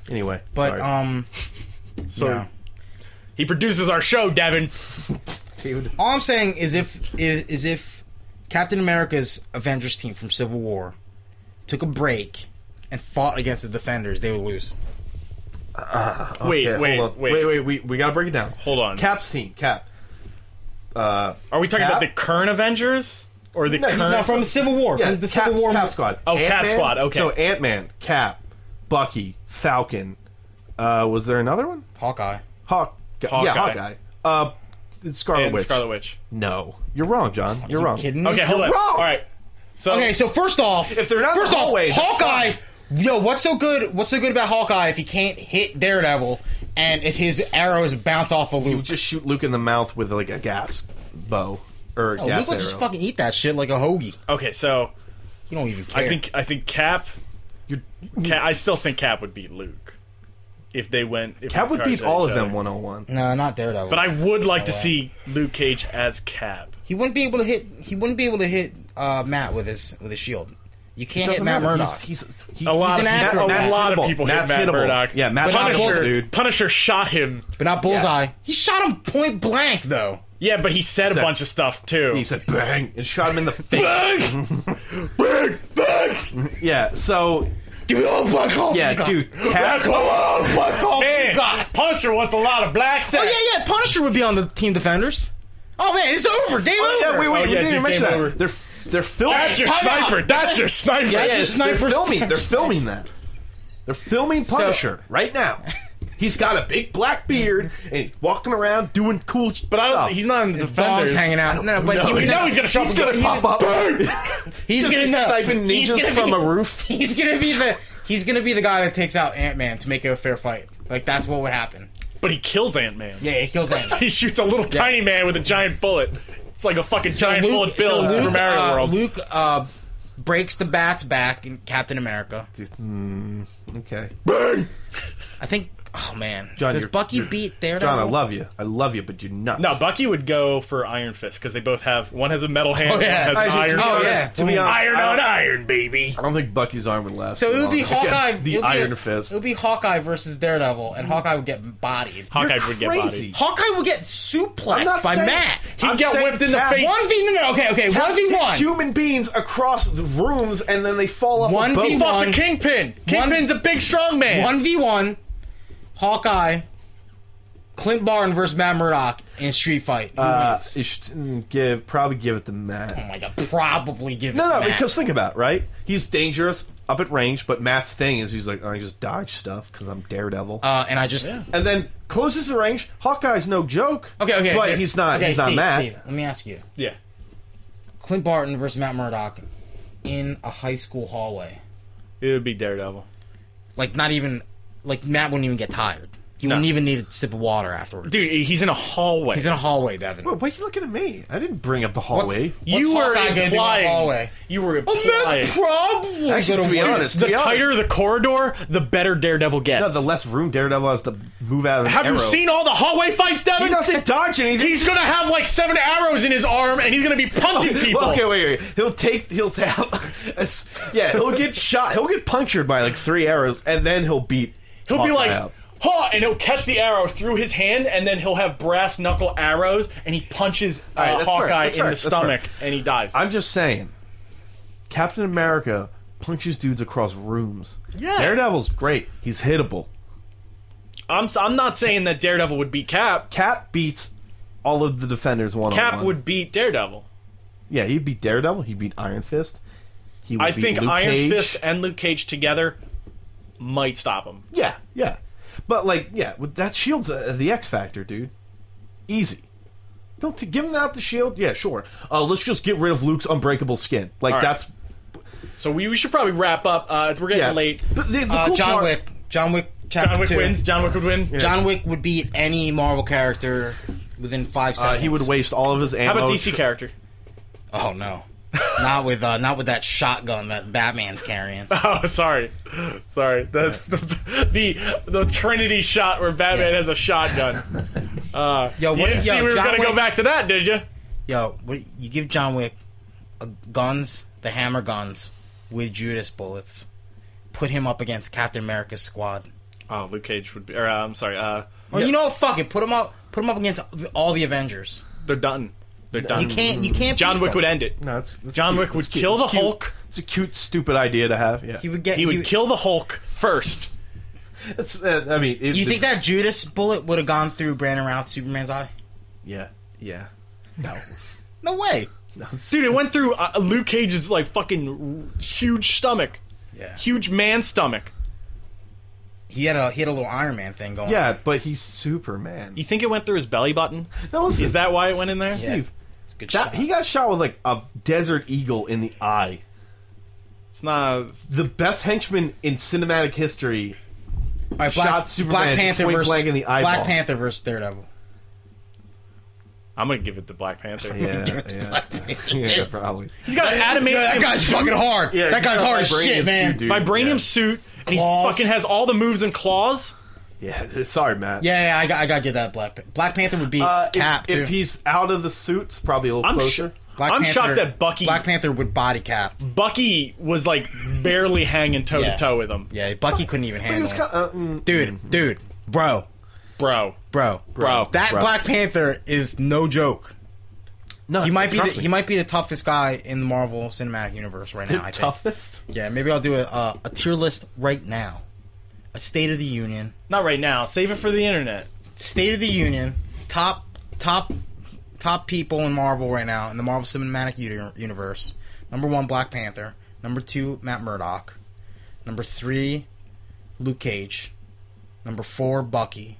[SPEAKER 4] anyway,
[SPEAKER 3] but
[SPEAKER 4] sorry.
[SPEAKER 3] um,
[SPEAKER 2] so
[SPEAKER 3] yeah.
[SPEAKER 2] he produces our show, Devin.
[SPEAKER 4] Dude.
[SPEAKER 3] all I'm saying is if is, is if Captain America's Avengers team from Civil War took a break and fought against the Defenders, they would lose.
[SPEAKER 2] Wait,
[SPEAKER 4] Okay,
[SPEAKER 2] wait,
[SPEAKER 4] hold on.
[SPEAKER 2] wait,
[SPEAKER 4] wait, wait. We we gotta break it down.
[SPEAKER 2] Hold on.
[SPEAKER 4] Cap's team. Cap. Uh,
[SPEAKER 2] Are we talking
[SPEAKER 4] Cap?
[SPEAKER 2] about the current Avengers or the
[SPEAKER 4] No, he's
[SPEAKER 2] current?
[SPEAKER 3] Now from the Civil War,
[SPEAKER 4] yeah,
[SPEAKER 3] from the
[SPEAKER 4] Cap,
[SPEAKER 3] Civil War,
[SPEAKER 4] Cap squad.
[SPEAKER 2] Oh, Cap
[SPEAKER 4] Ant-Man?
[SPEAKER 2] squad, okay.
[SPEAKER 4] So Ant Man, Cap, Bucky, Falcon. Uh, was there another one? Um,
[SPEAKER 3] Hawkeye.
[SPEAKER 4] Hawk. Yeah,
[SPEAKER 2] Hawkeye.
[SPEAKER 4] Hawkeye. Uh, Scarlet
[SPEAKER 2] and
[SPEAKER 4] Witch.
[SPEAKER 2] Scarlet Witch.
[SPEAKER 4] No, you're wrong, John. You're wrong.
[SPEAKER 3] Kidding me?
[SPEAKER 2] Okay, hold on.
[SPEAKER 4] wrong.
[SPEAKER 2] All right. So
[SPEAKER 3] Okay, so first off,
[SPEAKER 4] If they're not in the
[SPEAKER 3] first off,
[SPEAKER 4] hallway, they're
[SPEAKER 3] Hawkeye. Yo, what's so good? What's so good about Hawkeye if he can't hit Daredevil and if his arrows bounce off a of
[SPEAKER 4] You
[SPEAKER 3] Luke?
[SPEAKER 4] just shoot Luke in the mouth with like a gas bow or a
[SPEAKER 3] Oh,
[SPEAKER 4] gas
[SPEAKER 3] Luke would
[SPEAKER 4] arrow.
[SPEAKER 3] just fucking eat that shit like a hoagie.
[SPEAKER 2] okay, so
[SPEAKER 3] You don't even care.
[SPEAKER 2] I think I think Cap. Cap I still think Cap would beat Luke if they went. If
[SPEAKER 4] Cap
[SPEAKER 2] they
[SPEAKER 4] would beat
[SPEAKER 2] charged
[SPEAKER 4] all
[SPEAKER 2] each
[SPEAKER 4] of them
[SPEAKER 2] other.
[SPEAKER 4] one on one.
[SPEAKER 3] no, not Daredevil.
[SPEAKER 2] But I would like to see Luke Cage as Cap.
[SPEAKER 3] Oh, he wouldn't be able to hit. He wouldn't be able to hit uh, Matt with his with his shield. You can't hit Matt Murdock.
[SPEAKER 4] He's, he's, he-
[SPEAKER 2] A lot
[SPEAKER 4] he's
[SPEAKER 2] of
[SPEAKER 3] an
[SPEAKER 2] people,
[SPEAKER 3] acrobat.
[SPEAKER 2] a
[SPEAKER 3] Matt's
[SPEAKER 2] lot
[SPEAKER 4] hittable.
[SPEAKER 2] of people
[SPEAKER 4] Matt's
[SPEAKER 2] hit Matt
[SPEAKER 4] hittable.
[SPEAKER 2] Murdock.
[SPEAKER 4] Yeah, Matt's
[SPEAKER 2] Punisher,
[SPEAKER 4] hittable, dude.
[SPEAKER 2] Punisher shot him.
[SPEAKER 3] but not Bullseye. He shot him point blank though.
[SPEAKER 2] Yeah, but he said a
[SPEAKER 4] So-
[SPEAKER 2] bunch of stuff too.
[SPEAKER 4] he said bang and shot him in the face. bang, bang, bang. Yeah. So
[SPEAKER 3] Give me all the black hole.
[SPEAKER 4] yeah,
[SPEAKER 3] you got.
[SPEAKER 4] dude. Cap,
[SPEAKER 3] Oh,
[SPEAKER 2] Man,
[SPEAKER 3] God.
[SPEAKER 2] Punisher wants a lot of black
[SPEAKER 3] Oh
[SPEAKER 2] sex.
[SPEAKER 3] yeah, yeah. Punisher would be on the team defenders. Oh man, it's over. Game
[SPEAKER 4] yeah,
[SPEAKER 3] over.
[SPEAKER 4] wait, wait,
[SPEAKER 2] Oh,
[SPEAKER 4] we
[SPEAKER 2] yeah,
[SPEAKER 4] didn't
[SPEAKER 2] dude,
[SPEAKER 4] even
[SPEAKER 2] game
[SPEAKER 4] mention that.
[SPEAKER 2] over.
[SPEAKER 4] They're f- They're filming.
[SPEAKER 2] That's your
[SPEAKER 3] Time out!
[SPEAKER 2] sniper. That's your sniper.
[SPEAKER 3] Yeah, yeah.
[SPEAKER 4] Yes, they're
[SPEAKER 3] Sniper's-
[SPEAKER 4] filming. They're filming that. They're filming Punisher right now. He's got a big black beard and he's walking around doing cool sh-
[SPEAKER 2] But I
[SPEAKER 4] stuff.
[SPEAKER 2] don't, he's not in the defenders.
[SPEAKER 3] Dogs hanging out. No, but
[SPEAKER 4] know.
[SPEAKER 2] We
[SPEAKER 3] he would
[SPEAKER 2] know
[SPEAKER 3] not-
[SPEAKER 2] he's gonna show up.
[SPEAKER 4] He's
[SPEAKER 2] and
[SPEAKER 4] gonna
[SPEAKER 2] go,
[SPEAKER 4] pop up.
[SPEAKER 3] He's
[SPEAKER 4] Just
[SPEAKER 3] gonna
[SPEAKER 4] be
[SPEAKER 3] no.
[SPEAKER 4] sniping
[SPEAKER 3] He's
[SPEAKER 4] ninjas
[SPEAKER 3] gonna
[SPEAKER 4] from
[SPEAKER 3] be-
[SPEAKER 4] a roof.
[SPEAKER 3] He's gonna be the he's gonna be the guy that takes out Ant Man to make it a fair fight. Like that's what would happen.
[SPEAKER 2] But he kills Ant Man.
[SPEAKER 3] Yeah, he kills Ant Man.
[SPEAKER 2] He shoots a little tiny man with a giant bullet. It's like a fucking giant bullet bill in Super Mario
[SPEAKER 3] uh,
[SPEAKER 2] World.
[SPEAKER 3] Luke uh, breaks the bat's back in Captain America.
[SPEAKER 4] Okay,
[SPEAKER 3] I think. Oh man,
[SPEAKER 4] John,
[SPEAKER 3] does
[SPEAKER 4] you're-
[SPEAKER 3] Bucky
[SPEAKER 4] you're-
[SPEAKER 3] beat Daredevil?
[SPEAKER 4] John, I love you. I love you, but you're nuts.
[SPEAKER 2] No, Bucky would go for Iron Fist because they both have one has a metal hand,
[SPEAKER 3] Oh, yeah.
[SPEAKER 2] one has an
[SPEAKER 4] Actually, to
[SPEAKER 2] iron.
[SPEAKER 4] be
[SPEAKER 3] Oh,
[SPEAKER 4] honest,
[SPEAKER 3] yeah.
[SPEAKER 4] to be honest,
[SPEAKER 2] Iron
[SPEAKER 4] I
[SPEAKER 2] on
[SPEAKER 4] don't-
[SPEAKER 2] iron, baby.
[SPEAKER 4] I don't think Bucky's arm would last.
[SPEAKER 3] So it would be
[SPEAKER 4] long against
[SPEAKER 3] Hawkeye.
[SPEAKER 4] The
[SPEAKER 3] it would be-
[SPEAKER 4] Iron Fist.
[SPEAKER 3] It would be Hawkeye versus Daredevil, and Hawkeye would get bodied.
[SPEAKER 2] Hawkeye
[SPEAKER 4] You're
[SPEAKER 2] would get
[SPEAKER 4] crazy.
[SPEAKER 2] bodied.
[SPEAKER 3] Hawkeye would get
[SPEAKER 4] I'm
[SPEAKER 3] suplexed
[SPEAKER 4] not
[SPEAKER 3] by
[SPEAKER 4] saying-
[SPEAKER 3] Matt.
[SPEAKER 2] He'd
[SPEAKER 4] I'm
[SPEAKER 2] get
[SPEAKER 4] saying
[SPEAKER 2] whipped in the
[SPEAKER 4] Cap-
[SPEAKER 2] face.
[SPEAKER 3] One v no, no, okay, okay, one v
[SPEAKER 4] Hits
[SPEAKER 3] one.
[SPEAKER 4] Human beings across the rooms and then they fall off a
[SPEAKER 3] One
[SPEAKER 4] boat.
[SPEAKER 3] v
[SPEAKER 2] Fuck
[SPEAKER 3] one.
[SPEAKER 2] the Kingpin. Kingpin's a big strong man.
[SPEAKER 3] One v one. Hawkeye. Clint Barton versus Matt Murdock in Street Fight. Who
[SPEAKER 4] Uh,
[SPEAKER 3] wins?
[SPEAKER 4] you should give probably give it to Matt.
[SPEAKER 3] Oh my god, probably give it
[SPEAKER 4] No,
[SPEAKER 3] to
[SPEAKER 4] no,
[SPEAKER 3] Matt.
[SPEAKER 4] because think about it, right? He's dangerous up at range, but Matt's thing is he's like, I just dodge stuff because I'm Daredevil.
[SPEAKER 3] uh, and I just
[SPEAKER 4] and then closes the range. Hawkeye's no joke.
[SPEAKER 3] okay, okay,
[SPEAKER 4] but
[SPEAKER 3] okay.
[SPEAKER 4] he's not.
[SPEAKER 3] Okay,
[SPEAKER 4] he's
[SPEAKER 3] Steve,
[SPEAKER 4] not Matt.
[SPEAKER 3] Steve, let me ask you:
[SPEAKER 2] Yeah.
[SPEAKER 3] Clint Barton versus Matt Murdock in a high school hallway,
[SPEAKER 2] It would be Daredevil.
[SPEAKER 3] like not even like Matt wouldn't even get tired. He
[SPEAKER 2] No.
[SPEAKER 3] wouldn't even need a sip of water afterwards.
[SPEAKER 2] Dude, he's in a hallway.
[SPEAKER 3] he's in a hallway, Devin.
[SPEAKER 4] Wait, why are you looking at me? I didn't bring up the hallway.
[SPEAKER 2] you
[SPEAKER 3] What's
[SPEAKER 2] were
[SPEAKER 3] Hawkeye gonna do in a
[SPEAKER 2] implying.
[SPEAKER 3] hallway?
[SPEAKER 2] You were
[SPEAKER 3] Oh,
[SPEAKER 2] implying.
[SPEAKER 3] Matt's probably
[SPEAKER 4] Actually, to be
[SPEAKER 3] win.
[SPEAKER 4] honest, to
[SPEAKER 2] the
[SPEAKER 4] be honest,
[SPEAKER 2] tighter the corridor, the better Daredevil gets.
[SPEAKER 4] no, the less room Daredevil has to move out of the
[SPEAKER 2] Have you
[SPEAKER 4] arrow.
[SPEAKER 2] seen all the hallway fights,
[SPEAKER 4] He
[SPEAKER 2] Devin?
[SPEAKER 4] doesn't dodge anything.
[SPEAKER 2] He's gonna have like seven arrows in his arm, and he's gonna be punching people.
[SPEAKER 4] Well, okay, wait, wait. He'll take, he'll tap. It's- yeah, he'll get shot. He'll get punctured by like three arrows, and then he'll beat.
[SPEAKER 2] He'll be
[SPEAKER 4] Hawkeye
[SPEAKER 2] like,
[SPEAKER 4] out.
[SPEAKER 2] "Huh," and he'll catch the arrow through his hand, and then he'll have brass knuckle arrows, and he punches uh,
[SPEAKER 4] right, that's fair,
[SPEAKER 2] Hawkeye
[SPEAKER 4] that's
[SPEAKER 2] in
[SPEAKER 4] fair,
[SPEAKER 2] the
[SPEAKER 4] that's fair.
[SPEAKER 2] stomach, and he dies.
[SPEAKER 4] I'm just saying, Captain America punches dudes across rooms.
[SPEAKER 2] Yeah.
[SPEAKER 4] Daredevil's great. He's hittable.
[SPEAKER 2] I'm s- I'm not saying that Daredevil would beat Cap.
[SPEAKER 4] Cap beats all of the defenders one on one.
[SPEAKER 2] Cap would beat Daredevil.
[SPEAKER 4] Yeah, he'd beat Daredevil. He'd beat Iron Fist. He would
[SPEAKER 2] I
[SPEAKER 4] beat
[SPEAKER 2] think
[SPEAKER 4] Luke
[SPEAKER 2] Iron
[SPEAKER 4] Cage.
[SPEAKER 2] Fist and Luke Cage together might stop him.
[SPEAKER 4] Yeah, yeah. But like, yeah, with that shield's uh, the X factor, dude. Easy. Don't t- give him out the shield. Yeah, sure. Uh, let's just get rid of Luke's unbreakable skin. Like
[SPEAKER 2] All right.
[SPEAKER 4] that's
[SPEAKER 2] So we, we should probably wrap up. Uh, we're getting
[SPEAKER 4] yeah.
[SPEAKER 2] late.
[SPEAKER 4] But the, the
[SPEAKER 3] Uh,
[SPEAKER 4] cool
[SPEAKER 3] John
[SPEAKER 4] part-
[SPEAKER 3] Wick. John Wick. Chapter
[SPEAKER 2] John Wick
[SPEAKER 3] two.
[SPEAKER 2] wins. John Wick would win.
[SPEAKER 3] John Wick would beat any Marvel character within five
[SPEAKER 4] Uh,
[SPEAKER 3] seconds.
[SPEAKER 4] he would waste all of his ammo.
[SPEAKER 2] How about DC character?
[SPEAKER 3] Oh no, not with uh, not with that shotgun that Batman's carrying.
[SPEAKER 2] Oh, sorry, sorry. The the, the, the Trinity shot where Batman
[SPEAKER 3] Yeah.
[SPEAKER 2] has a shotgun. Uh,
[SPEAKER 3] Yo,
[SPEAKER 2] you
[SPEAKER 3] what-
[SPEAKER 2] didn't
[SPEAKER 3] yo,
[SPEAKER 2] see we were
[SPEAKER 3] John
[SPEAKER 2] gonna go
[SPEAKER 3] Wick-
[SPEAKER 2] back to that, did you?
[SPEAKER 3] Yo, what, you give John Wick uh, guns, the hammer guns with Judas bullets. Put him up against Captain America's squad.
[SPEAKER 2] Oh, Luke Cage would be. Or, uh, I'm sorry. Uh,
[SPEAKER 3] Or Oh, you know what? Fuck it. Put him up. Put him up against all the Avengers.
[SPEAKER 2] they're done. They're done.
[SPEAKER 3] You can't. You can't.
[SPEAKER 2] John
[SPEAKER 3] beat
[SPEAKER 2] Wick
[SPEAKER 3] them.
[SPEAKER 2] would end it.
[SPEAKER 4] No, it's, it's
[SPEAKER 2] John
[SPEAKER 4] cute.
[SPEAKER 2] Wick would
[SPEAKER 4] It's cute.
[SPEAKER 2] kill
[SPEAKER 4] It's
[SPEAKER 2] the
[SPEAKER 4] cute.
[SPEAKER 2] Hulk.
[SPEAKER 4] It's a cute, stupid idea to have. Yeah,
[SPEAKER 3] He would get.
[SPEAKER 2] He would kill the Hulk first.
[SPEAKER 4] It's, uh, I mean, it,
[SPEAKER 3] You think that Judas bullet would have gone through Brandon Routh Superman's eye?
[SPEAKER 4] Yeah,
[SPEAKER 2] Yeah.
[SPEAKER 4] no,
[SPEAKER 3] No way.
[SPEAKER 2] Dude, it went through uh, Luke Cage's like fucking huge stomach,
[SPEAKER 3] Yeah.
[SPEAKER 2] huge man stomach.
[SPEAKER 3] He had a he had a little Iron Man thing going.
[SPEAKER 4] yeah, but he's Superman.
[SPEAKER 2] You think it went through his belly button?
[SPEAKER 4] No, listen,
[SPEAKER 2] Is that why it went in there?
[SPEAKER 4] Steve?
[SPEAKER 3] It's a good
[SPEAKER 4] That,
[SPEAKER 3] shot.
[SPEAKER 4] he got shot with like a desert eagle in the eye.
[SPEAKER 2] It's not. it's-
[SPEAKER 4] The best henchman in cinematic history
[SPEAKER 3] All right, Black,
[SPEAKER 4] shot Superman
[SPEAKER 3] Black Panther
[SPEAKER 4] point
[SPEAKER 3] versus
[SPEAKER 4] blank in the eyeball.
[SPEAKER 3] Black Panther versus Daredevil.
[SPEAKER 2] I'm gonna give it to Black Panther.
[SPEAKER 4] Yeah, yeah. yeah, probably.
[SPEAKER 2] He's got an adamantium.
[SPEAKER 3] Yeah, that guy's
[SPEAKER 2] suit.
[SPEAKER 3] fucking hard.
[SPEAKER 4] Yeah,
[SPEAKER 3] that guy's
[SPEAKER 4] he's got
[SPEAKER 3] hard as
[SPEAKER 4] vibranium
[SPEAKER 3] shit,
[SPEAKER 4] suit,
[SPEAKER 3] man.
[SPEAKER 4] dude.
[SPEAKER 2] vibranium
[SPEAKER 4] Yeah.
[SPEAKER 2] suit, and
[SPEAKER 3] Claws.
[SPEAKER 2] he fucking has all the moves and claws.
[SPEAKER 4] Yeah, sorry, Matt.
[SPEAKER 3] Yeah, yeah, I got, I got to get that Black Panther. Black Panther would beat
[SPEAKER 4] Uh, if-
[SPEAKER 3] Cap
[SPEAKER 4] if,
[SPEAKER 3] too.
[SPEAKER 4] he's out of the suits, probably a little
[SPEAKER 2] I'm
[SPEAKER 4] closer.
[SPEAKER 2] sh-
[SPEAKER 3] Black
[SPEAKER 2] I'm
[SPEAKER 3] Panther-
[SPEAKER 2] shocked that Bucky
[SPEAKER 3] Black Panther would body Cap.
[SPEAKER 2] Bucky was like barely hanging toe
[SPEAKER 3] Yeah.
[SPEAKER 2] to toe with him,
[SPEAKER 3] Yeah, Bucky couldn't even
[SPEAKER 4] He
[SPEAKER 3] handle
[SPEAKER 4] was
[SPEAKER 3] it.
[SPEAKER 4] kind of, uh, mm,
[SPEAKER 3] dude, dude, bro,
[SPEAKER 2] bro.
[SPEAKER 3] bro,
[SPEAKER 2] Bro.
[SPEAKER 3] That
[SPEAKER 4] Bro.
[SPEAKER 3] Black Panther is no joke.
[SPEAKER 4] no,
[SPEAKER 3] He might be the,
[SPEAKER 4] trust me.
[SPEAKER 3] he might be the toughest guy in the Marvel Cinematic Universe right now.
[SPEAKER 4] the
[SPEAKER 3] I think.
[SPEAKER 4] toughest.
[SPEAKER 3] Yeah, maybe I'll do a, uh, a tier list right now. A State of the Union.
[SPEAKER 2] Not right now. Save it for the internet.
[SPEAKER 3] State of the Union, top top top people in Marvel right now in the Marvel Cinematic Uni- Universe. Number one, Black Panther. Number two, Matt Murdock. Number three, Luke Cage. Number four, Bucky.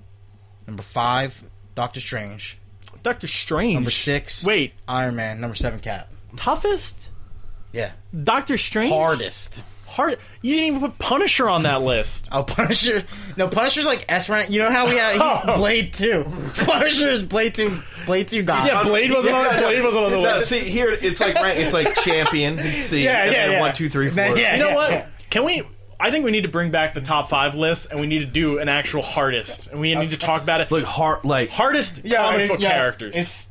[SPEAKER 3] Number five, Doctor Strange.
[SPEAKER 2] Doctor Strange.
[SPEAKER 3] Number six,
[SPEAKER 2] Wait,
[SPEAKER 3] Iron Man. Number seven, Cap.
[SPEAKER 2] toughest?
[SPEAKER 3] Yeah,
[SPEAKER 2] Doctor Strange?
[SPEAKER 3] hardest.
[SPEAKER 2] Hard. You didn't even put Punisher on that list.
[SPEAKER 3] Oh, Punisher. No, Punisher's like S rank. You know how we have he's Blade Two. Punisher's Blade Two. Blade Two guy.
[SPEAKER 2] Yeah, Blade wasn't on.
[SPEAKER 4] Yeah,
[SPEAKER 2] Blade wasn't on the
[SPEAKER 4] no,
[SPEAKER 2] list.
[SPEAKER 4] see here, it's like rank, it's like champion. You see,
[SPEAKER 3] Yeah,
[SPEAKER 4] and
[SPEAKER 3] yeah,
[SPEAKER 4] then
[SPEAKER 3] yeah.
[SPEAKER 4] one, two, three, four.
[SPEAKER 3] Then- yeah.
[SPEAKER 2] You know what? Can we? I think we need to bring back the top five list, and we need to do an actual hardest, and we need to talk about it.
[SPEAKER 4] Like heart, like
[SPEAKER 2] hardest comic
[SPEAKER 3] it-
[SPEAKER 2] book characters.
[SPEAKER 3] It's,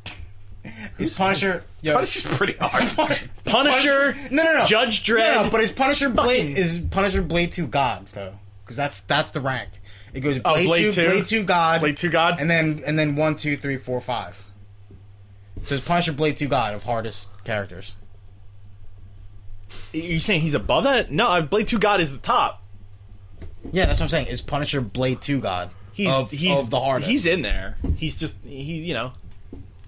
[SPEAKER 3] it's Punisher. Yo,
[SPEAKER 4] Punisher's pretty hard.
[SPEAKER 2] Punisher.
[SPEAKER 3] No, no, no.
[SPEAKER 2] Judge
[SPEAKER 3] No,
[SPEAKER 2] Dredd.
[SPEAKER 3] No, but is Punisher Blade is Punisher Blade Two God though? Because that's that's the rank. It goes Blade,
[SPEAKER 2] Oh, Blade
[SPEAKER 3] two,
[SPEAKER 2] two?
[SPEAKER 3] Blade Two God,
[SPEAKER 2] Blade Two God?
[SPEAKER 3] and then and then one, two, three, four, five. So it's Punisher Blade Two God of hardest characters.
[SPEAKER 2] you saying he's above that? No, I- Blade Two God is the top.
[SPEAKER 3] Yeah, that's what I'm saying. Is Punisher Blade Two God?
[SPEAKER 2] He's
[SPEAKER 3] of,
[SPEAKER 2] he's
[SPEAKER 3] of the hardest.
[SPEAKER 2] He's in there. He's just he. You know,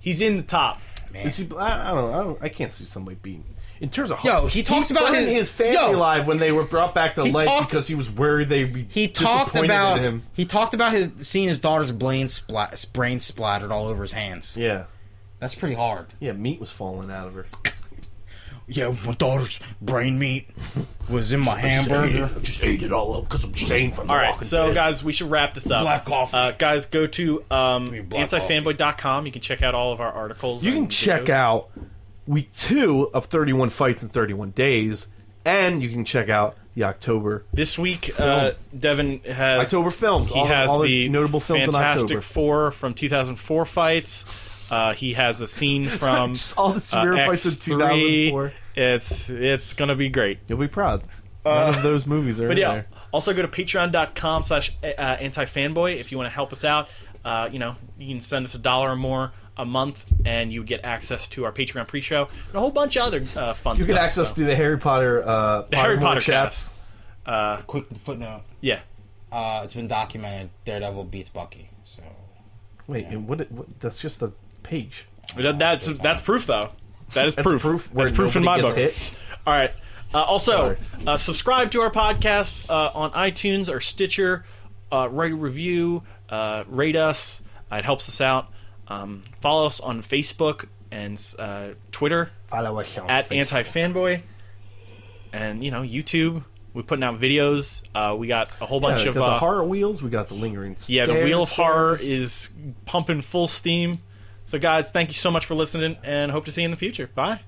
[SPEAKER 2] he's in the top.
[SPEAKER 4] Is he, I, I don't know. I, don't, I can't see somebody beating. In terms of
[SPEAKER 3] Yo, he talks about
[SPEAKER 4] burned
[SPEAKER 3] his-
[SPEAKER 4] family
[SPEAKER 3] yo.
[SPEAKER 4] alive when they were brought back to life
[SPEAKER 3] talked-
[SPEAKER 4] because he was worried they'd be
[SPEAKER 3] he talked
[SPEAKER 4] disappointed
[SPEAKER 3] about
[SPEAKER 4] in him.
[SPEAKER 3] he talked about his seeing his daughter's brain splat brain splattered all over his hands.
[SPEAKER 4] Yeah,
[SPEAKER 3] That's pretty hard.
[SPEAKER 4] yeah, meat was falling out of her.
[SPEAKER 3] Yeah, my daughter's brain meat was in my hamburger.
[SPEAKER 4] Just ate it all up because I'm sane from the
[SPEAKER 2] All right, so guys, we should wrap this up.
[SPEAKER 3] Black coffee.
[SPEAKER 2] Uh, guys, go to um,
[SPEAKER 3] me black
[SPEAKER 2] antifanboy.com. You can check out all of our articles.
[SPEAKER 4] you can
[SPEAKER 2] and
[SPEAKER 4] check
[SPEAKER 2] videos.
[SPEAKER 4] out week two of 31 fights in 31 days, and you can check out the October
[SPEAKER 2] This week, uh, Devin has
[SPEAKER 4] October films.
[SPEAKER 2] He
[SPEAKER 4] all,
[SPEAKER 2] has
[SPEAKER 4] all
[SPEAKER 2] the
[SPEAKER 4] notable films in
[SPEAKER 2] Fantastic
[SPEAKER 4] October.
[SPEAKER 2] Four from 2004 fights. Uh, he has a scene from
[SPEAKER 4] Just all the severe
[SPEAKER 2] uh,
[SPEAKER 4] fights of
[SPEAKER 2] X3.
[SPEAKER 4] 2004.
[SPEAKER 2] It's it's gonna be great.
[SPEAKER 4] You'll be proud. None of those movies are
[SPEAKER 2] Uh, But
[SPEAKER 4] in
[SPEAKER 2] yeah,
[SPEAKER 4] there.
[SPEAKER 2] also go to patreon.com slash uh, antifanboy if you want to help us out. Uh, you know, you can send us a dollar or more a month, and you get access to our Patreon pre-show and a whole bunch of other uh, fun stuff.
[SPEAKER 4] You get access
[SPEAKER 2] so.
[SPEAKER 4] to the Harry Potter, uh,
[SPEAKER 2] the Harry
[SPEAKER 4] Pottermore
[SPEAKER 2] Potter
[SPEAKER 4] chats.
[SPEAKER 2] chats. Uh,
[SPEAKER 3] Quick footnote.
[SPEAKER 2] yeah.
[SPEAKER 3] Uh, it's been documented. Daredevil beats Bucky. So
[SPEAKER 4] Wait, and what, what? That's just the page.
[SPEAKER 2] That- that's that's proof though. That is
[SPEAKER 4] That's
[SPEAKER 2] proof.
[SPEAKER 4] proof where
[SPEAKER 2] that's proof in my
[SPEAKER 4] nobody
[SPEAKER 2] book.
[SPEAKER 4] gets
[SPEAKER 2] All right. Uh, also,
[SPEAKER 4] Sorry.
[SPEAKER 2] uh, subscribe to our podcast uh, on iTunes or Stitcher. Uh, write a review. Uh, rate us. Uh, it helps us out. Um, follow us on Facebook and uh, Twitter
[SPEAKER 4] Follow us on
[SPEAKER 2] at
[SPEAKER 4] Facebook.
[SPEAKER 2] Anti Fanboy, and you know YouTube. We're putting out videos. Uh, we got a whole
[SPEAKER 4] Yeah,
[SPEAKER 2] bunch
[SPEAKER 4] we
[SPEAKER 2] of
[SPEAKER 4] got
[SPEAKER 2] uh,
[SPEAKER 4] the horror wheels. We got the lingering. Stairs,
[SPEAKER 2] yeah, the Wheel of Horror
[SPEAKER 4] stairs.
[SPEAKER 2] is pumping full steam. So, guys, thank you so much for listening, and hope to see you in the future. Bye.